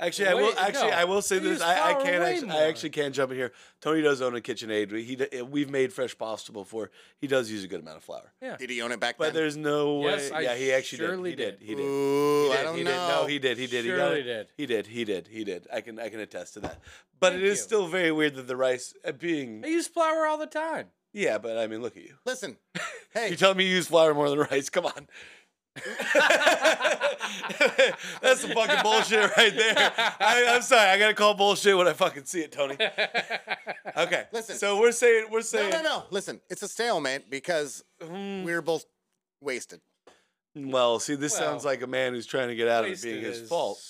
[SPEAKER 3] Actually, I will.
[SPEAKER 2] Wait,
[SPEAKER 3] Actually,
[SPEAKER 2] no.
[SPEAKER 3] I will say
[SPEAKER 2] You
[SPEAKER 3] this.
[SPEAKER 2] use
[SPEAKER 3] I, I
[SPEAKER 2] flour
[SPEAKER 3] can't.
[SPEAKER 2] way
[SPEAKER 3] Actually, I
[SPEAKER 2] more.
[SPEAKER 3] actually can't jump in here. Tony does own a KitchenAid. We, he d- we've made fresh pasta before. He does use a good amount of flour,
[SPEAKER 1] Did he own it back
[SPEAKER 3] but
[SPEAKER 1] then?
[SPEAKER 3] there's no way.
[SPEAKER 2] Yes, I
[SPEAKER 3] yeah, he actually
[SPEAKER 2] surely
[SPEAKER 3] did. He did. He did.
[SPEAKER 1] Ooh,
[SPEAKER 3] He did.
[SPEAKER 1] I don't
[SPEAKER 3] he
[SPEAKER 1] know.
[SPEAKER 3] Did. No, he did. He did. he got
[SPEAKER 2] Surely
[SPEAKER 3] it.
[SPEAKER 2] did.
[SPEAKER 3] He did. He did. He did. I can. I can attest to that. But
[SPEAKER 2] Thank
[SPEAKER 3] it is
[SPEAKER 2] you.
[SPEAKER 3] still very weird that the rice uh, being.
[SPEAKER 2] I use flour all the time.
[SPEAKER 3] Yeah, but I mean, look at you.
[SPEAKER 1] Listen, hey,
[SPEAKER 3] You tell me you use flour more than rice. Come on. That's some fucking bullshit right there. I, I'm sorry. I gotta call bullshit when I fucking see it, Tony. Okay.
[SPEAKER 1] Listen.
[SPEAKER 3] So we're saying we're
[SPEAKER 1] no,
[SPEAKER 3] saying
[SPEAKER 1] no, no. Listen, it's a stalemate because
[SPEAKER 3] Hmm.
[SPEAKER 1] we were both wasted.
[SPEAKER 3] Well, see, this sounds
[SPEAKER 2] Well,
[SPEAKER 3] like a man who's trying to get out of it
[SPEAKER 2] Wasted
[SPEAKER 3] being his
[SPEAKER 2] is-
[SPEAKER 3] fault.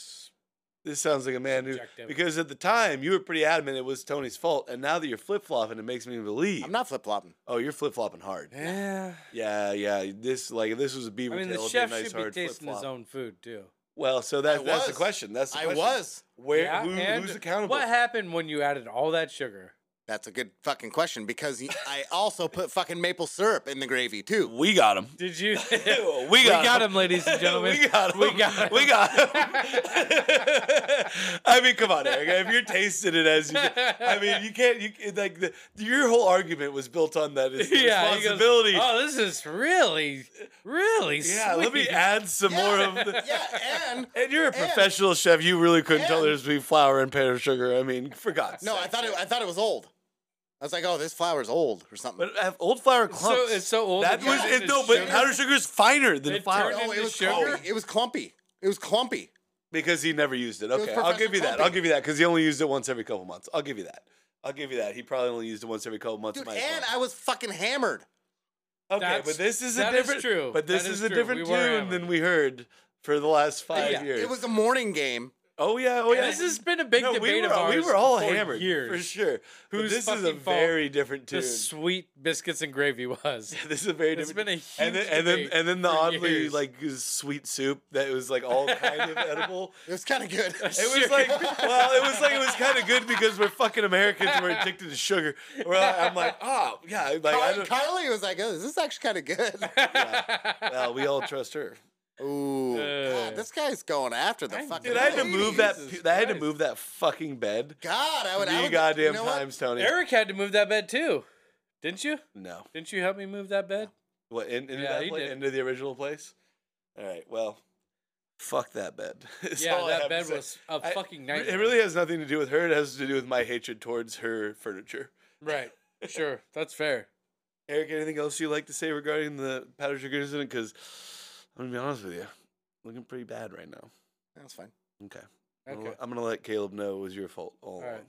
[SPEAKER 3] This sounds like a man who,
[SPEAKER 2] Subjective.
[SPEAKER 3] because at the time you were pretty adamant it was Tony's fault, and now that you're flip flopping, it makes me believe.
[SPEAKER 1] I'm not flip flopping.
[SPEAKER 3] oh, you're flip flopping hard.
[SPEAKER 2] Yeah.
[SPEAKER 3] Yeah, yeah. This like if this was a beaver
[SPEAKER 2] I mean, the
[SPEAKER 3] tail, it'd be a
[SPEAKER 2] chef
[SPEAKER 3] nice
[SPEAKER 2] should be
[SPEAKER 3] hard flip
[SPEAKER 2] tasting his
[SPEAKER 3] flop.
[SPEAKER 2] own food too.
[SPEAKER 3] Well, so
[SPEAKER 1] I
[SPEAKER 3] that, that's the
[SPEAKER 1] was.
[SPEAKER 3] question. That's the
[SPEAKER 1] I
[SPEAKER 3] question.
[SPEAKER 1] was.
[SPEAKER 3] where
[SPEAKER 2] Yeah,
[SPEAKER 3] who,
[SPEAKER 2] and
[SPEAKER 3] who's accountable?
[SPEAKER 2] What happened when you added all that sugar?
[SPEAKER 1] That's a good fucking question because y- I also put fucking maple syrup in the gravy too.
[SPEAKER 3] We got him.
[SPEAKER 2] Did you?
[SPEAKER 3] We got,
[SPEAKER 2] him. ladies and gentlemen.
[SPEAKER 3] we got him.
[SPEAKER 2] We got him.
[SPEAKER 3] We got him. I mean, come on, Eric. If you're tasting it as you, I mean, you can't. You it- like the, your whole argument was built on that. It's the
[SPEAKER 2] yeah, he goes,
[SPEAKER 3] responsibility.
[SPEAKER 2] oh, this is really, really
[SPEAKER 3] yeah, let me
[SPEAKER 2] sweet."
[SPEAKER 3] add some more of. The,
[SPEAKER 1] yeah, and
[SPEAKER 3] And you're a professional chef. You really couldn't tell
[SPEAKER 1] and-
[SPEAKER 3] there's between flour and powdered sugar. I mean, for God's
[SPEAKER 1] no,
[SPEAKER 3] sake.
[SPEAKER 1] I thought it, I thought it was old. I was like, oh, this flour's old or something.
[SPEAKER 3] But I have old flour clumps.
[SPEAKER 2] it's so old
[SPEAKER 3] That
[SPEAKER 2] it
[SPEAKER 3] was
[SPEAKER 2] turned
[SPEAKER 3] it,
[SPEAKER 2] into
[SPEAKER 3] no, but
[SPEAKER 2] sugar?
[SPEAKER 3] powdered sugar is finer than
[SPEAKER 2] It
[SPEAKER 3] flour
[SPEAKER 2] turned
[SPEAKER 1] oh,
[SPEAKER 2] into
[SPEAKER 1] it was
[SPEAKER 2] sugar?
[SPEAKER 1] clumpy. It was clumpy. It was clumpy.
[SPEAKER 3] because he never used it.
[SPEAKER 1] was
[SPEAKER 3] Okay, I'll give
[SPEAKER 1] professional
[SPEAKER 3] you that. I'll
[SPEAKER 1] clumping.
[SPEAKER 3] give you that because he only used it once every couple months. I'll give you that. I'll give you that. He probably only used it once every couple months.
[SPEAKER 1] Dude,
[SPEAKER 3] in my
[SPEAKER 1] and
[SPEAKER 3] opinion.
[SPEAKER 1] I was fucking hammered.
[SPEAKER 3] Okay,
[SPEAKER 2] That's-
[SPEAKER 3] but this is a
[SPEAKER 2] that is
[SPEAKER 3] different.
[SPEAKER 2] true.
[SPEAKER 3] But this
[SPEAKER 2] That
[SPEAKER 3] is
[SPEAKER 2] is
[SPEAKER 3] a
[SPEAKER 2] true.
[SPEAKER 3] different
[SPEAKER 2] We were
[SPEAKER 3] tune
[SPEAKER 2] hammered.
[SPEAKER 3] than we heard for the last five
[SPEAKER 1] Yeah,
[SPEAKER 3] years.
[SPEAKER 1] it was a morning game.
[SPEAKER 3] oh yeah, oh yeah.
[SPEAKER 2] This has been a big
[SPEAKER 3] no,
[SPEAKER 2] debate
[SPEAKER 3] we were,
[SPEAKER 2] of ours.
[SPEAKER 3] we were all
[SPEAKER 2] for
[SPEAKER 3] hammered
[SPEAKER 2] years.
[SPEAKER 3] for sure. But
[SPEAKER 2] Whose
[SPEAKER 3] this is a
[SPEAKER 2] fucking fault
[SPEAKER 3] very different tune.
[SPEAKER 2] The sweet biscuits and gravy was.
[SPEAKER 3] This is a very
[SPEAKER 2] It's
[SPEAKER 3] different.
[SPEAKER 2] been a
[SPEAKER 3] and then
[SPEAKER 2] huge
[SPEAKER 3] and then
[SPEAKER 2] debate
[SPEAKER 3] and then the
[SPEAKER 2] for
[SPEAKER 3] oddly
[SPEAKER 2] years.
[SPEAKER 3] like sweet soup that was like all kind of edible.
[SPEAKER 1] It was kind of good.
[SPEAKER 3] It was like, well, it was like it was kind of good because we're fucking Americans. We're addicted to sugar. We're like, I'm like, oh yeah, like I
[SPEAKER 1] Carly,
[SPEAKER 3] don't.
[SPEAKER 1] Carly was like, oh, this is actually kind of good.
[SPEAKER 3] Well, we all trust her.
[SPEAKER 1] Ooh,
[SPEAKER 2] Uh.
[SPEAKER 1] God, this guy's going after the
[SPEAKER 2] I-
[SPEAKER 1] fucking.
[SPEAKER 3] Dude, I had to move that.
[SPEAKER 2] Jesus
[SPEAKER 3] I had to
[SPEAKER 2] Christ.
[SPEAKER 3] move that fucking bed.
[SPEAKER 1] God, I would. I
[SPEAKER 3] Three
[SPEAKER 1] would
[SPEAKER 3] goddamn
[SPEAKER 1] you know what?
[SPEAKER 3] times, Tony.
[SPEAKER 2] Eric had to move that bed too, didn't you?
[SPEAKER 3] No.
[SPEAKER 2] Didn't you help me move that bed?
[SPEAKER 3] What in, into
[SPEAKER 2] Yeah,
[SPEAKER 3] that
[SPEAKER 2] he
[SPEAKER 3] place?
[SPEAKER 2] did.
[SPEAKER 3] Into the original place? All right. Well, fuck that bed. That's
[SPEAKER 2] Yeah,
[SPEAKER 3] all I
[SPEAKER 2] that
[SPEAKER 3] have to
[SPEAKER 2] bed
[SPEAKER 3] say.
[SPEAKER 2] was a
[SPEAKER 3] I-
[SPEAKER 2] fucking
[SPEAKER 3] It
[SPEAKER 2] nightmare.
[SPEAKER 3] really has nothing to do with her. It has to do with my hatred towards her furniture.
[SPEAKER 2] Right. Sure. That's fair.
[SPEAKER 3] Eric, anything else you'd like to say regarding the powder sugar incident? Because I'm gonna be honest with you, looking pretty bad right now.
[SPEAKER 1] That's fine.
[SPEAKER 3] Okay. I'm gonna,
[SPEAKER 2] Okay.
[SPEAKER 3] I'm gonna let Caleb know it was your fault all
[SPEAKER 2] All right.
[SPEAKER 3] along.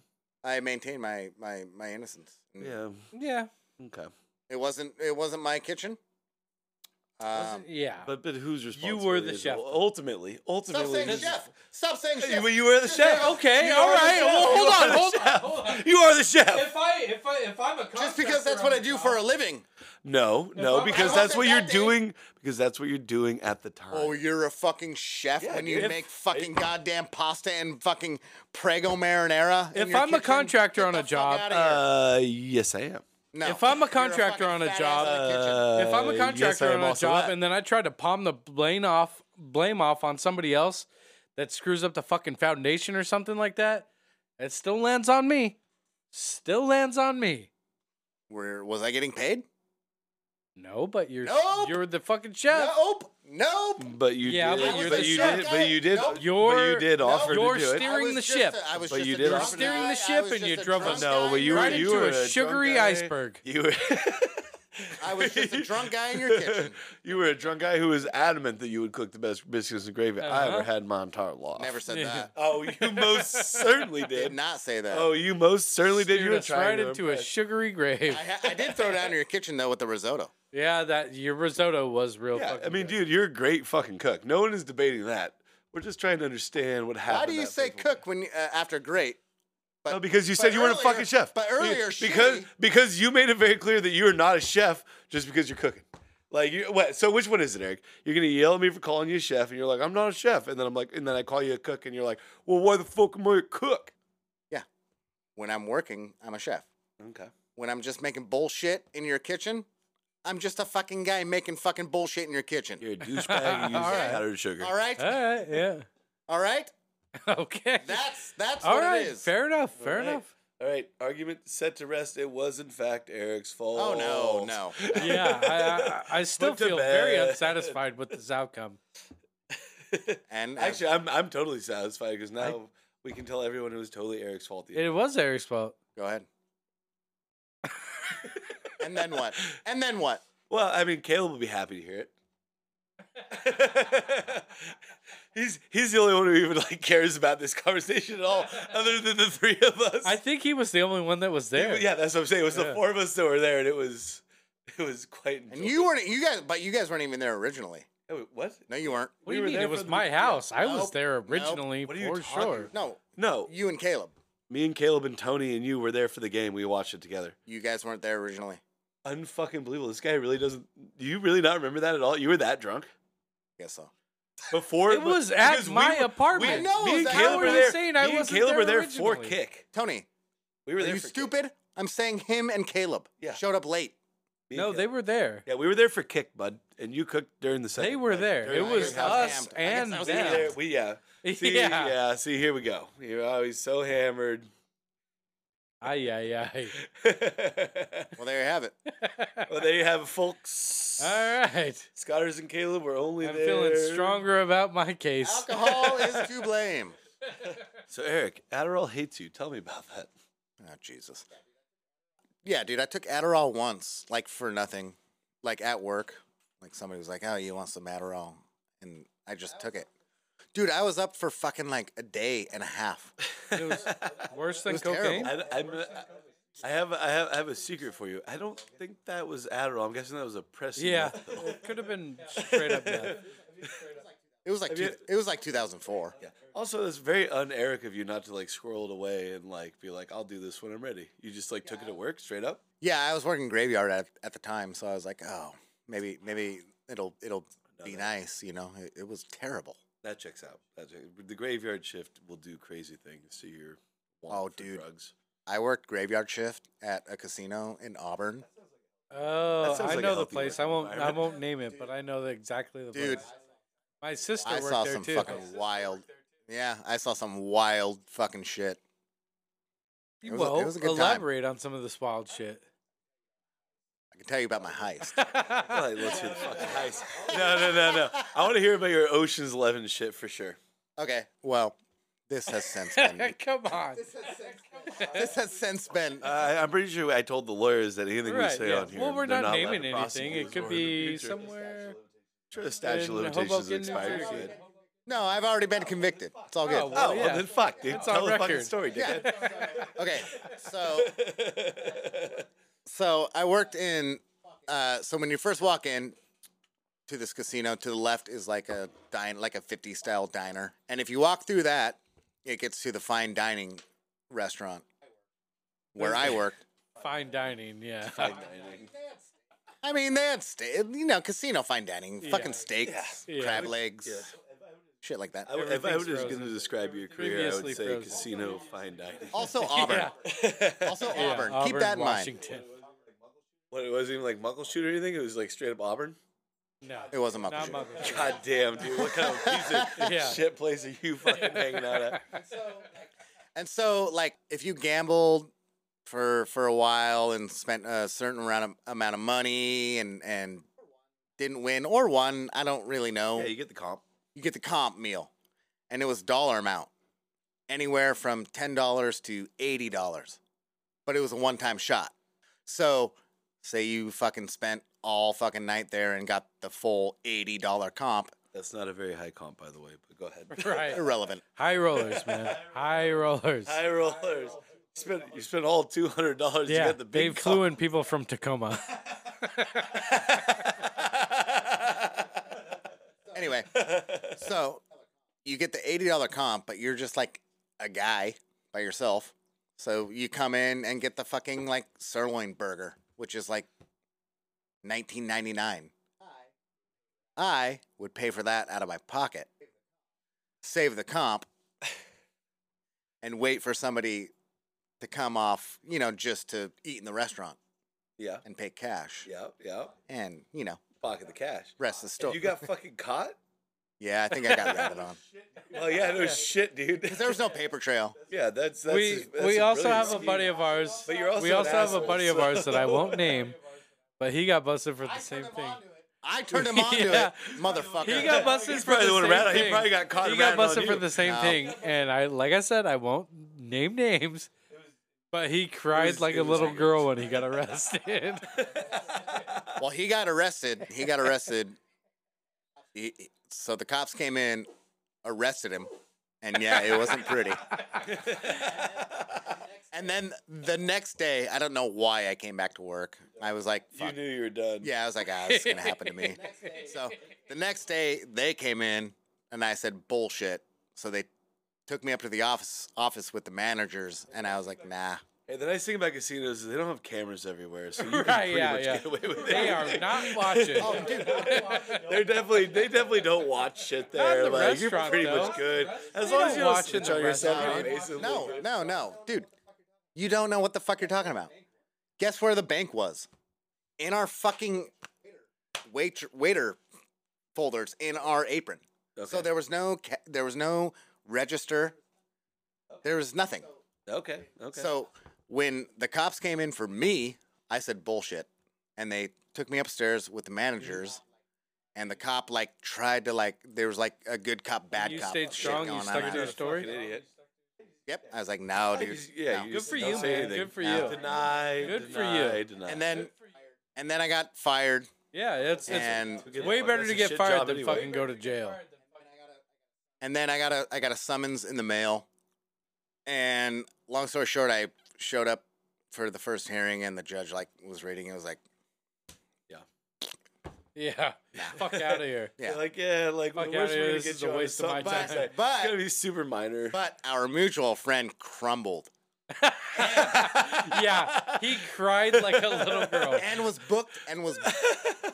[SPEAKER 1] I maintain my my my innocence. Mm.
[SPEAKER 3] Yeah.
[SPEAKER 2] Yeah.
[SPEAKER 3] Okay.
[SPEAKER 1] It wasn't it wasn't my kitchen.
[SPEAKER 2] Was
[SPEAKER 1] Um,
[SPEAKER 2] it- yeah.
[SPEAKER 3] But but who's
[SPEAKER 2] You
[SPEAKER 3] responsible?
[SPEAKER 2] were the chef.
[SPEAKER 3] Ultimately,
[SPEAKER 1] stop
[SPEAKER 3] ultimately,
[SPEAKER 1] saying chef. Stop saying
[SPEAKER 3] Hey,
[SPEAKER 1] chef.
[SPEAKER 3] well, you were the chef.
[SPEAKER 2] okay,
[SPEAKER 3] You
[SPEAKER 2] all
[SPEAKER 3] are the
[SPEAKER 2] right.
[SPEAKER 3] chef.
[SPEAKER 2] Well,
[SPEAKER 3] You
[SPEAKER 2] hold
[SPEAKER 3] are
[SPEAKER 2] on,
[SPEAKER 3] the
[SPEAKER 2] hold on,
[SPEAKER 3] chef.
[SPEAKER 2] hold on.
[SPEAKER 3] You are the chef.
[SPEAKER 2] if I if I if I'm a
[SPEAKER 1] Just because that's what I do for a living.
[SPEAKER 3] No, no,
[SPEAKER 2] I-
[SPEAKER 3] because
[SPEAKER 1] I wasn't
[SPEAKER 3] that's what you're
[SPEAKER 1] that day.
[SPEAKER 3] doing. Because that's what you're doing at the time.
[SPEAKER 1] Oh, you're a fucking chef
[SPEAKER 3] Yeah,
[SPEAKER 1] when you
[SPEAKER 3] dude.
[SPEAKER 1] make fucking goddamn pasta and fucking prego marinara. in
[SPEAKER 2] If
[SPEAKER 1] your
[SPEAKER 2] I'm a
[SPEAKER 1] kitchen?
[SPEAKER 2] contractor
[SPEAKER 1] Get
[SPEAKER 2] on
[SPEAKER 1] the
[SPEAKER 2] a
[SPEAKER 1] fuck
[SPEAKER 2] job,
[SPEAKER 1] outta here.
[SPEAKER 3] Uh, yes, I am.
[SPEAKER 1] no.
[SPEAKER 2] if I'm a
[SPEAKER 1] You're
[SPEAKER 2] contractor
[SPEAKER 1] fucking
[SPEAKER 2] on a
[SPEAKER 1] fat
[SPEAKER 2] job,
[SPEAKER 1] ass in the kitchen.
[SPEAKER 3] Uh,
[SPEAKER 2] If I'm a
[SPEAKER 3] yes, I
[SPEAKER 2] contractor
[SPEAKER 3] am
[SPEAKER 2] on a
[SPEAKER 3] also
[SPEAKER 2] job
[SPEAKER 3] that.
[SPEAKER 2] and then I try to palm the blame off blame off on somebody else that screws up the fucking foundation or something like that, it still lands on me. Still lands on me.
[SPEAKER 1] Where was I getting paid?
[SPEAKER 2] No, but you're
[SPEAKER 1] Nope.
[SPEAKER 2] you're the fucking chef.
[SPEAKER 1] Nope. Nope.
[SPEAKER 3] But you
[SPEAKER 2] Yeah,
[SPEAKER 3] did.
[SPEAKER 2] but you're
[SPEAKER 3] but
[SPEAKER 2] the
[SPEAKER 3] you
[SPEAKER 2] chef.
[SPEAKER 3] did. But you did.
[SPEAKER 1] Nope.
[SPEAKER 3] but you
[SPEAKER 2] You're-
[SPEAKER 3] did
[SPEAKER 1] Nope.
[SPEAKER 3] offer
[SPEAKER 2] You're
[SPEAKER 3] to do it.
[SPEAKER 2] steering-
[SPEAKER 1] I was
[SPEAKER 2] the
[SPEAKER 1] just
[SPEAKER 2] ship.
[SPEAKER 1] a- I was
[SPEAKER 3] But
[SPEAKER 1] just
[SPEAKER 3] you
[SPEAKER 1] a
[SPEAKER 3] did
[SPEAKER 1] drunk
[SPEAKER 3] offer to-
[SPEAKER 1] guy.
[SPEAKER 2] Steering the
[SPEAKER 1] I
[SPEAKER 2] ship
[SPEAKER 1] was
[SPEAKER 2] and
[SPEAKER 1] just
[SPEAKER 2] you
[SPEAKER 1] a
[SPEAKER 2] drove
[SPEAKER 1] drunk
[SPEAKER 2] us.
[SPEAKER 3] No, but
[SPEAKER 1] guy.
[SPEAKER 3] you were
[SPEAKER 2] Right
[SPEAKER 3] you
[SPEAKER 2] into
[SPEAKER 3] were
[SPEAKER 2] a
[SPEAKER 3] drunk
[SPEAKER 2] sugary
[SPEAKER 3] guy.
[SPEAKER 2] iceberg.
[SPEAKER 3] You were.
[SPEAKER 1] I was just a drunk guy in your kitchen.
[SPEAKER 3] you were a drunk guy who was adamant that you would cook the best biscuits and gravy I ever
[SPEAKER 2] Uh-huh.
[SPEAKER 3] had in my entire life.
[SPEAKER 1] Never said
[SPEAKER 2] Yeah.
[SPEAKER 1] that.
[SPEAKER 3] Oh, you most certainly
[SPEAKER 1] Did
[SPEAKER 3] did.
[SPEAKER 1] not say that.
[SPEAKER 3] Oh, you most certainly did. You
[SPEAKER 2] Steered
[SPEAKER 3] were
[SPEAKER 2] us right
[SPEAKER 3] trying to
[SPEAKER 2] into a
[SPEAKER 3] impress.
[SPEAKER 2] sugary grave.
[SPEAKER 1] I, ha- I did throw down in your kitchen though with the risotto.
[SPEAKER 2] yeah, that your risotto was real.
[SPEAKER 3] Yeah,
[SPEAKER 2] fucking
[SPEAKER 3] I mean,
[SPEAKER 2] good.
[SPEAKER 3] dude, you're a great fucking cook. No one is debating that. We're just trying to understand what happened.
[SPEAKER 1] Why do you
[SPEAKER 3] that
[SPEAKER 1] say
[SPEAKER 3] fateful
[SPEAKER 1] cook when you, uh, after great?
[SPEAKER 3] No, because you
[SPEAKER 1] but
[SPEAKER 3] said you weren't a
[SPEAKER 1] earlier-
[SPEAKER 3] fucking chef.
[SPEAKER 1] but earlier
[SPEAKER 3] Be- because
[SPEAKER 1] she-
[SPEAKER 3] because you made it very clear that you are not a chef just because you're cooking. Like you, what? So which one is it, Eric? You're gonna yell at me for calling you a chef, and you're like, I'm not a chef, and then I'm like, and then I call you a cook, and you're like, well, why the fuck am I a cook?
[SPEAKER 1] When I'm working, I'm a chef.
[SPEAKER 3] Okay.
[SPEAKER 1] When I'm just making bullshit in your kitchen, I'm just a fucking guy making fucking bullshit in your kitchen.
[SPEAKER 3] You're a douchebag. You use
[SPEAKER 2] All right.
[SPEAKER 3] powdered sugar.
[SPEAKER 1] All right,
[SPEAKER 2] all right, yeah.
[SPEAKER 1] all right.
[SPEAKER 2] okay.
[SPEAKER 1] That's that's
[SPEAKER 2] All
[SPEAKER 1] what
[SPEAKER 2] right.
[SPEAKER 1] it is.
[SPEAKER 2] Fair enough. Fair
[SPEAKER 3] All right.
[SPEAKER 2] enough.
[SPEAKER 3] All right, argument set to rest. It was in fact Eric's fault.
[SPEAKER 1] oh no, no.
[SPEAKER 2] Yeah, I, I, I still
[SPEAKER 3] Put to
[SPEAKER 2] feel very
[SPEAKER 3] bed.
[SPEAKER 2] unsatisfied with this outcome.
[SPEAKER 1] And as-
[SPEAKER 3] Actually, I'm I'm totally satisfied because now we can tell everyone it was totally Eric's fault.
[SPEAKER 2] It was Eric's fault.
[SPEAKER 1] go ahead. and then what? And then what?
[SPEAKER 3] Well, I mean, Caleb will be happy to hear it. he's he's the only one who even like cares about this conversation at all, other than the three of us.
[SPEAKER 2] I think he was the only one that was there.
[SPEAKER 3] Yeah, that's what I'm saying. It was
[SPEAKER 2] Yeah.
[SPEAKER 3] the four of us that were there, and it was it was quite.
[SPEAKER 1] And
[SPEAKER 3] enjoyable.
[SPEAKER 1] you weren't you guys but you guys weren't even there originally.
[SPEAKER 3] Oh, wait, what?
[SPEAKER 1] No, you weren't.
[SPEAKER 2] What
[SPEAKER 3] We
[SPEAKER 2] do you
[SPEAKER 3] were
[SPEAKER 2] mean?
[SPEAKER 3] there
[SPEAKER 2] It
[SPEAKER 3] for
[SPEAKER 2] was
[SPEAKER 3] the-
[SPEAKER 2] my
[SPEAKER 3] yeah.
[SPEAKER 2] house. I was
[SPEAKER 1] Nope.
[SPEAKER 2] there
[SPEAKER 1] Nope.
[SPEAKER 2] originally
[SPEAKER 3] What are you
[SPEAKER 2] for
[SPEAKER 3] talking
[SPEAKER 2] sure.
[SPEAKER 1] No,
[SPEAKER 3] No,
[SPEAKER 1] you and Caleb.
[SPEAKER 3] me and Caleb and Tony and you were there for the game. We watched it together.
[SPEAKER 1] You guys weren't there originally.
[SPEAKER 3] Unfucking believable. This guy really doesn't. Do you really not remember that at all? You were that drunk
[SPEAKER 1] guess so.
[SPEAKER 3] before
[SPEAKER 2] It was at
[SPEAKER 3] because
[SPEAKER 2] my
[SPEAKER 3] were-
[SPEAKER 2] apartment.
[SPEAKER 1] I know,
[SPEAKER 3] Me and
[SPEAKER 1] that's
[SPEAKER 3] Caleb
[SPEAKER 1] what
[SPEAKER 3] were
[SPEAKER 1] I'm
[SPEAKER 3] there.
[SPEAKER 2] saying,
[SPEAKER 3] me
[SPEAKER 2] I
[SPEAKER 3] and
[SPEAKER 2] wasn't
[SPEAKER 3] Caleb
[SPEAKER 2] there
[SPEAKER 3] were there for
[SPEAKER 2] originally.
[SPEAKER 3] kick.
[SPEAKER 1] Tony,
[SPEAKER 3] We were
[SPEAKER 1] are
[SPEAKER 3] there
[SPEAKER 1] you
[SPEAKER 3] for kick.
[SPEAKER 1] stupid? I'm saying him and Caleb
[SPEAKER 3] Yeah.
[SPEAKER 1] showed up late.
[SPEAKER 3] Me and
[SPEAKER 2] No,
[SPEAKER 3] Caleb.
[SPEAKER 2] they were there.
[SPEAKER 3] Yeah, we were there for kick, bud, and you cooked during the second.
[SPEAKER 2] They were
[SPEAKER 3] like,
[SPEAKER 2] there.
[SPEAKER 3] during
[SPEAKER 2] It
[SPEAKER 3] the
[SPEAKER 2] was
[SPEAKER 3] first half.
[SPEAKER 2] us
[SPEAKER 1] hammed. I guess I
[SPEAKER 2] and
[SPEAKER 1] was
[SPEAKER 3] We were
[SPEAKER 1] hammed.
[SPEAKER 2] them.
[SPEAKER 3] there. We yeah. See,
[SPEAKER 2] Yeah.
[SPEAKER 3] yeah. See, here we go. You're always so hammered.
[SPEAKER 2] Ay, ay,
[SPEAKER 3] well,
[SPEAKER 1] Well, there you have it.
[SPEAKER 2] ay.
[SPEAKER 3] there you have it, folks.
[SPEAKER 2] All right.
[SPEAKER 3] Scotters and Caleb were only
[SPEAKER 2] I'm
[SPEAKER 3] there.
[SPEAKER 2] feeling stronger about my case.
[SPEAKER 1] Alcohol is to blame.
[SPEAKER 3] So Eric, Adderall hates you. Tell me about that.
[SPEAKER 1] Oh Jesus. Yeah, dude, I took Adderall once, like for nothing, like at work. Like somebody was like, "Oh, you want some Adderall?" And I just took it. Dude, I was up for fucking like a day and a half.
[SPEAKER 2] It was worse than
[SPEAKER 1] was terrible.
[SPEAKER 2] cocaine.
[SPEAKER 3] I, I'm, I have I have I have a secret for you. I don't think that was Adderall. I'm guessing that was a press.
[SPEAKER 2] Yeah, it could have been straight up death.
[SPEAKER 1] It was like two,
[SPEAKER 3] you-
[SPEAKER 1] it was like 2004.
[SPEAKER 3] Yeah. Also, it's very un-Eric of you not to like squirrel it away and like be like, "I'll do this when I'm ready." You just like took it at work straight up.
[SPEAKER 1] Yeah, I was working graveyard at, at the time, so I was like, "Oh, maybe maybe it'll it'll be nice," you know. It, it was terrible.
[SPEAKER 3] That checks out. That checks. The graveyard shift will do crazy things to your want
[SPEAKER 1] Oh,
[SPEAKER 3] for
[SPEAKER 1] dude.
[SPEAKER 3] drugs.
[SPEAKER 1] I worked graveyard shift at a casino in Auburn.
[SPEAKER 2] Oh,
[SPEAKER 3] sounds
[SPEAKER 2] I
[SPEAKER 3] like a
[SPEAKER 2] know the
[SPEAKER 3] healthy
[SPEAKER 2] place. I
[SPEAKER 3] working
[SPEAKER 2] won't. I
[SPEAKER 3] environment.
[SPEAKER 2] won't name it, but I know the, exactly the
[SPEAKER 1] Dude.
[SPEAKER 2] place. My sister
[SPEAKER 1] I
[SPEAKER 2] worked
[SPEAKER 1] saw
[SPEAKER 2] there
[SPEAKER 1] some
[SPEAKER 2] too.
[SPEAKER 1] fucking wild. Yeah, I saw some wild fucking shit. it was a- it
[SPEAKER 2] well,
[SPEAKER 1] was a good time.
[SPEAKER 2] elaborate on some of this wild shit.
[SPEAKER 1] I can tell you about my heist.
[SPEAKER 3] All right, let's hear the fucking heist. No, no, no, no. I want to hear about your Ocean's Eleven shit for sure.
[SPEAKER 1] Okay. Well, this has since been.
[SPEAKER 2] Come on.
[SPEAKER 1] this has since been.
[SPEAKER 3] Uh,
[SPEAKER 1] uh,
[SPEAKER 3] I I'm pretty sure I told the lawyers that anything we
[SPEAKER 2] Right,
[SPEAKER 3] say
[SPEAKER 2] yeah.
[SPEAKER 3] on here.
[SPEAKER 2] Well, we're
[SPEAKER 3] they're
[SPEAKER 2] not
[SPEAKER 3] allowed to
[SPEAKER 2] naming anything.
[SPEAKER 3] prosecute
[SPEAKER 2] It
[SPEAKER 3] us
[SPEAKER 2] could
[SPEAKER 3] or in the
[SPEAKER 2] be
[SPEAKER 3] future.
[SPEAKER 2] somewhere
[SPEAKER 3] Sure, the statute of
[SPEAKER 2] in
[SPEAKER 3] limitations
[SPEAKER 2] Hoboken, New
[SPEAKER 3] expired.
[SPEAKER 2] Jersey.
[SPEAKER 3] kid.
[SPEAKER 1] no, I've already been convicted. It's all good.
[SPEAKER 2] Oh, well,
[SPEAKER 3] Oh,
[SPEAKER 2] yeah.
[SPEAKER 3] well, then fuck, dude.
[SPEAKER 2] It's on
[SPEAKER 3] Tell the fucking
[SPEAKER 2] record.
[SPEAKER 3] story,
[SPEAKER 1] Yeah.
[SPEAKER 3] dickhead.
[SPEAKER 1] Okay. So, so I worked in. Uh, so when you first walk in to this casino, to the left is like a dine, like a 50 style diner, and if you walk through that, it gets to the fine dining restaurant where I worked.
[SPEAKER 2] fine dining. Yeah.
[SPEAKER 3] Fine dining.
[SPEAKER 1] I mean, that's you know, casino fine dining, fucking steaks,
[SPEAKER 2] Yeah.
[SPEAKER 1] crab legs, shit like that.
[SPEAKER 3] I would- if I was
[SPEAKER 2] Everything's
[SPEAKER 3] going to
[SPEAKER 2] frozen.
[SPEAKER 3] describe your career, I
[SPEAKER 2] Previously
[SPEAKER 3] would say
[SPEAKER 2] frozen.
[SPEAKER 3] casino, fine dining.
[SPEAKER 1] Also Auburn.
[SPEAKER 2] Yeah.
[SPEAKER 1] Also
[SPEAKER 2] Yeah,
[SPEAKER 1] Auburn. Keep that in mind.
[SPEAKER 2] Washington.
[SPEAKER 3] What, it wasn't even like Muckle Shoot or anything? It was like straight up Auburn?
[SPEAKER 2] No,
[SPEAKER 1] It wasn't
[SPEAKER 2] not
[SPEAKER 1] Muppet.
[SPEAKER 2] Muppet. Shoot.
[SPEAKER 3] God damn, dude. What kind of piece of
[SPEAKER 2] Yeah.
[SPEAKER 3] shit place are you fucking hanging out at?
[SPEAKER 1] And so, like, if you gambled for for a while and spent a certain amount of, amount of money and and didn't win or won, I don't really know.
[SPEAKER 3] Yeah, you get the comp.
[SPEAKER 1] you get the comp meal, and it was dollar amount, anywhere from ten dollars to eighty dollars, but it was a one time shot. So, say you fucking spent all fucking night there and got the full eighty dollar comp.
[SPEAKER 3] That's not a very high comp, by the way, but go ahead.
[SPEAKER 2] Right.
[SPEAKER 1] Irrelevant.
[SPEAKER 2] High rollers, man. High rollers.
[SPEAKER 3] High rollers. You spent, you spent all $200 to
[SPEAKER 2] Yeah,
[SPEAKER 3] get the
[SPEAKER 2] they
[SPEAKER 3] big
[SPEAKER 2] flew in people from Tacoma.
[SPEAKER 1] Anyway, so you get the eighty dollar comp, but you're just like a guy by yourself. So you come in and get the fucking like sirloin burger, which is like nineteen ninety nine. I would pay for that out of my pocket, save the comp, and wait for somebody to come off, you know, just to eat in the restaurant
[SPEAKER 3] Yeah,
[SPEAKER 1] and pay cash.
[SPEAKER 3] yeah, yeah.
[SPEAKER 1] And, you know,
[SPEAKER 3] Pocket the cash.
[SPEAKER 1] rest of the
[SPEAKER 3] And
[SPEAKER 1] story.
[SPEAKER 3] you got fucking caught?
[SPEAKER 1] Yeah, I think I got ratted on.
[SPEAKER 2] Oh,
[SPEAKER 3] Well, yeah, no shit, dude.
[SPEAKER 1] Because there was no paper trail.
[SPEAKER 3] Yeah, that's that's.
[SPEAKER 2] we
[SPEAKER 3] that's
[SPEAKER 2] we
[SPEAKER 3] a
[SPEAKER 2] also
[SPEAKER 3] brilliant
[SPEAKER 2] have a
[SPEAKER 3] scheme.
[SPEAKER 2] buddy of ours.
[SPEAKER 3] But you're also
[SPEAKER 2] we
[SPEAKER 3] an
[SPEAKER 2] also have a
[SPEAKER 3] asshole,
[SPEAKER 2] buddy of
[SPEAKER 3] so-
[SPEAKER 2] ours that I won't name, but he got busted for the same thing.
[SPEAKER 1] I turned him on
[SPEAKER 2] Yeah.
[SPEAKER 1] to it, motherfucker.
[SPEAKER 2] He got busted
[SPEAKER 3] He's
[SPEAKER 2] for the
[SPEAKER 3] probably the one
[SPEAKER 2] same
[SPEAKER 3] rat-
[SPEAKER 2] thing.
[SPEAKER 3] He probably got caught.
[SPEAKER 2] He got
[SPEAKER 3] ratting on
[SPEAKER 2] busted for
[SPEAKER 3] you.
[SPEAKER 2] the same
[SPEAKER 1] No.
[SPEAKER 2] thing, and I like I said I won't name names, but he cried
[SPEAKER 3] was-
[SPEAKER 2] like
[SPEAKER 3] it
[SPEAKER 2] a
[SPEAKER 3] was
[SPEAKER 2] little
[SPEAKER 3] yours.
[SPEAKER 2] girl when he got arrested.
[SPEAKER 1] Well, he got arrested. He got arrested. He- he- so the cops came in, arrested him, and yeah, it wasn't pretty. And then the next day, I don't know why I came back to work. I was like,
[SPEAKER 3] You
[SPEAKER 1] fuck.
[SPEAKER 3] knew you were done.
[SPEAKER 1] Yeah, I was like, ah, this is gonna happen to me. so the next day they came in and I said bullshit. So they took me up to the office office with the managers and I was like, nah.
[SPEAKER 3] Hey, the nice thing about casinos is they don't have cameras everywhere, so you can
[SPEAKER 2] Right,
[SPEAKER 3] pretty
[SPEAKER 2] yeah,
[SPEAKER 3] much
[SPEAKER 2] yeah.
[SPEAKER 3] get away with
[SPEAKER 2] they are
[SPEAKER 3] anything.
[SPEAKER 2] not watching.
[SPEAKER 3] Oh, They're definitely they definitely don't watch shit
[SPEAKER 2] Not in
[SPEAKER 3] there.
[SPEAKER 2] the
[SPEAKER 3] like you're
[SPEAKER 2] restaurant,
[SPEAKER 3] pretty
[SPEAKER 2] though.
[SPEAKER 3] much good as
[SPEAKER 2] They
[SPEAKER 3] long as
[SPEAKER 2] don't
[SPEAKER 3] you don't
[SPEAKER 2] watch in
[SPEAKER 3] snitch
[SPEAKER 2] the
[SPEAKER 3] on yourself.
[SPEAKER 2] restaurant.
[SPEAKER 3] anyway, so-
[SPEAKER 1] No, no, no. Dude, you don't know what the fuck you're talking about. Guess where the bank was? In our fucking wait waiter folders in our apron. So
[SPEAKER 3] Okay.
[SPEAKER 1] there was no ca- there was no register. There was nothing.
[SPEAKER 3] Okay. Okay.
[SPEAKER 1] So when the cops came in for me, I said bullshit, and they took me upstairs with the managers, and the cop like tried to like there was like a good cop bad
[SPEAKER 2] You
[SPEAKER 1] cop
[SPEAKER 2] stayed
[SPEAKER 1] shit
[SPEAKER 2] strong. You
[SPEAKER 1] going
[SPEAKER 2] stuck
[SPEAKER 1] on.
[SPEAKER 2] to your
[SPEAKER 1] I-
[SPEAKER 2] story.
[SPEAKER 3] Fucking idiot.
[SPEAKER 1] Yep, I was like, no, dude.
[SPEAKER 3] Yeah.
[SPEAKER 1] no."
[SPEAKER 3] You
[SPEAKER 2] Good
[SPEAKER 3] just
[SPEAKER 2] for
[SPEAKER 3] don't
[SPEAKER 2] you,
[SPEAKER 3] say
[SPEAKER 2] man.
[SPEAKER 3] Anything.
[SPEAKER 2] Good for
[SPEAKER 1] No.
[SPEAKER 2] you.
[SPEAKER 3] Deny.
[SPEAKER 2] Good for
[SPEAKER 3] deny,
[SPEAKER 2] you.
[SPEAKER 3] Deny.
[SPEAKER 1] and then, and then I got fired,
[SPEAKER 2] Yeah, it's, it's
[SPEAKER 1] and
[SPEAKER 3] Good
[SPEAKER 2] way
[SPEAKER 3] luck.
[SPEAKER 2] better
[SPEAKER 3] Oh, That's
[SPEAKER 2] to
[SPEAKER 3] a
[SPEAKER 2] get
[SPEAKER 3] shit
[SPEAKER 2] fired
[SPEAKER 3] job
[SPEAKER 2] than
[SPEAKER 3] anyway.
[SPEAKER 2] fucking go to jail.
[SPEAKER 1] and then I got a I got a summons in the mail, and long story short, I showed up for the first hearing, and the judge like was reading. It was like,
[SPEAKER 2] Yeah, fuck out of here.
[SPEAKER 3] You're
[SPEAKER 1] yeah,
[SPEAKER 3] Like yeah, like
[SPEAKER 2] Fuck
[SPEAKER 3] we're
[SPEAKER 2] outta
[SPEAKER 3] just
[SPEAKER 2] here,
[SPEAKER 3] gonna
[SPEAKER 2] this
[SPEAKER 3] get
[SPEAKER 2] is
[SPEAKER 3] you
[SPEAKER 2] a
[SPEAKER 3] on
[SPEAKER 2] waste of my
[SPEAKER 3] something.
[SPEAKER 1] time.
[SPEAKER 3] It's
[SPEAKER 1] But-
[SPEAKER 3] gonna be super minor.
[SPEAKER 1] but our mutual friend crumbled.
[SPEAKER 2] Yeah, he cried like a little girl.
[SPEAKER 1] and was booked and was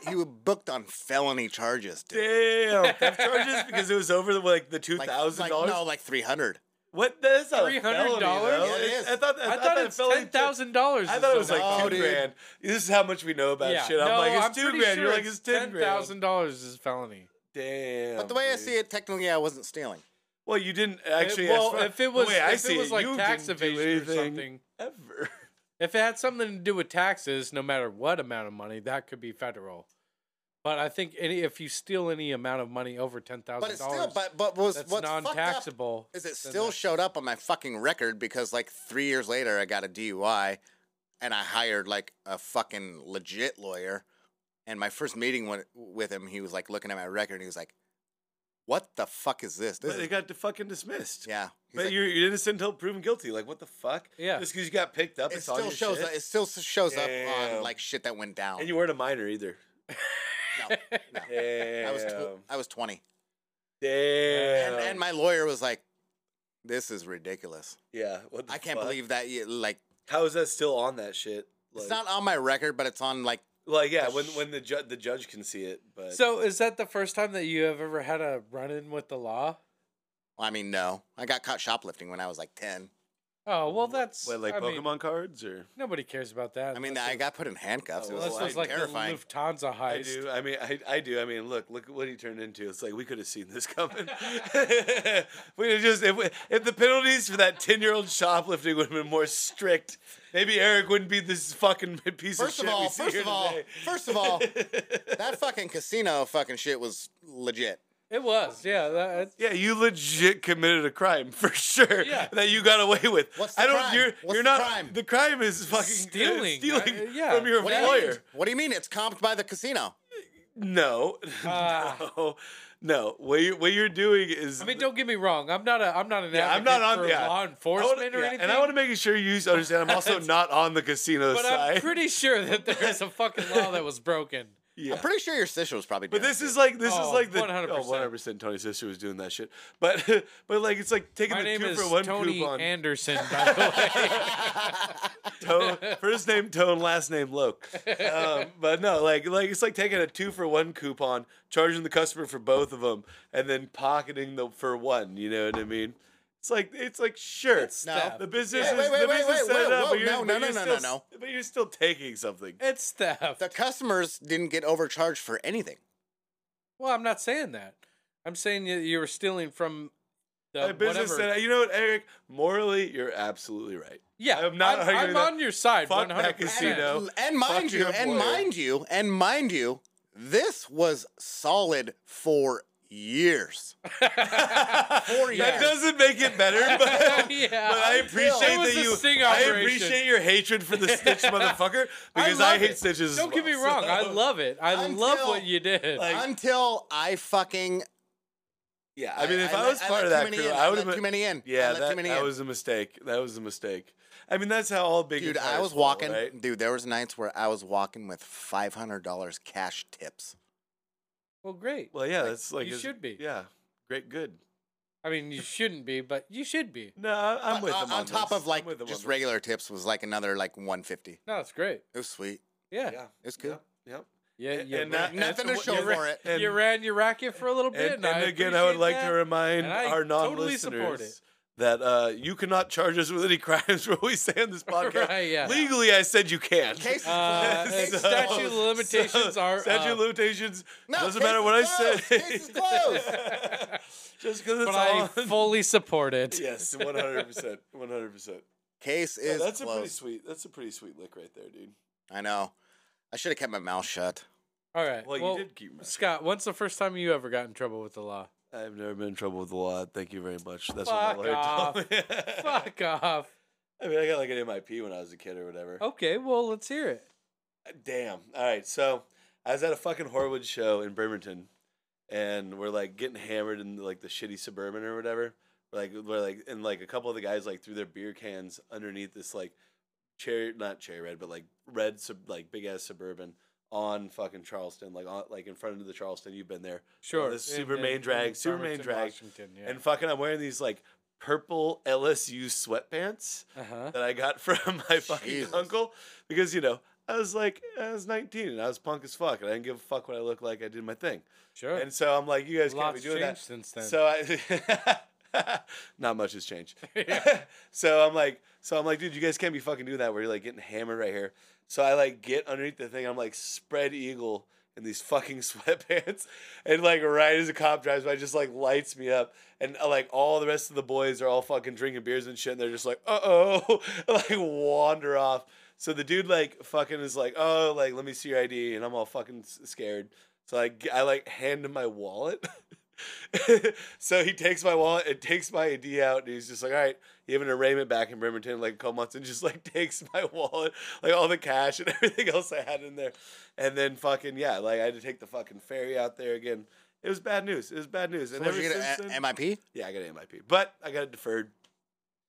[SPEAKER 1] he was booked on felony charges, dude.
[SPEAKER 3] Damn, theft charges because it was over the like the two
[SPEAKER 1] Like,
[SPEAKER 3] thousand
[SPEAKER 1] like,
[SPEAKER 3] dollars.
[SPEAKER 1] No, like three hundred.
[SPEAKER 3] What? That's not a felony,
[SPEAKER 2] $300?
[SPEAKER 3] though.
[SPEAKER 1] Yeah, it is.
[SPEAKER 3] I thought. I,
[SPEAKER 2] I
[SPEAKER 3] thought,
[SPEAKER 2] thought
[SPEAKER 3] that
[SPEAKER 2] it's
[SPEAKER 3] felony
[SPEAKER 2] ten thousand dollars.
[SPEAKER 3] I thought it was like
[SPEAKER 1] No,
[SPEAKER 3] two
[SPEAKER 1] dude.
[SPEAKER 3] grand. This is how much we know about Oh, shit. I'm like, it's two grand. You're like, it's ten grand.
[SPEAKER 2] thousand dollars is felony.
[SPEAKER 3] Damn.
[SPEAKER 1] But the way I
[SPEAKER 3] Oh, dude.
[SPEAKER 1] see it, technically, I wasn't stealing.
[SPEAKER 3] well, you didn't actually.
[SPEAKER 2] It- well,
[SPEAKER 3] as far-
[SPEAKER 2] if it was,
[SPEAKER 3] the way I
[SPEAKER 2] if
[SPEAKER 3] see
[SPEAKER 2] it was like
[SPEAKER 3] you
[SPEAKER 2] tax
[SPEAKER 3] didn't do
[SPEAKER 2] evasion or
[SPEAKER 3] anything
[SPEAKER 2] something,
[SPEAKER 3] ever.
[SPEAKER 2] if it had something to do with taxes, no matter what amount of money, that could be federal. But I think any if you steal any amount of money over ten
[SPEAKER 1] But
[SPEAKER 2] thousand
[SPEAKER 1] it's still,
[SPEAKER 2] dollars,
[SPEAKER 1] but but was
[SPEAKER 2] that's
[SPEAKER 1] what's fucked up
[SPEAKER 2] non-taxable.
[SPEAKER 1] is it
[SPEAKER 2] then
[SPEAKER 1] still
[SPEAKER 2] that's-
[SPEAKER 1] showed up on my fucking record because like three years later, I got a DUI, and I hired like a fucking legit lawyer. And my first meeting with, with him, he was like looking at my record, and he was like, "What the fuck is this?" this
[SPEAKER 3] But
[SPEAKER 1] is-"
[SPEAKER 3] they got to fucking dismissed.
[SPEAKER 1] yeah, He's
[SPEAKER 3] But
[SPEAKER 1] like,
[SPEAKER 3] you're, you're innocent until proven guilty. Like what the fuck?
[SPEAKER 2] Yeah.
[SPEAKER 3] Just because you got picked up,
[SPEAKER 1] it
[SPEAKER 3] it's all
[SPEAKER 1] still
[SPEAKER 3] your
[SPEAKER 1] shows
[SPEAKER 3] shit.
[SPEAKER 1] up. It still shows up
[SPEAKER 3] Damn.
[SPEAKER 1] on like shit that went down.
[SPEAKER 3] and you weren't a minor either.
[SPEAKER 1] No, no.
[SPEAKER 3] Damn.
[SPEAKER 1] I was tw- I was 20.
[SPEAKER 3] Damn.
[SPEAKER 1] And, and my lawyer was like, "This is ridiculous.
[SPEAKER 3] yeah. What the
[SPEAKER 1] I can't
[SPEAKER 3] fuck?
[SPEAKER 1] believe that you like
[SPEAKER 3] How is that still on that shit? Like,
[SPEAKER 1] it's not on my record, but it's on like
[SPEAKER 3] Like yeah,
[SPEAKER 1] the
[SPEAKER 3] when
[SPEAKER 1] sh-
[SPEAKER 3] when the judge the judge can see it, but
[SPEAKER 2] So is that the first time that you have ever had a run-in with the law?
[SPEAKER 1] I mean, no. I got caught shoplifting when I was like 10.
[SPEAKER 2] Oh well, that's
[SPEAKER 3] What, like
[SPEAKER 2] I mean,
[SPEAKER 3] Pokemon cards or
[SPEAKER 2] Nobody cares about that.
[SPEAKER 1] I mean,
[SPEAKER 2] unless
[SPEAKER 1] I
[SPEAKER 2] it's-
[SPEAKER 1] got put in handcuffs. It
[SPEAKER 3] Oh,
[SPEAKER 1] was
[SPEAKER 2] unless
[SPEAKER 3] well,
[SPEAKER 1] fucking
[SPEAKER 2] it's like
[SPEAKER 1] terrifying.
[SPEAKER 2] the Lufthansa heist.
[SPEAKER 3] I do. I mean, I, I do. I mean, look, look at what he turned into. It's like we could have seen this coming. we would've just if, we, if the penalties for that ten year old shoplifting would have been more strict, maybe Eric wouldn't be this fucking piece
[SPEAKER 1] First of
[SPEAKER 3] of shit. we
[SPEAKER 1] all,
[SPEAKER 3] see
[SPEAKER 1] first
[SPEAKER 3] here
[SPEAKER 1] of all,
[SPEAKER 3] today.
[SPEAKER 1] first of all, that fucking casino fucking shit was legit.
[SPEAKER 2] It was, yeah. That,
[SPEAKER 3] Yeah, you legit committed a crime for sure.
[SPEAKER 2] Yeah.
[SPEAKER 3] That you got away with.
[SPEAKER 1] What's the
[SPEAKER 3] I don't.
[SPEAKER 1] crime?
[SPEAKER 3] You're,
[SPEAKER 1] What's the
[SPEAKER 3] you're not.
[SPEAKER 1] crime?
[SPEAKER 3] The crime is fucking uh,
[SPEAKER 2] Stealing.
[SPEAKER 3] Stealing
[SPEAKER 2] I- yeah.
[SPEAKER 3] from your
[SPEAKER 1] What do you
[SPEAKER 3] employer.
[SPEAKER 1] mean? What do you mean? It's comped by the casino.
[SPEAKER 3] No,
[SPEAKER 2] Ah.
[SPEAKER 3] no, no. What you're, what you're doing is.
[SPEAKER 2] I mean, don't get me wrong. I'm not a. I'm not an.
[SPEAKER 3] Yeah, I'm
[SPEAKER 2] advocate
[SPEAKER 3] not on
[SPEAKER 2] for
[SPEAKER 3] yeah.
[SPEAKER 2] law
[SPEAKER 3] I
[SPEAKER 2] enforcement
[SPEAKER 3] wanna-
[SPEAKER 2] or
[SPEAKER 3] yeah,
[SPEAKER 2] anything.
[SPEAKER 3] And I want to make sure you understand. I'm also not on the casino
[SPEAKER 2] but
[SPEAKER 3] side.
[SPEAKER 2] I'm pretty sure that there's a fucking law that was broken.
[SPEAKER 3] yeah.
[SPEAKER 1] I'm pretty sure your sister was probably.
[SPEAKER 3] but
[SPEAKER 1] doing
[SPEAKER 3] this
[SPEAKER 1] it.
[SPEAKER 3] is like this
[SPEAKER 2] Oh,
[SPEAKER 3] is like the 100%.
[SPEAKER 2] 100%.
[SPEAKER 3] 100% Tony sister was doing that shit. But but like it's like taking
[SPEAKER 2] My
[SPEAKER 3] the
[SPEAKER 2] name
[SPEAKER 3] two
[SPEAKER 2] is
[SPEAKER 3] for one
[SPEAKER 2] Tony
[SPEAKER 3] coupon.
[SPEAKER 2] Anderson, by the way.
[SPEAKER 3] Tone, first name Tone, last name Loke. Um, but no, like like it's like taking a two for one coupon, charging the customer for both of them, and then pocketing the for one. You know what I mean? It's like it's like sure,
[SPEAKER 1] no.
[SPEAKER 3] the business
[SPEAKER 1] Wait,
[SPEAKER 3] is
[SPEAKER 1] wait,
[SPEAKER 3] the
[SPEAKER 1] wait, wait,
[SPEAKER 3] business
[SPEAKER 1] wait,
[SPEAKER 3] set
[SPEAKER 1] whoa,
[SPEAKER 3] up,
[SPEAKER 1] whoa,
[SPEAKER 3] but you're,
[SPEAKER 1] no,
[SPEAKER 3] but
[SPEAKER 1] no,
[SPEAKER 3] you're
[SPEAKER 1] no, no,
[SPEAKER 3] still,
[SPEAKER 1] no,
[SPEAKER 3] but you're still taking something.
[SPEAKER 2] It's theft.
[SPEAKER 1] the customers didn't get overcharged for anything.
[SPEAKER 2] Well, I'm not saying that. I'm saying you, you were stealing from
[SPEAKER 1] Uh,
[SPEAKER 2] the
[SPEAKER 3] My business
[SPEAKER 2] whatever.
[SPEAKER 3] said, you know what, Eric? Morally, you're absolutely right.
[SPEAKER 2] yeah,
[SPEAKER 3] I'm not
[SPEAKER 2] I'm,
[SPEAKER 3] arguing
[SPEAKER 2] I'm
[SPEAKER 3] that.
[SPEAKER 2] on your side.
[SPEAKER 3] Fuck
[SPEAKER 2] One
[SPEAKER 3] that
[SPEAKER 2] hundred
[SPEAKER 3] casino.
[SPEAKER 2] percent.
[SPEAKER 1] And, and
[SPEAKER 3] Fuck
[SPEAKER 1] mind you,
[SPEAKER 3] your
[SPEAKER 1] and
[SPEAKER 3] employer.
[SPEAKER 1] mind you, and mind you, this was solid for years. Four
[SPEAKER 3] That
[SPEAKER 1] years.
[SPEAKER 3] doesn't make it better, but,
[SPEAKER 2] Yeah.
[SPEAKER 3] but I appreciate
[SPEAKER 2] It was
[SPEAKER 3] that
[SPEAKER 2] a
[SPEAKER 3] you.
[SPEAKER 2] sting
[SPEAKER 3] I
[SPEAKER 2] operation.
[SPEAKER 3] appreciate your hatred for the Stitch motherfucker because I,
[SPEAKER 2] love
[SPEAKER 3] hate
[SPEAKER 2] it.
[SPEAKER 3] Stitches. as
[SPEAKER 2] Don't get me
[SPEAKER 3] well,
[SPEAKER 2] wrong. I
[SPEAKER 3] so-
[SPEAKER 2] love it. I
[SPEAKER 1] Until-
[SPEAKER 2] love what you did.
[SPEAKER 3] Like-
[SPEAKER 1] Until I fucking
[SPEAKER 3] Yeah, I mean, if I,
[SPEAKER 1] let-
[SPEAKER 3] was
[SPEAKER 1] let
[SPEAKER 3] part
[SPEAKER 1] too
[SPEAKER 3] of that
[SPEAKER 1] many
[SPEAKER 3] crew,
[SPEAKER 1] in.
[SPEAKER 3] I would
[SPEAKER 1] let
[SPEAKER 3] have
[SPEAKER 1] too many in. I
[SPEAKER 3] Yeah,
[SPEAKER 1] let
[SPEAKER 3] that,
[SPEAKER 1] too many
[SPEAKER 3] that
[SPEAKER 1] in.
[SPEAKER 3] was a mistake. That was a mistake. I mean, that's how all big.
[SPEAKER 1] Dude, I
[SPEAKER 3] empires
[SPEAKER 1] was
[SPEAKER 3] fall,
[SPEAKER 1] walking.
[SPEAKER 3] right?
[SPEAKER 1] Dude, there was nights where I was walking with five hundred dollars cash tips.
[SPEAKER 2] well, great.
[SPEAKER 3] Well, yeah, that's like
[SPEAKER 2] you
[SPEAKER 3] it's-
[SPEAKER 2] should be.
[SPEAKER 3] Yeah, great, good.
[SPEAKER 2] I mean, you shouldn't be, but you should be.
[SPEAKER 3] No, I- I'm
[SPEAKER 1] But
[SPEAKER 3] with
[SPEAKER 1] on,
[SPEAKER 3] them
[SPEAKER 1] on
[SPEAKER 3] on
[SPEAKER 1] top
[SPEAKER 3] this.
[SPEAKER 1] of
[SPEAKER 3] I'm
[SPEAKER 1] like
[SPEAKER 3] with them on
[SPEAKER 1] just
[SPEAKER 3] this.
[SPEAKER 1] regular tips was like another like one fifty.
[SPEAKER 2] No, it's great.
[SPEAKER 1] It was sweet.
[SPEAKER 2] Yeah.
[SPEAKER 3] Yeah,
[SPEAKER 1] It's cool.
[SPEAKER 3] Yep. yep.
[SPEAKER 2] Yeah.
[SPEAKER 3] And-
[SPEAKER 2] you
[SPEAKER 3] and
[SPEAKER 2] ran-
[SPEAKER 3] that-
[SPEAKER 1] Nothing to
[SPEAKER 3] and-
[SPEAKER 1] show
[SPEAKER 3] and-
[SPEAKER 1] for it.
[SPEAKER 3] and-
[SPEAKER 2] you ran your racket for a little bit.
[SPEAKER 3] And, and again, I
[SPEAKER 2] appreciate
[SPEAKER 3] would like
[SPEAKER 2] that.
[SPEAKER 3] to remind
[SPEAKER 2] and I
[SPEAKER 3] our
[SPEAKER 2] totally
[SPEAKER 3] non-listeners
[SPEAKER 2] support it.
[SPEAKER 3] that uh, you cannot charge us with any crimes for what we say on this podcast.
[SPEAKER 2] Right, yeah.
[SPEAKER 3] Legally, I said you can.
[SPEAKER 1] Case-
[SPEAKER 2] Uh,
[SPEAKER 1] So-
[SPEAKER 2] statute of limitations
[SPEAKER 3] so,
[SPEAKER 2] are
[SPEAKER 3] statute
[SPEAKER 2] uh,
[SPEAKER 3] of limitations.
[SPEAKER 1] No,
[SPEAKER 3] doesn't
[SPEAKER 1] case
[SPEAKER 3] matter
[SPEAKER 1] is
[SPEAKER 3] what I
[SPEAKER 1] closed.
[SPEAKER 3] say.
[SPEAKER 1] Case is closed.
[SPEAKER 3] Just because it's
[SPEAKER 2] but
[SPEAKER 3] all
[SPEAKER 2] I fully support it.
[SPEAKER 3] yes, one hundred percent, one hundred percent.
[SPEAKER 1] Case is
[SPEAKER 3] That's a pretty
[SPEAKER 1] closed.
[SPEAKER 3] sweet. That's a pretty sweet lick right there, dude.
[SPEAKER 1] I know. I should have kept my mouth shut.
[SPEAKER 2] All right.
[SPEAKER 3] Well, you did keep my-
[SPEAKER 2] Scott, when's the first time you ever got in trouble with the law?
[SPEAKER 3] I've never been in trouble with the law. Thank you very much. That's
[SPEAKER 2] Fuck
[SPEAKER 3] what my lawyer
[SPEAKER 2] off.
[SPEAKER 3] told me.
[SPEAKER 2] Fuck off.
[SPEAKER 3] I mean, I got like an MIP when I was a kid or whatever.
[SPEAKER 2] Okay, well, let's hear it.
[SPEAKER 3] Damn. All right. So I was at a fucking Horwood show in Bremerton, and we're like getting hammered in like the shitty suburban or whatever. Like we're like, and like a couple of the guys like threw their beer cans underneath this like cherry, not cherry red, but like red, sub, like big ass suburban on fucking Charleston, like on like in front of the Charleston. You've been there.
[SPEAKER 2] Sure.
[SPEAKER 3] this
[SPEAKER 2] in-
[SPEAKER 3] super
[SPEAKER 2] in-
[SPEAKER 3] main
[SPEAKER 2] in
[SPEAKER 3] drag, super main
[SPEAKER 2] Bremerton,
[SPEAKER 3] drag,
[SPEAKER 2] Washington, yeah.
[SPEAKER 3] And fucking, I'm wearing these like purple LSU sweatpants
[SPEAKER 2] uh-huh.
[SPEAKER 3] that I got from my fucking
[SPEAKER 1] Jesus.
[SPEAKER 3] uncle because you know I was like I was 19 and I was punk as fuck and I didn't give a fuck what I looked like. I did my thing,
[SPEAKER 2] Sure.
[SPEAKER 3] and so I'm like, you guys can't
[SPEAKER 2] Lots
[SPEAKER 3] be doing
[SPEAKER 2] changed
[SPEAKER 3] that.
[SPEAKER 2] since then.
[SPEAKER 3] So I, not much has changed.
[SPEAKER 2] Yeah.
[SPEAKER 3] so I'm like, so I'm like, dude, you guys can't be fucking doing that. Where you're like getting hammered right here. So I like get underneath the thing. I'm like spread eagle in these fucking sweatpants, and like right as a cop drives by, just like lights me up, and uh, like all the rest of the boys are all fucking drinking beers and shit, and they're just like, uh oh, like wander off. So the dude like fucking is like, oh, like let me see your ID, and I'm all fucking s- scared. So I, g- I like hand him my wallet. so he takes my wallet and takes my ID out, and he's just like, "All right, you have an arraignment back in Bremerton in like a couple months," and just like takes my wallet, like all the cash and everything else I had in there, and then fucking yeah, like I had to take the fucking ferry out there again. It was bad news. It was bad news. And
[SPEAKER 1] What
[SPEAKER 3] ever
[SPEAKER 1] did you
[SPEAKER 3] since
[SPEAKER 1] get? A-
[SPEAKER 3] then,
[SPEAKER 1] MIP?
[SPEAKER 3] yeah, I got an MIP, but I got it deferred.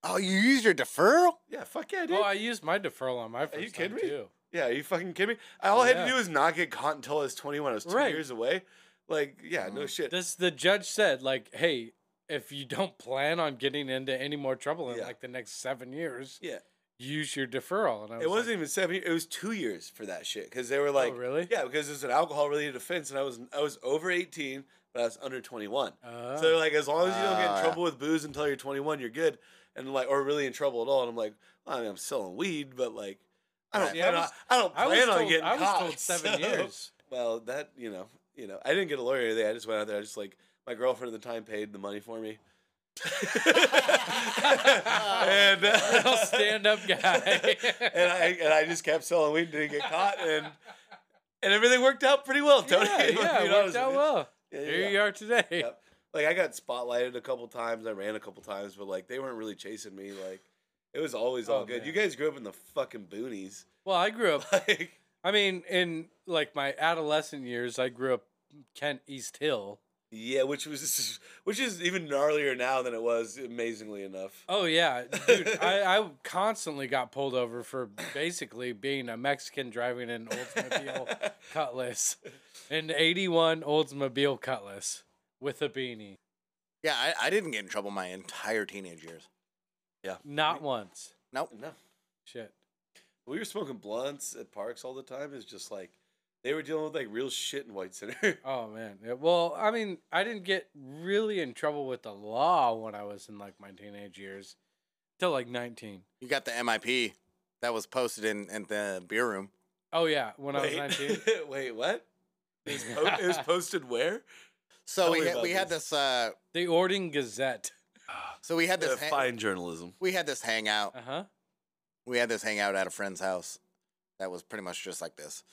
[SPEAKER 1] Oh, you used your deferral?
[SPEAKER 3] Yeah, fuck yeah, dude.
[SPEAKER 2] oh, I used my deferral on my first
[SPEAKER 3] you kidding
[SPEAKER 2] time,
[SPEAKER 3] me?
[SPEAKER 2] too.
[SPEAKER 3] yeah, are you fucking kidding me? I- All I had to
[SPEAKER 2] Yeah.
[SPEAKER 3] do was not get caught until I was twenty one. I was two
[SPEAKER 2] Right.
[SPEAKER 3] years away. Like yeah, no shit.
[SPEAKER 2] This the judge said, like, hey, if you don't plan on getting into any more trouble in
[SPEAKER 3] Yeah.
[SPEAKER 2] like the next seven years,
[SPEAKER 3] yeah.
[SPEAKER 2] use your deferral. And I was "Oh,
[SPEAKER 3] It wasn't even seven. years, It was two years for that shit because they were like,
[SPEAKER 2] really?
[SPEAKER 3] Yeah, because it was an alcohol related offense, and I was I was over eighteen, but I was under twenty one.
[SPEAKER 2] like, uh,
[SPEAKER 3] so they're like, as long as you don't get
[SPEAKER 1] Ah.
[SPEAKER 3] in trouble with booze until you're twenty one, you're good, and like, or really in trouble at all. And I'm like, well, I mean, I'm selling weed, but like, I don't
[SPEAKER 2] Right.
[SPEAKER 3] plan
[SPEAKER 2] Yeah, I
[SPEAKER 3] on
[SPEAKER 2] was-
[SPEAKER 3] I don't
[SPEAKER 2] Ah. I
[SPEAKER 3] plan
[SPEAKER 2] was
[SPEAKER 3] on
[SPEAKER 2] told,
[SPEAKER 3] getting
[SPEAKER 2] I was
[SPEAKER 3] caught.
[SPEAKER 2] told seven
[SPEAKER 3] so-
[SPEAKER 2] years.
[SPEAKER 3] Well, that you know, you know, I didn't get a lawyer today. I just went out there. I just like my girlfriend at the time paid the money for me. and uh,
[SPEAKER 2] Real stand up guy.
[SPEAKER 3] and I and I just kept selling weed and didn't get caught and and everything worked out pretty well, Tony.
[SPEAKER 2] yeah,
[SPEAKER 3] if I'm
[SPEAKER 2] yeah,
[SPEAKER 3] being
[SPEAKER 2] it
[SPEAKER 3] honest
[SPEAKER 2] worked out
[SPEAKER 3] with you.
[SPEAKER 2] well.
[SPEAKER 3] Yeah,
[SPEAKER 2] Here
[SPEAKER 3] yeah.
[SPEAKER 2] you are today.
[SPEAKER 3] Yep. Like I got spotlighted a couple times, I ran a couple times, but like they weren't really chasing me. Like it was always all
[SPEAKER 2] Oh,
[SPEAKER 3] good.
[SPEAKER 2] man.
[SPEAKER 3] You guys grew up in the fucking boonies.
[SPEAKER 2] Well, I grew up.
[SPEAKER 3] Like
[SPEAKER 2] I mean, in like my adolescent years, I grew up Kent East Hill.
[SPEAKER 3] Yeah, which was which is even gnarlier now than it was, amazingly enough.
[SPEAKER 2] Oh yeah, dude! I, I constantly got pulled over for basically being a Mexican driving an Oldsmobile Cutlass, an '81 Oldsmobile Cutlass with a beanie.
[SPEAKER 1] Yeah, I, I didn't get in trouble my entire teenage years.
[SPEAKER 2] Not once.
[SPEAKER 1] Nope.
[SPEAKER 3] No.
[SPEAKER 2] Shit.
[SPEAKER 3] We were smoking blunts at parks all the time. It's just like they were dealing with like real shit in White Center.
[SPEAKER 2] Oh man. Yeah, Well, I mean, I didn't get really in trouble with the law when I was in like my teenage years, till like 19.
[SPEAKER 1] You got the MIP that was posted in, in the beer room.
[SPEAKER 2] Oh yeah, when I was 19.
[SPEAKER 3] Wait. Wait, what? It was, po- it was Oh, posted where?
[SPEAKER 1] So
[SPEAKER 3] Tell
[SPEAKER 1] we
[SPEAKER 3] me
[SPEAKER 1] had,
[SPEAKER 3] about
[SPEAKER 1] we had this. Uh,
[SPEAKER 2] The Ording Gazette.
[SPEAKER 1] so we had
[SPEAKER 3] Uh,
[SPEAKER 1] this. ha-
[SPEAKER 3] fine journalism.
[SPEAKER 1] we had this hangout.
[SPEAKER 2] Uh huh.
[SPEAKER 1] We had this hangout at a friend's house. That was pretty much just like this.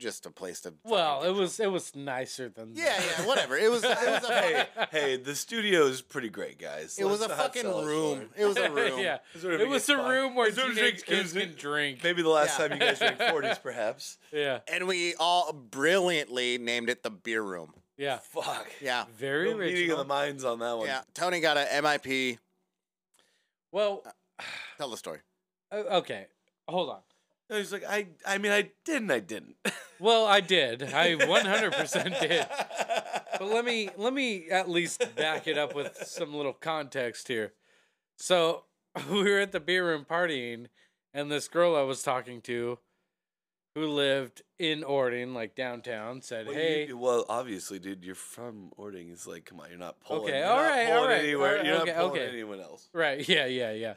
[SPEAKER 1] Just a place to. fucking
[SPEAKER 2] Well,
[SPEAKER 1] get
[SPEAKER 2] it was it was nicer than
[SPEAKER 1] Yeah,
[SPEAKER 2] that.
[SPEAKER 1] yeah, whatever. It was. It was a, fucking-
[SPEAKER 3] hey, hey, the studio is pretty great, guys.
[SPEAKER 1] it was
[SPEAKER 3] Let's
[SPEAKER 1] a
[SPEAKER 3] not
[SPEAKER 1] fucking
[SPEAKER 3] sell it
[SPEAKER 1] room.
[SPEAKER 3] short.
[SPEAKER 1] It was a room.
[SPEAKER 2] yeah.
[SPEAKER 3] It's whatever
[SPEAKER 2] It was
[SPEAKER 3] gets
[SPEAKER 2] a
[SPEAKER 3] bought.
[SPEAKER 2] room where
[SPEAKER 3] It's whatever
[SPEAKER 2] teenage
[SPEAKER 3] gets- it
[SPEAKER 2] kids
[SPEAKER 3] was-
[SPEAKER 2] can drink.
[SPEAKER 3] Maybe the last
[SPEAKER 1] Yeah.
[SPEAKER 3] time you guys drank 40s, perhaps.
[SPEAKER 2] Yeah,
[SPEAKER 1] And we all brilliantly named it the beer room.
[SPEAKER 2] yeah.
[SPEAKER 3] Fuck.
[SPEAKER 1] Yeah.
[SPEAKER 2] Very
[SPEAKER 3] No
[SPEAKER 2] original.
[SPEAKER 3] meeting of the minds on that one.
[SPEAKER 1] Yeah. Tony got a MIP.
[SPEAKER 2] Well,
[SPEAKER 1] Tell the story.
[SPEAKER 2] uh, okay. Hold on.
[SPEAKER 3] No, he's like, I, I mean, I didn't, I didn't.
[SPEAKER 2] Well, I did. I 100% did. But let me let me at least back it up with some little context here. So we were at the beer room partying, and this girl I was talking to, who lived in Ording, like downtown, said,
[SPEAKER 3] Well, you-
[SPEAKER 2] "Hey,
[SPEAKER 3] well, obviously, dude, you're from Ording. It's like, come on, you're not pulling.
[SPEAKER 2] Okay,
[SPEAKER 3] you're
[SPEAKER 2] all
[SPEAKER 3] not
[SPEAKER 2] right, all
[SPEAKER 3] pulling
[SPEAKER 2] right,
[SPEAKER 3] Anywhere.
[SPEAKER 2] all right,
[SPEAKER 3] you're
[SPEAKER 2] okay,
[SPEAKER 3] not pulling
[SPEAKER 2] okay.
[SPEAKER 3] anyone else.
[SPEAKER 2] right, yeah, yeah, yeah."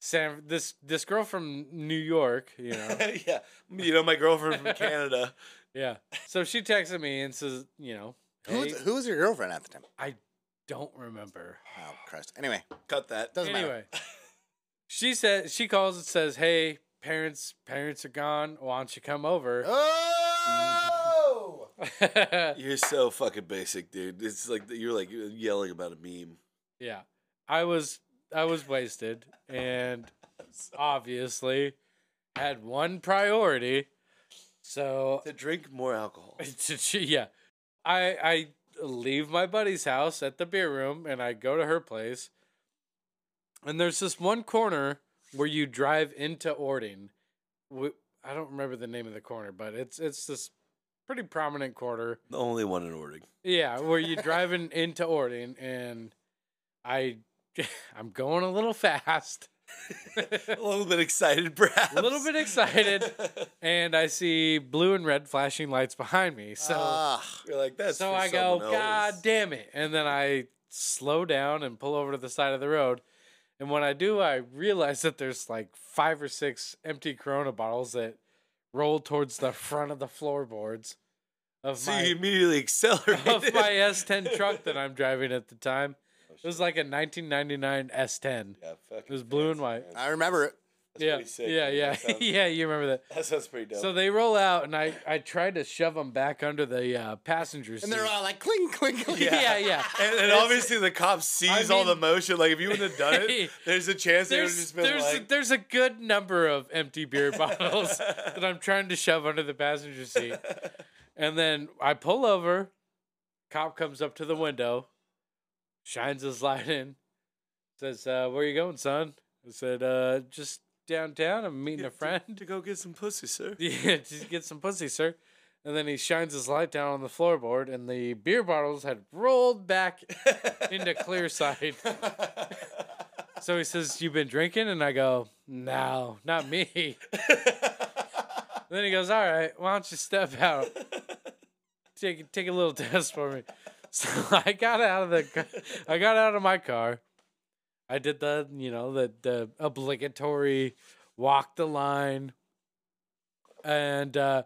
[SPEAKER 2] Sam, this this girl from New York, you know,
[SPEAKER 3] yeah, you know my girlfriend from Canada.
[SPEAKER 2] yeah. So she texted me and says, you know,
[SPEAKER 1] Who
[SPEAKER 2] hey,
[SPEAKER 1] was, who was your girlfriend at the time?
[SPEAKER 2] I don't remember.
[SPEAKER 1] Oh Christ. Anyway,
[SPEAKER 3] Cut that.
[SPEAKER 1] doesn't matter.
[SPEAKER 2] anyway, she said she calls and says, "Hey, parents, parents are gone. Why don't you come over?"
[SPEAKER 1] Oh!
[SPEAKER 3] You're so fucking basic, dude. It's like you're like yelling about a meme.
[SPEAKER 2] yeah, I was I was wasted and obviously had one priority. So
[SPEAKER 3] To drink more alcohol.
[SPEAKER 2] Did she- yeah. I I leave my buddy's house at the beer room and I go to her place. And there's this one corner where you drive into Ording. Wh- I don't remember the name of the corner, but it's it's this pretty prominent corner.
[SPEAKER 3] The only one in Ording.
[SPEAKER 2] Yeah, where you're driving into Ording and I I'm going a little fast.
[SPEAKER 3] A little bit excited, perhaps.
[SPEAKER 2] a little bit excited and I see blue and red flashing lights behind me. So
[SPEAKER 1] Ah.
[SPEAKER 3] You're like that's.
[SPEAKER 2] so
[SPEAKER 3] for
[SPEAKER 2] I go,
[SPEAKER 3] someone
[SPEAKER 2] God
[SPEAKER 3] else."
[SPEAKER 2] damn it. And then I slow down and pull over to the side of the road. And when I do, I realize that there's like five or six empty Corona bottles that roll towards the front of the floorboards of
[SPEAKER 3] So
[SPEAKER 2] my
[SPEAKER 3] you immediately accelerate.
[SPEAKER 2] of my S10 truck that I'm driving at the time.
[SPEAKER 3] Oh,
[SPEAKER 2] It was like a 1999 S10.
[SPEAKER 3] Yeah, fucking
[SPEAKER 2] It was blue and
[SPEAKER 3] fancy,
[SPEAKER 2] white.
[SPEAKER 3] man.
[SPEAKER 1] I remember it.
[SPEAKER 3] That's
[SPEAKER 2] Yeah,
[SPEAKER 3] pretty sick,
[SPEAKER 2] yeah,
[SPEAKER 3] dude.
[SPEAKER 2] yeah,
[SPEAKER 3] That sounds-
[SPEAKER 2] yeah. You remember that?
[SPEAKER 3] That sounds pretty dope.
[SPEAKER 2] So they roll out, and I I tried to shove them back under the uh, passenger seat.
[SPEAKER 1] And they're all like clink, clink, clink.
[SPEAKER 2] yeah, yeah.
[SPEAKER 3] and, and
[SPEAKER 2] It's-
[SPEAKER 3] obviously the cop sees all the
[SPEAKER 2] mean-
[SPEAKER 3] motion. Like if you wouldn't have done it, there's a chance they would
[SPEAKER 2] there's
[SPEAKER 3] have just been
[SPEAKER 2] there's
[SPEAKER 3] like,
[SPEAKER 2] there's a good number of empty beer bottles that I'm trying to shove under the passenger seat, and then I pull over. Cop comes up to the window, shines his light in, says, uh, "Where you going, son?" I said, uh, "Just downtown. I'm meeting a friend.
[SPEAKER 3] to go get some pussy, sir.
[SPEAKER 2] yeah, just get some pussy, sir." And then he shines his light down on the floorboard, and the beer bottles had rolled back into clear sight. So he says, You've been drinking? And I go, No, not me. then he goes, All right, why don't you step out? Take take a little test for me. So I got out of the ca- I got out of my car. I did the, you know, the the obligatory walk the line and uh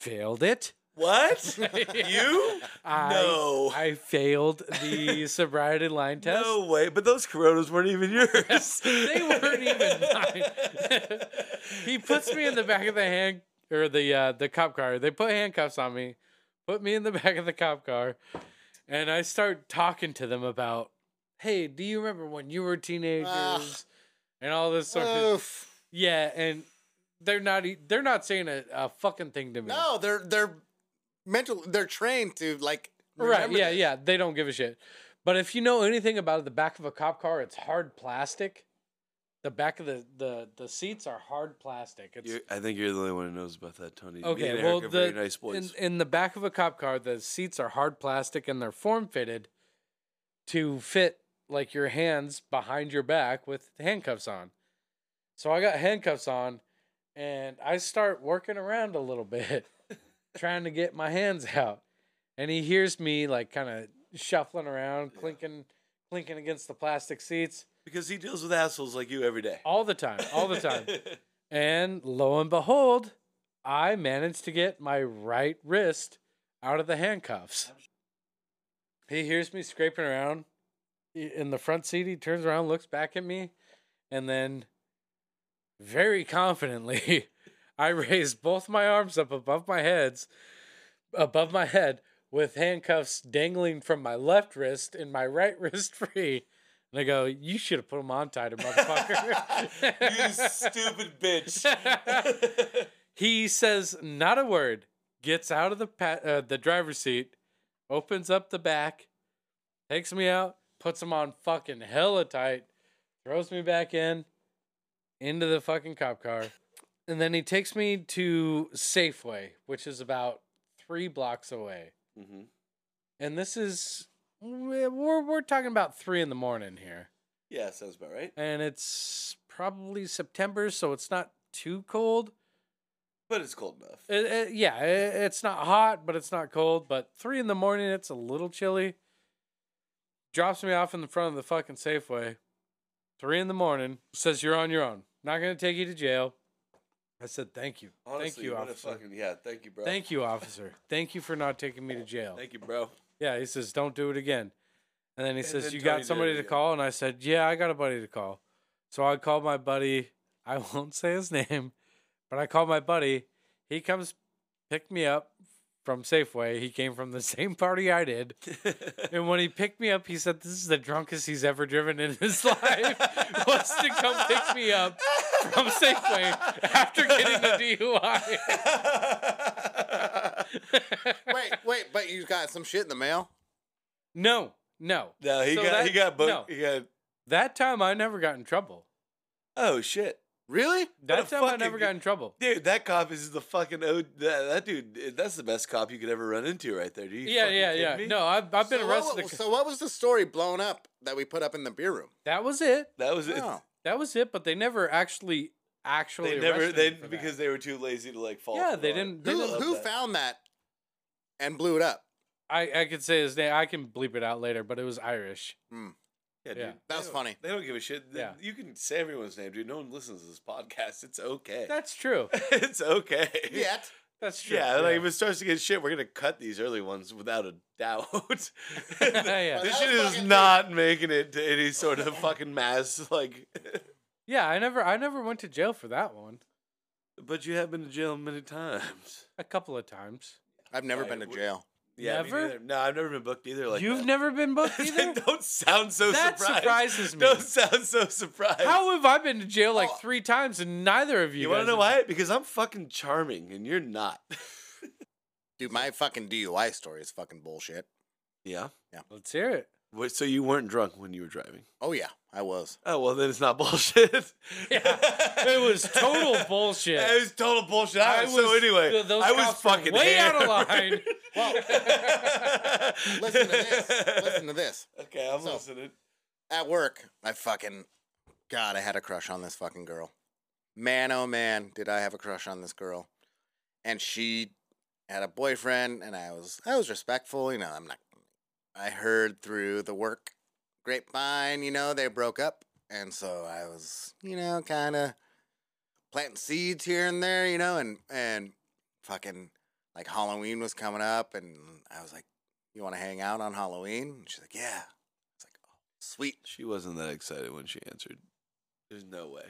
[SPEAKER 2] failed it.
[SPEAKER 3] What? You?
[SPEAKER 2] I
[SPEAKER 3] no.
[SPEAKER 2] I failed the sobriety line test.
[SPEAKER 3] no way. But those Coronas weren't even yours.
[SPEAKER 2] They weren't even mine. he puts me in the back of the hand or the uh, the cop car. They put handcuffs on me, put me in the back of the cop car, and I start talking to them about, hey, do you remember when you were teenagers and all this sort of
[SPEAKER 1] Oof.
[SPEAKER 2] yeah, and they're not e- they're not saying a, a fucking thing to me.
[SPEAKER 1] No, they're they're mental. They're trained to like.
[SPEAKER 2] right?
[SPEAKER 1] remember
[SPEAKER 2] Yeah,
[SPEAKER 1] this.
[SPEAKER 2] yeah. They don't give a shit. But if you know anything about the back of a cop car, it's hard plastic. The back of the the, the seats are hard plastic. It's
[SPEAKER 3] You're- I think you're the only one who knows about that, Tony. Me
[SPEAKER 2] Okay,
[SPEAKER 3] and
[SPEAKER 2] well,
[SPEAKER 3] Eric are very
[SPEAKER 2] the-
[SPEAKER 3] nice boys.
[SPEAKER 2] in, in the back of a cop car, the seats are hard plastic and they're form fitted to fit like your hands behind your back with handcuffs on. So I got handcuffs on and I start working around a little bit, trying to get my hands out. And he hears me like kind of shuffling around,
[SPEAKER 3] Yeah.
[SPEAKER 2] clinking, clinking against the plastic seats
[SPEAKER 3] because he deals with assholes like you every day.
[SPEAKER 2] all the time, all the time. And lo and behold, I managed to get my right wrist out of the handcuffs. He hears me scraping around i- in the front seat. He turns around, looks back at me, and then very confidently, I raise both my arms up above my heads, above my head, with handcuffs dangling from my left wrist and my right wrist free. And I go, "You should have put them on tighter, motherfucker."
[SPEAKER 3] you stupid bitch.
[SPEAKER 2] He says not a word, gets out of the pa- uh, the driver's seat, opens up the back, takes me out, puts him on fucking hella tight, throws me back in, into the fucking cop car. And then he takes me to Safeway, which is about three blocks away.
[SPEAKER 3] Mhm.
[SPEAKER 2] And this is, we're, we're we're talking about three in the morning here.
[SPEAKER 3] Yeah, sounds about right.
[SPEAKER 2] And it's probably September, so it's not too cold.
[SPEAKER 3] But it's cold enough.
[SPEAKER 2] It, it- yeah, i it's not hot, but it's not cold. But three in the morning, it's a little chilly. Drops me off in the front of the fucking Safeway. Three in the morning, says you're on your own. Not gonna take you to jail. I said thank you,
[SPEAKER 3] Honestly,
[SPEAKER 2] thank you,
[SPEAKER 3] what a
[SPEAKER 2] officer.
[SPEAKER 3] fucking yeah. Thank you, bro.
[SPEAKER 2] Thank you, officer. Thank you for not taking me to jail.
[SPEAKER 3] Thank you, bro.
[SPEAKER 2] Yeah, he says, "Don't do it again." And then he
[SPEAKER 3] And
[SPEAKER 2] says,
[SPEAKER 3] then
[SPEAKER 2] "You
[SPEAKER 3] Tony did
[SPEAKER 2] got
[SPEAKER 3] it
[SPEAKER 2] somebody to
[SPEAKER 3] again.
[SPEAKER 2] call?" And I said, "Yeah, I got a buddy to call." So I called my buddy. I won't say his name, but I called my buddy. He comes, picked me up from Safeway. He came from the same party I did. And when he picked me up, he said, "This is the drunkest he's ever driven in his life." was to come pick me up from Safeway after getting the DUI.
[SPEAKER 1] wait, wait, but you got some shit in the mail.
[SPEAKER 2] no, no,
[SPEAKER 3] no, he
[SPEAKER 2] So
[SPEAKER 3] got
[SPEAKER 2] that-
[SPEAKER 3] he got booked.
[SPEAKER 2] no.
[SPEAKER 3] He got
[SPEAKER 2] That time I never got in trouble.
[SPEAKER 3] oh shit,
[SPEAKER 1] Really?
[SPEAKER 3] What
[SPEAKER 2] That
[SPEAKER 3] a
[SPEAKER 2] time I
[SPEAKER 3] fucking-
[SPEAKER 2] never got in trouble.
[SPEAKER 3] dude. That cop is the fucking oh that, that dude. That's the best cop you could ever run into right there. Do you?
[SPEAKER 2] Yeah,
[SPEAKER 3] fucking
[SPEAKER 2] yeah,
[SPEAKER 3] kidding
[SPEAKER 2] yeah.
[SPEAKER 3] me?
[SPEAKER 2] No, I've, I've been
[SPEAKER 1] so
[SPEAKER 2] arrested.
[SPEAKER 1] What,
[SPEAKER 2] a-
[SPEAKER 1] so what was the story blown up that we put up in the beer room?
[SPEAKER 2] that was it.
[SPEAKER 3] that was it.
[SPEAKER 1] Oh,
[SPEAKER 2] That was it. But they never actually actually.
[SPEAKER 3] They never
[SPEAKER 2] arrested
[SPEAKER 3] they
[SPEAKER 2] me for that.
[SPEAKER 3] because they were too lazy to like fall.
[SPEAKER 2] yeah
[SPEAKER 3] through
[SPEAKER 2] they
[SPEAKER 3] on it.
[SPEAKER 2] didn't. They
[SPEAKER 1] who
[SPEAKER 2] didn't
[SPEAKER 1] who
[SPEAKER 3] that.
[SPEAKER 1] found that and blew it up?
[SPEAKER 2] I I could say his name. I can bleep it out later. But it was Irish.
[SPEAKER 3] Yeah,
[SPEAKER 2] Yeah.
[SPEAKER 3] dude.
[SPEAKER 1] That was
[SPEAKER 3] They don't-
[SPEAKER 1] funny.
[SPEAKER 3] They don't give a shit. Th-
[SPEAKER 2] Yeah.
[SPEAKER 3] You can say everyone's name, dude. No one listens to this podcast. It's okay.
[SPEAKER 2] That's true.
[SPEAKER 3] it's okay.
[SPEAKER 1] Yet
[SPEAKER 2] That's true.
[SPEAKER 3] Yeah, like if it starts to get shit, we're gonna cut these early ones without a doubt.
[SPEAKER 2] Yeah.
[SPEAKER 3] This
[SPEAKER 1] That
[SPEAKER 3] shit
[SPEAKER 1] was
[SPEAKER 3] is
[SPEAKER 1] fucking-
[SPEAKER 3] not making it to any sort of fucking mass. Like,
[SPEAKER 2] Yeah, I never I never went to jail for that one.
[SPEAKER 3] but you have been to jail many times.
[SPEAKER 2] A couple of times.
[SPEAKER 1] I've never
[SPEAKER 3] I
[SPEAKER 1] been to
[SPEAKER 3] would-
[SPEAKER 1] jail.
[SPEAKER 3] Yeah, me
[SPEAKER 2] Never?
[SPEAKER 3] neither. No, I've never been booked either. Like
[SPEAKER 2] You've
[SPEAKER 3] that.
[SPEAKER 2] never been booked either.
[SPEAKER 3] Don't sound so
[SPEAKER 2] That
[SPEAKER 3] surprised.
[SPEAKER 2] surprises me.
[SPEAKER 3] Don't sound so surprised.
[SPEAKER 2] How have I been to jail like
[SPEAKER 1] Oh.
[SPEAKER 2] three times and neither of you?
[SPEAKER 3] you, want
[SPEAKER 2] guys
[SPEAKER 3] to know
[SPEAKER 2] have-
[SPEAKER 3] why? Because I'm fucking charming and you're not.
[SPEAKER 1] Dude, my fucking DUI story is fucking bullshit.
[SPEAKER 3] yeah.
[SPEAKER 2] Let's hear it.
[SPEAKER 3] Wait, so you weren't drunk when you were driving?
[SPEAKER 1] Oh yeah, I was.
[SPEAKER 3] Oh well, then it's not bullshit.
[SPEAKER 2] Yeah, it was total bullshit.
[SPEAKER 3] It was total bullshit. I
[SPEAKER 2] I
[SPEAKER 3] was, so
[SPEAKER 2] was-
[SPEAKER 3] anyway,
[SPEAKER 2] th- those
[SPEAKER 3] I was
[SPEAKER 2] cops were
[SPEAKER 3] fucking
[SPEAKER 2] way out of
[SPEAKER 3] hammered.
[SPEAKER 2] line.
[SPEAKER 1] Listen to this. Listen to this.
[SPEAKER 3] Okay, I'm
[SPEAKER 1] So-
[SPEAKER 3] listening.
[SPEAKER 1] At work, I fucking God, I had a crush on this fucking girl. Man, oh man, did I have a crush on this girl. And she had a boyfriend and I was I was respectful, you know, I'm not I heard through the work grapevine, you know, they broke up. And so I was, you know, kinda planting seeds here and there, you know, and and fucking like Halloween was coming up and I was like, You wanna hang out on Halloween? And she's like, Yeah. It's like, oh, sweet.
[SPEAKER 3] She wasn't that excited when she answered. There's no way.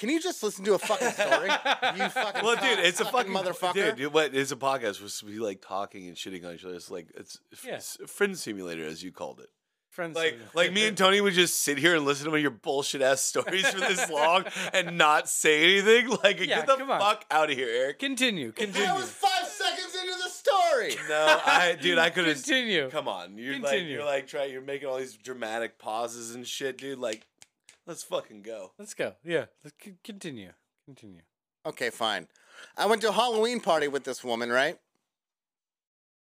[SPEAKER 1] Can you just listen to a fucking story? you fucking
[SPEAKER 3] Well, dude, it's a fucking
[SPEAKER 1] fucking motherfucker.
[SPEAKER 3] Dude, dude, what? It's a podcast. We're supposed to be like talking and shitting on each other. It's like it's f-
[SPEAKER 2] Yeah.
[SPEAKER 3] s- friend simulator, as you called it.
[SPEAKER 2] Friends
[SPEAKER 3] Like,
[SPEAKER 2] with-
[SPEAKER 3] like me and Tony would just sit here and listen to one of your bullshit ass stories for this long and not say anything. Like,
[SPEAKER 2] Yeah,
[SPEAKER 3] get the
[SPEAKER 2] come on.
[SPEAKER 3] fuck out of here, Eric.
[SPEAKER 2] Continue, continue.
[SPEAKER 1] That was five seconds into the story.
[SPEAKER 3] No, I, dude, I could have.
[SPEAKER 2] continue.
[SPEAKER 3] Come on, you're like,
[SPEAKER 2] Continue.
[SPEAKER 3] you're like, try, you're making all these dramatic pauses and shit, dude. Like, let's fucking go.
[SPEAKER 2] Let's go. Yeah, let's c- continue. Continue.
[SPEAKER 1] Okay, fine. I went to a Halloween party with this woman, right?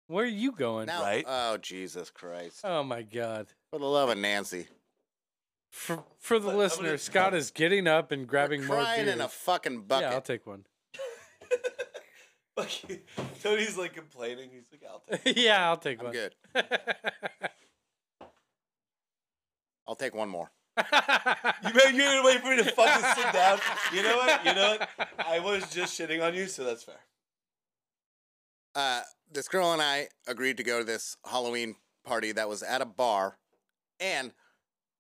[SPEAKER 2] Where are you going?
[SPEAKER 1] Now,
[SPEAKER 3] Right.
[SPEAKER 1] oh Jesus Christ!
[SPEAKER 2] Oh my God!
[SPEAKER 1] For the love of Nancy,
[SPEAKER 2] For for the
[SPEAKER 3] I'm gonna-
[SPEAKER 2] listener, Scott is getting up and grabbing
[SPEAKER 1] We're
[SPEAKER 2] more
[SPEAKER 1] crying
[SPEAKER 2] beers.
[SPEAKER 1] in a fucking
[SPEAKER 2] yeah, I'll
[SPEAKER 1] bucket.
[SPEAKER 2] take one.
[SPEAKER 3] Fucking- Tony's like complaining. He's like, I'll take.
[SPEAKER 2] yeah, I'll take
[SPEAKER 1] I'm
[SPEAKER 2] one.
[SPEAKER 1] good. I'll take one more.
[SPEAKER 3] You better, you're gonna wait for me to fucking sit down. You know what? You know what? I was just shitting on you, so that's fair.
[SPEAKER 1] Uh, this girl and I agreed to go to this Halloween party that was at a bar, and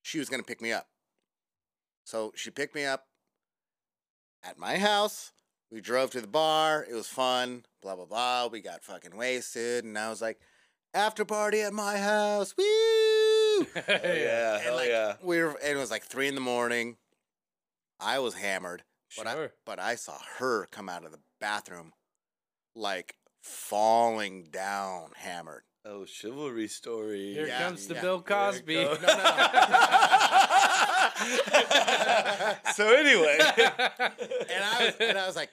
[SPEAKER 1] she was gonna pick me up. So she picked me up at my house. We drove to the bar. It was fun. Blah blah blah. We got fucking wasted, and I was like, after party at my house. Woo!
[SPEAKER 3] Hell yeah,
[SPEAKER 1] and
[SPEAKER 3] Uh, hell
[SPEAKER 1] like
[SPEAKER 3] yeah.
[SPEAKER 1] we were, and it was like three in the morning. I was hammered, but I
[SPEAKER 2] Sure.
[SPEAKER 1] but I saw her come out of the bathroom, like falling down, hammered.
[SPEAKER 3] Oh, chivalry story.
[SPEAKER 2] Here
[SPEAKER 1] Yeah,
[SPEAKER 2] comes the
[SPEAKER 1] yeah.
[SPEAKER 2] Bill
[SPEAKER 3] There it
[SPEAKER 2] Cosby.
[SPEAKER 3] goes.
[SPEAKER 1] So
[SPEAKER 3] so anyway,
[SPEAKER 1] And I was, and I was like,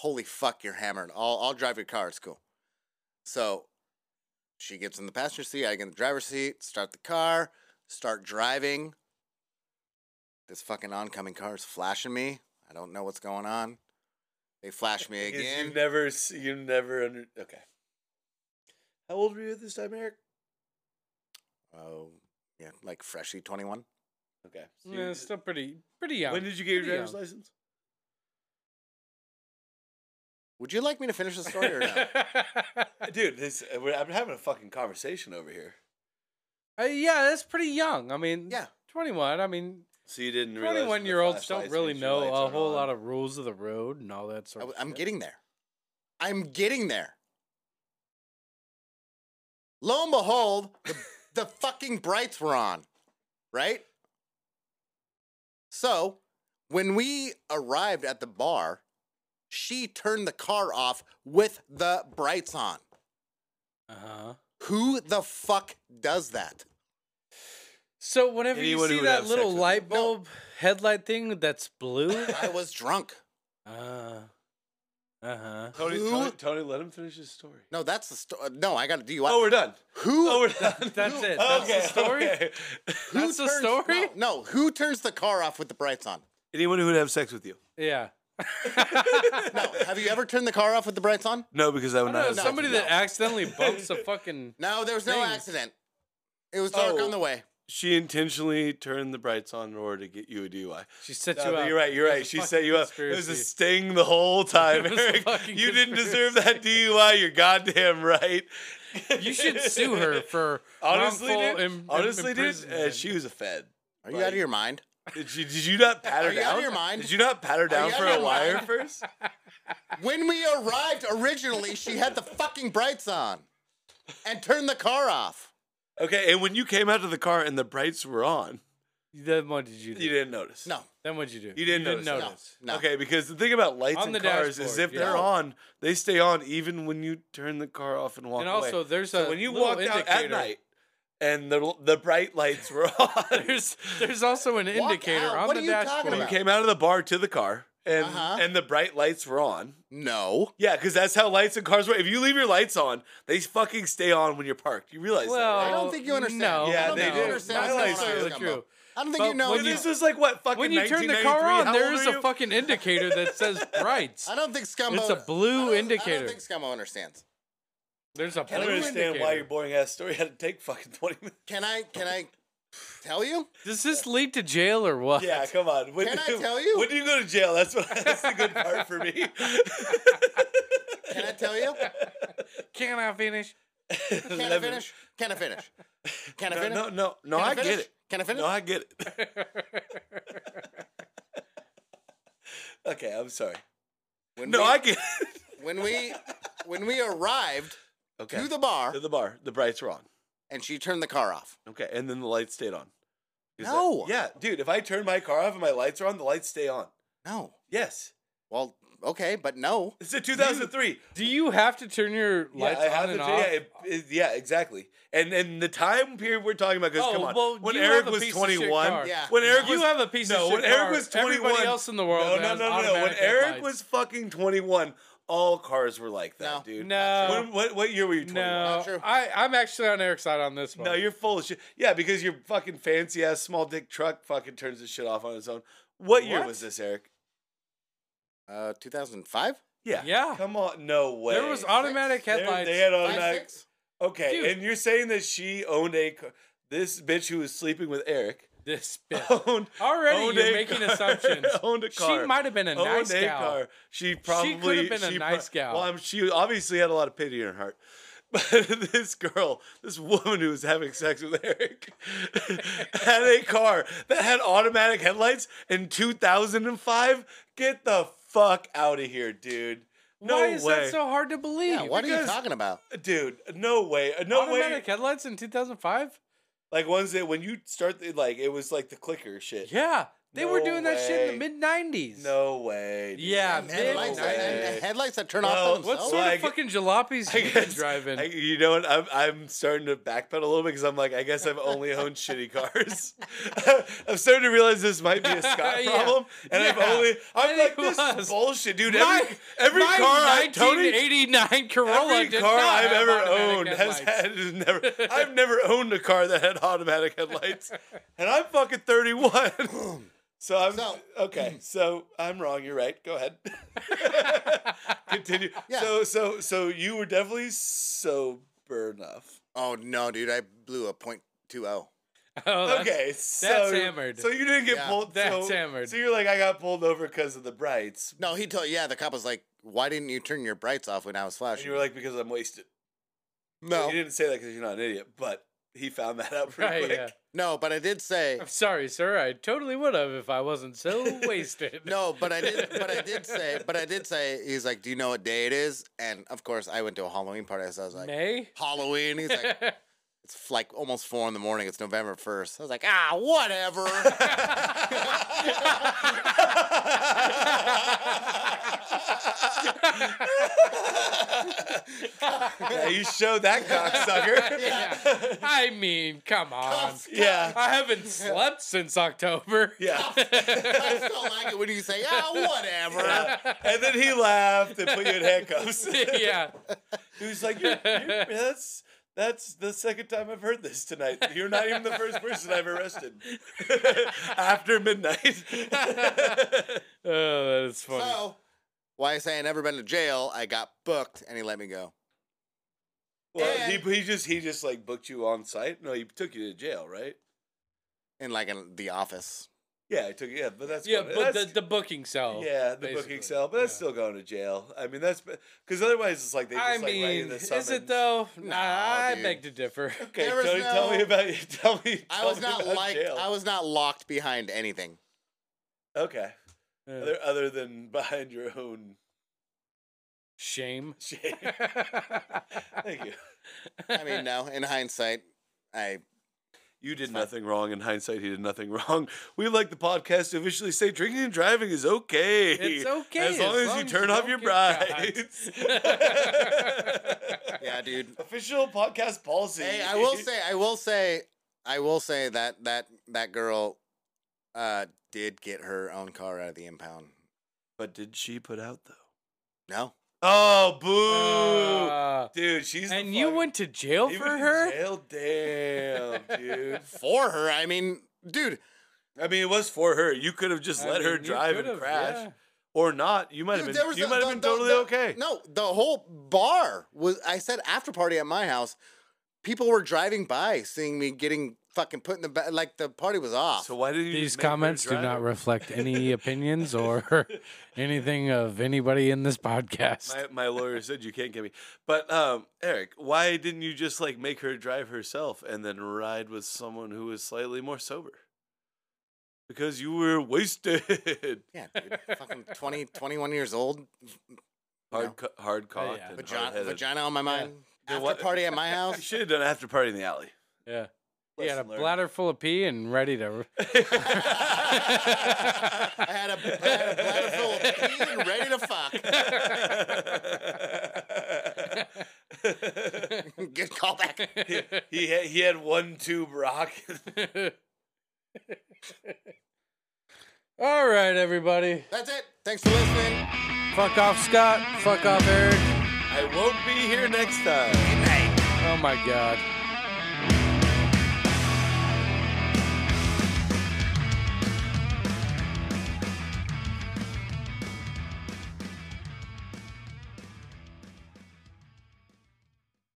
[SPEAKER 1] "Holy fuck, you're hammered! I'll I'll drive your car. It's cool." So, she gets in the passenger seat. I get in the driver's seat. Start the car. Start driving. This fucking oncoming car is flashing me. I don't know what's going on. They flash me
[SPEAKER 3] you
[SPEAKER 1] again.
[SPEAKER 3] never, s- you never under. Okay. How old were you at this time, Eric?
[SPEAKER 1] Oh, yeah, like freshly twenty one.
[SPEAKER 3] Okay. so you-
[SPEAKER 2] yeah, still pretty pretty young.
[SPEAKER 3] when did you get your
[SPEAKER 2] Pretty
[SPEAKER 3] driver's
[SPEAKER 2] young.
[SPEAKER 3] license?
[SPEAKER 1] Would you like me to finish the story or no?
[SPEAKER 3] Dude, this uh, we're, I'm having a fucking conversation over here.
[SPEAKER 2] Uh, yeah, that's pretty young. I mean,
[SPEAKER 1] Yeah.
[SPEAKER 2] twenty one. I mean,
[SPEAKER 3] So you didn't. realize that the
[SPEAKER 2] twenty one year olds don't
[SPEAKER 3] flashlights
[SPEAKER 2] really
[SPEAKER 3] means your
[SPEAKER 2] know
[SPEAKER 3] lights
[SPEAKER 2] a
[SPEAKER 3] aren't
[SPEAKER 2] whole
[SPEAKER 3] on.
[SPEAKER 2] lot of rules of the road and all that
[SPEAKER 1] I
[SPEAKER 2] sort. of
[SPEAKER 1] am
[SPEAKER 2] shit.
[SPEAKER 1] Oh, getting there. I'm getting there. Lo and behold, the, the fucking brights were on, right? So when we arrived at the bar, she turned the car off with the brights on.
[SPEAKER 2] Uh-huh.
[SPEAKER 1] Who the fuck does that?
[SPEAKER 2] So whenever
[SPEAKER 3] Anyone who
[SPEAKER 2] you see
[SPEAKER 3] would have
[SPEAKER 2] that
[SPEAKER 3] sex
[SPEAKER 2] little
[SPEAKER 3] with
[SPEAKER 2] light
[SPEAKER 3] you.
[SPEAKER 1] No.
[SPEAKER 2] bulb headlight thing that's blue,
[SPEAKER 1] I was drunk.
[SPEAKER 2] uh, uh huh.
[SPEAKER 3] Tony,
[SPEAKER 1] Who?
[SPEAKER 3] Tony, Tony, let him finish his story.
[SPEAKER 1] No, that's the story. No, I got to do you.
[SPEAKER 3] Oh, we're done.
[SPEAKER 1] who
[SPEAKER 3] Oh, we're done. Oh,
[SPEAKER 2] That's it. That's
[SPEAKER 3] okay,
[SPEAKER 2] the story.
[SPEAKER 3] okay.
[SPEAKER 1] who
[SPEAKER 2] that's the
[SPEAKER 1] turns,
[SPEAKER 2] story?
[SPEAKER 1] No, no, who turns the car off with the brights on?
[SPEAKER 3] Anyone who would have sex with you?
[SPEAKER 2] Yeah.
[SPEAKER 1] No, have you ever turned the car off with the brights on?
[SPEAKER 3] No, because I would
[SPEAKER 2] No,
[SPEAKER 3] not. have sex
[SPEAKER 2] somebody
[SPEAKER 3] with you.
[SPEAKER 2] that accidentally bumps a fucking.
[SPEAKER 1] No, there was no
[SPEAKER 2] Things.
[SPEAKER 1] accident. It was dark
[SPEAKER 3] Oh.
[SPEAKER 1] on the way.
[SPEAKER 3] she intentionally turned the brights on in order to get you a DUI.
[SPEAKER 2] She set
[SPEAKER 3] No,
[SPEAKER 2] you
[SPEAKER 3] but
[SPEAKER 2] up.
[SPEAKER 3] You're right. You're
[SPEAKER 2] It was a
[SPEAKER 3] right. She
[SPEAKER 2] fucking
[SPEAKER 3] set you up. It was a
[SPEAKER 2] conspiracy.
[SPEAKER 3] sting the whole time,
[SPEAKER 2] It was a
[SPEAKER 3] Eric.
[SPEAKER 2] fucking
[SPEAKER 3] You didn't deserve that DUI. You're goddamn right.
[SPEAKER 2] You should sue her for
[SPEAKER 3] honestly,
[SPEAKER 2] wrongful
[SPEAKER 3] dude.
[SPEAKER 2] im- im-
[SPEAKER 3] honestly, dude. uh,
[SPEAKER 2] imprisonment.
[SPEAKER 3] she was a Fed.
[SPEAKER 1] Are you out of your mind?
[SPEAKER 3] Did you, did you not pat her
[SPEAKER 1] Are you
[SPEAKER 3] down?
[SPEAKER 1] out of your mind?
[SPEAKER 3] Did you not pat her down
[SPEAKER 1] you out
[SPEAKER 3] for
[SPEAKER 1] of
[SPEAKER 3] a
[SPEAKER 1] your
[SPEAKER 3] wire
[SPEAKER 1] mind?
[SPEAKER 3] first?
[SPEAKER 1] When we arrived originally, she had the fucking brights on and turned the car off.
[SPEAKER 3] Okay, and when you came out of the car and the brights were on,
[SPEAKER 2] Then what did you do?
[SPEAKER 3] you didn't notice.
[SPEAKER 1] No,
[SPEAKER 2] Then what did you do?
[SPEAKER 3] You didn't notice.
[SPEAKER 1] no, no.
[SPEAKER 3] Okay, because the thing about lights
[SPEAKER 2] On
[SPEAKER 3] in
[SPEAKER 2] the
[SPEAKER 3] cars is
[SPEAKER 2] dashboard,
[SPEAKER 3] if they're
[SPEAKER 1] yeah.
[SPEAKER 3] on, they stay on even when you turn the car off and walk
[SPEAKER 2] And
[SPEAKER 3] away.
[SPEAKER 2] also, there's a
[SPEAKER 3] So when you
[SPEAKER 2] little
[SPEAKER 3] walked out at
[SPEAKER 2] indicator-
[SPEAKER 3] night and the the bright lights were on,
[SPEAKER 2] There's there's also an
[SPEAKER 1] Walk
[SPEAKER 2] indicator
[SPEAKER 1] out.
[SPEAKER 2] on
[SPEAKER 1] What
[SPEAKER 2] the
[SPEAKER 1] are you talking
[SPEAKER 2] dashboard.
[SPEAKER 3] you
[SPEAKER 1] about?
[SPEAKER 3] came out of the bar to the car and
[SPEAKER 1] Uh-huh.
[SPEAKER 3] and the bright lights were on.
[SPEAKER 1] no.
[SPEAKER 3] Yeah, because that's how lights in cars work. If you leave your lights on, they fucking stay on when you're parked. You realize
[SPEAKER 2] Well,
[SPEAKER 3] that?
[SPEAKER 1] I don't think you understand.
[SPEAKER 2] No,
[SPEAKER 3] Yeah,
[SPEAKER 1] I don't
[SPEAKER 3] they
[SPEAKER 1] think you
[SPEAKER 3] do.
[SPEAKER 1] understand
[SPEAKER 3] My
[SPEAKER 1] what's
[SPEAKER 3] lights
[SPEAKER 1] going on
[SPEAKER 3] are
[SPEAKER 1] in
[SPEAKER 2] the
[SPEAKER 1] this
[SPEAKER 2] true.
[SPEAKER 1] combo. I don't think
[SPEAKER 2] But
[SPEAKER 1] you know.
[SPEAKER 2] when
[SPEAKER 3] Right?
[SPEAKER 1] this
[SPEAKER 3] This
[SPEAKER 1] is-
[SPEAKER 3] was like what fucking
[SPEAKER 2] When you turn the car
[SPEAKER 3] 1993?
[SPEAKER 2] on,
[SPEAKER 3] How
[SPEAKER 2] there
[SPEAKER 3] old
[SPEAKER 2] is
[SPEAKER 3] were
[SPEAKER 2] a
[SPEAKER 3] you?
[SPEAKER 2] fucking indicator that says brights.
[SPEAKER 1] I don't think Scumbo.
[SPEAKER 2] It's a blue
[SPEAKER 1] I don't- I
[SPEAKER 2] indicator.
[SPEAKER 1] don't think Scumbo understands.
[SPEAKER 2] There's a
[SPEAKER 3] I don't
[SPEAKER 2] blue
[SPEAKER 3] understand
[SPEAKER 2] indicator.
[SPEAKER 3] why your boring ass story had to take fucking twenty minutes.
[SPEAKER 1] Can I? Can I tell you?
[SPEAKER 2] Does this lead to jail or what?
[SPEAKER 3] Yeah, come on. When,
[SPEAKER 1] Can I tell you?
[SPEAKER 3] When do you go to jail? That's what. That's the good part for me.
[SPEAKER 1] Can I tell you?
[SPEAKER 2] Can I finish?
[SPEAKER 1] Can I finish? Can I finish? Can I
[SPEAKER 3] No,
[SPEAKER 1] finish?
[SPEAKER 3] no, no, no.
[SPEAKER 1] Can I
[SPEAKER 3] I get
[SPEAKER 1] finish?
[SPEAKER 3] it.
[SPEAKER 1] Can I finish?
[SPEAKER 3] No, I get it. Okay, I'm sorry.
[SPEAKER 1] When
[SPEAKER 3] No,
[SPEAKER 1] we-
[SPEAKER 3] I get it.
[SPEAKER 1] when we when we arrived
[SPEAKER 3] Okay.
[SPEAKER 1] to the bar
[SPEAKER 3] To the bar. The brights were on.
[SPEAKER 1] and she turned the car off.
[SPEAKER 3] Okay, and then the lights stayed on. Is that-
[SPEAKER 1] No.
[SPEAKER 3] yeah, dude. If I turn my car off and my lights are on, the lights stay on.
[SPEAKER 1] No.
[SPEAKER 3] Yes.
[SPEAKER 1] Well, okay, but no.
[SPEAKER 3] It's a 2003.
[SPEAKER 2] Do you have to turn your
[SPEAKER 3] Yeah,
[SPEAKER 2] lights
[SPEAKER 3] I have
[SPEAKER 2] on and
[SPEAKER 3] to-
[SPEAKER 2] off?
[SPEAKER 3] Yeah, it- it- yeah, exactly. And and the time period we're talking about, because
[SPEAKER 2] Oh,
[SPEAKER 3] come on,
[SPEAKER 2] well,
[SPEAKER 3] when
[SPEAKER 2] you
[SPEAKER 3] Eric
[SPEAKER 2] have a
[SPEAKER 3] was
[SPEAKER 2] piece of shit
[SPEAKER 3] 21,
[SPEAKER 2] car.
[SPEAKER 1] Yeah.
[SPEAKER 3] when Eric
[SPEAKER 2] You
[SPEAKER 3] was,
[SPEAKER 2] have a piece of
[SPEAKER 3] no,
[SPEAKER 2] shit
[SPEAKER 3] when Eric
[SPEAKER 2] car.
[SPEAKER 3] was 21,
[SPEAKER 2] Everybody else in the world
[SPEAKER 3] no, no,
[SPEAKER 2] has
[SPEAKER 3] no, no, no. When
[SPEAKER 2] automatic
[SPEAKER 3] Eric
[SPEAKER 2] headlights.
[SPEAKER 3] was fucking 21, all cars were like that,
[SPEAKER 1] No.
[SPEAKER 3] dude.
[SPEAKER 2] No.
[SPEAKER 3] When, what what year were you 21?
[SPEAKER 2] no,
[SPEAKER 1] true.
[SPEAKER 2] I, I'm actually on Eric's side on this one.
[SPEAKER 3] No, you're full of shit. Yeah, because your fucking fancy ass small dick truck fucking turns this shit off on its own. What, year
[SPEAKER 2] What?
[SPEAKER 3] was this, Eric?
[SPEAKER 1] Uh 2005?
[SPEAKER 3] Yeah.
[SPEAKER 2] Yeah.
[SPEAKER 3] Come on. No way.
[SPEAKER 2] there was automatic
[SPEAKER 3] There-
[SPEAKER 2] headlights.
[SPEAKER 3] They had
[SPEAKER 1] Five,
[SPEAKER 3] automatic.
[SPEAKER 1] six?
[SPEAKER 3] Okay,
[SPEAKER 2] Dude.
[SPEAKER 3] and you're saying that she owned a car. This bitch who was sleeping with Eric
[SPEAKER 2] this bit.
[SPEAKER 3] owned.
[SPEAKER 2] Already
[SPEAKER 3] owned
[SPEAKER 2] you're
[SPEAKER 3] a
[SPEAKER 2] making
[SPEAKER 3] car-
[SPEAKER 2] assumptions.
[SPEAKER 3] owned a car.
[SPEAKER 2] She might have been a
[SPEAKER 3] owned
[SPEAKER 2] nice
[SPEAKER 3] a
[SPEAKER 2] gal.
[SPEAKER 3] Oh, car. She probably
[SPEAKER 2] been a
[SPEAKER 3] she
[SPEAKER 2] nice gal.
[SPEAKER 3] Well, I'm, she obviously had a lot of pity in her heart. But this girl, this woman who was having sex with Eric, had a car that had automatic headlights in 2005. Get the fuck out of here, dude. No
[SPEAKER 2] Why is
[SPEAKER 3] way.
[SPEAKER 2] that so hard to believe?
[SPEAKER 1] Yeah, what are you
[SPEAKER 3] because-
[SPEAKER 1] talking about?
[SPEAKER 3] Dude, no way. No way.
[SPEAKER 2] Automatic headlights in 2005?
[SPEAKER 3] Like ones that when you start, the- like it was like the clicker shit.
[SPEAKER 2] Yeah. They were
[SPEAKER 3] No
[SPEAKER 2] doing that shit in the
[SPEAKER 3] way.
[SPEAKER 2] mid 90s.
[SPEAKER 3] No way. dude.
[SPEAKER 2] Yeah,
[SPEAKER 3] no
[SPEAKER 1] Headlights,
[SPEAKER 2] man. uh,
[SPEAKER 3] way.
[SPEAKER 1] and headlights that turn
[SPEAKER 3] Well,
[SPEAKER 1] off by
[SPEAKER 2] What
[SPEAKER 1] themselves.
[SPEAKER 2] sort
[SPEAKER 3] Well, I
[SPEAKER 2] of
[SPEAKER 3] gu-
[SPEAKER 2] fucking jalopies
[SPEAKER 3] I
[SPEAKER 2] you been
[SPEAKER 3] guess-
[SPEAKER 2] driving?
[SPEAKER 3] I, you know what? I'm I'm starting to backpedal a little bit because I'm like, I guess I've only owned shitty cars. I'm starting to realize this might be a Scott
[SPEAKER 2] Yeah.
[SPEAKER 3] problem, and I've
[SPEAKER 2] Yeah.
[SPEAKER 3] only I'm
[SPEAKER 2] And
[SPEAKER 3] like
[SPEAKER 2] it
[SPEAKER 3] this
[SPEAKER 2] was.
[SPEAKER 3] is bullshit, dude.
[SPEAKER 2] My-
[SPEAKER 3] every every
[SPEAKER 2] My
[SPEAKER 3] car I Tony.
[SPEAKER 2] 1989 Corolla
[SPEAKER 3] Every
[SPEAKER 2] did
[SPEAKER 3] car
[SPEAKER 2] not
[SPEAKER 3] I've
[SPEAKER 2] have
[SPEAKER 3] ever
[SPEAKER 2] automatic
[SPEAKER 3] owned has
[SPEAKER 2] headlights.
[SPEAKER 3] had has never. I've never owned a car that had automatic headlights, and I'm fucking 31. So I'm
[SPEAKER 1] So-
[SPEAKER 3] okay. So I'm wrong. You're right. Go ahead. Continue.
[SPEAKER 1] Yeah.
[SPEAKER 3] So so so you were definitely sober enough.
[SPEAKER 1] oh no, dude, I blew a point two oh.
[SPEAKER 2] Oh, that's-
[SPEAKER 3] okay. So
[SPEAKER 2] hammered.
[SPEAKER 3] So you didn't get
[SPEAKER 1] Yeah,
[SPEAKER 3] pulled.
[SPEAKER 2] that's
[SPEAKER 3] so,
[SPEAKER 2] hammered.
[SPEAKER 3] So you're like I got pulled over because of the brights,
[SPEAKER 1] No, he told. Yeah, the cop was like, "Why didn't you turn your brights off when I was
[SPEAKER 3] and
[SPEAKER 1] flashing?"
[SPEAKER 3] you were like because I'm wasted.
[SPEAKER 1] no,
[SPEAKER 3] You didn't say that because you're not an idiot, but he found that out pretty
[SPEAKER 2] Right,
[SPEAKER 3] quick.
[SPEAKER 2] yeah.
[SPEAKER 1] no, but I did say
[SPEAKER 2] I'm sorry, sir. I totally would have if I wasn't so wasted.
[SPEAKER 1] no, but I did, but I did say, but I did say. He's like, "Do you know what day it is?" And of course, I went to a Halloween party, so I was like,
[SPEAKER 2] May?
[SPEAKER 1] "Halloween." He's like, "It's like almost four in the morning. It's November 1st. I was like, "Ah, whatever."
[SPEAKER 3] Yeah, you showed that cocksucker.
[SPEAKER 2] Yeah. I mean, come on.
[SPEAKER 3] yeah.
[SPEAKER 2] I haven't slept since October.
[SPEAKER 3] Yeah.
[SPEAKER 1] I still like it when you say, "Ah, whatever."
[SPEAKER 3] Yeah. And then he laughed and put you in handcuffs.
[SPEAKER 2] yeah.
[SPEAKER 3] He was like, you're, you're, that's, that's the second time I've heard this tonight. You're not even the first person I've arrested after midnight.
[SPEAKER 2] Oh, that is funny.
[SPEAKER 1] So, why I say I never been to jail? I got booked, and he let me go.
[SPEAKER 3] well,
[SPEAKER 1] And-
[SPEAKER 3] he, he just he just like booked you on site. No, he took you to jail, right?
[SPEAKER 1] in like in the office.
[SPEAKER 3] Yeah, I took yeah, but that's
[SPEAKER 2] yeah,
[SPEAKER 3] going-
[SPEAKER 2] but the,
[SPEAKER 3] that's-
[SPEAKER 2] the booking cell.
[SPEAKER 3] yeah, the
[SPEAKER 2] basically,
[SPEAKER 3] booking cell, but that's
[SPEAKER 2] yeah.
[SPEAKER 3] still going to jail. I mean, that's because otherwise it's like they just
[SPEAKER 2] I
[SPEAKER 3] like write you
[SPEAKER 2] mean,
[SPEAKER 3] the
[SPEAKER 2] is it
[SPEAKER 3] summons.
[SPEAKER 2] though? Nah,
[SPEAKER 1] No,
[SPEAKER 2] I
[SPEAKER 1] dude.
[SPEAKER 2] beg to differ.
[SPEAKER 3] Okay,
[SPEAKER 1] There was
[SPEAKER 3] Tony, tell me
[SPEAKER 1] no-
[SPEAKER 3] about you. Tell me.
[SPEAKER 1] I
[SPEAKER 3] tell
[SPEAKER 1] was
[SPEAKER 3] me
[SPEAKER 1] not
[SPEAKER 3] about
[SPEAKER 1] like
[SPEAKER 3] jail.
[SPEAKER 1] I was not locked behind anything.
[SPEAKER 3] Okay,
[SPEAKER 2] Uh,
[SPEAKER 3] other other than behind your own
[SPEAKER 2] Shame.
[SPEAKER 3] shame. Thank you.
[SPEAKER 1] I mean, no. In hindsight, I
[SPEAKER 3] You did
[SPEAKER 1] fine.
[SPEAKER 3] nothing wrong. In hindsight, he did nothing wrong. We like the podcast to officially say drinking and driving is okay.
[SPEAKER 2] It's okay
[SPEAKER 3] As long as, you turn off
[SPEAKER 2] don't
[SPEAKER 3] your
[SPEAKER 2] get caught.
[SPEAKER 3] brides.
[SPEAKER 1] yeah, dude.
[SPEAKER 3] Official podcast policy.
[SPEAKER 1] hey, I will say, I will say, I will say that that that girl uh did get her own car out of the impound.
[SPEAKER 3] But did she put out though?
[SPEAKER 1] No,
[SPEAKER 3] Oh, boo.
[SPEAKER 2] Uh,
[SPEAKER 3] dude, she's. the
[SPEAKER 2] and you
[SPEAKER 3] fucking-
[SPEAKER 2] went to jail
[SPEAKER 3] You
[SPEAKER 2] for
[SPEAKER 3] went to
[SPEAKER 2] her?
[SPEAKER 3] Jail? Damn, dude.
[SPEAKER 1] for her. I mean, dude,
[SPEAKER 3] I mean, it was for her. You could have just
[SPEAKER 2] I
[SPEAKER 3] let her
[SPEAKER 2] mean, you
[SPEAKER 3] drive and
[SPEAKER 2] could've,
[SPEAKER 3] crash,
[SPEAKER 2] yeah.
[SPEAKER 3] or not. You might have
[SPEAKER 1] dude,
[SPEAKER 3] been. You
[SPEAKER 1] a-
[SPEAKER 3] might have
[SPEAKER 1] the-
[SPEAKER 3] been
[SPEAKER 1] the-
[SPEAKER 3] totally
[SPEAKER 1] the-
[SPEAKER 3] okay.
[SPEAKER 1] No, the whole bar was. I said after party at my house. People were driving by, seeing me getting fucking put in the back. Like the party was off.
[SPEAKER 3] So why didn't you
[SPEAKER 2] These
[SPEAKER 3] just make her
[SPEAKER 2] comments do
[SPEAKER 3] drive?
[SPEAKER 2] not reflect any opinions or anything of anybody in this podcast.
[SPEAKER 3] My, my lawyer said you can't get me. But um, Eric, why didn't you just like make her drive herself and then ride with someone who was slightly more sober? Because you were wasted,
[SPEAKER 1] Yeah, dude. fucking 20, 21 years old,
[SPEAKER 3] hard,
[SPEAKER 1] No.
[SPEAKER 3] co- hard cocked,
[SPEAKER 2] Oh, yeah.
[SPEAKER 3] and
[SPEAKER 1] vagina,
[SPEAKER 3] hard-headed.
[SPEAKER 1] vagina on my mind.
[SPEAKER 3] The
[SPEAKER 1] After
[SPEAKER 3] what-
[SPEAKER 1] party at my
[SPEAKER 3] You
[SPEAKER 1] house.
[SPEAKER 3] should have done after party in the alley.
[SPEAKER 2] yeah. He had a
[SPEAKER 3] Lesson learned.
[SPEAKER 2] bladder full of pee and ready to.
[SPEAKER 1] I had a, I had a bladder full of pee and ready to fuck. Good callback.
[SPEAKER 3] he had, he had one tube rock.
[SPEAKER 2] All right, everybody.
[SPEAKER 1] That's it. Thanks for listening.
[SPEAKER 2] Fuck off, Scott. Fuck off, Eric.
[SPEAKER 3] I won't be here next time.
[SPEAKER 2] Oh my God.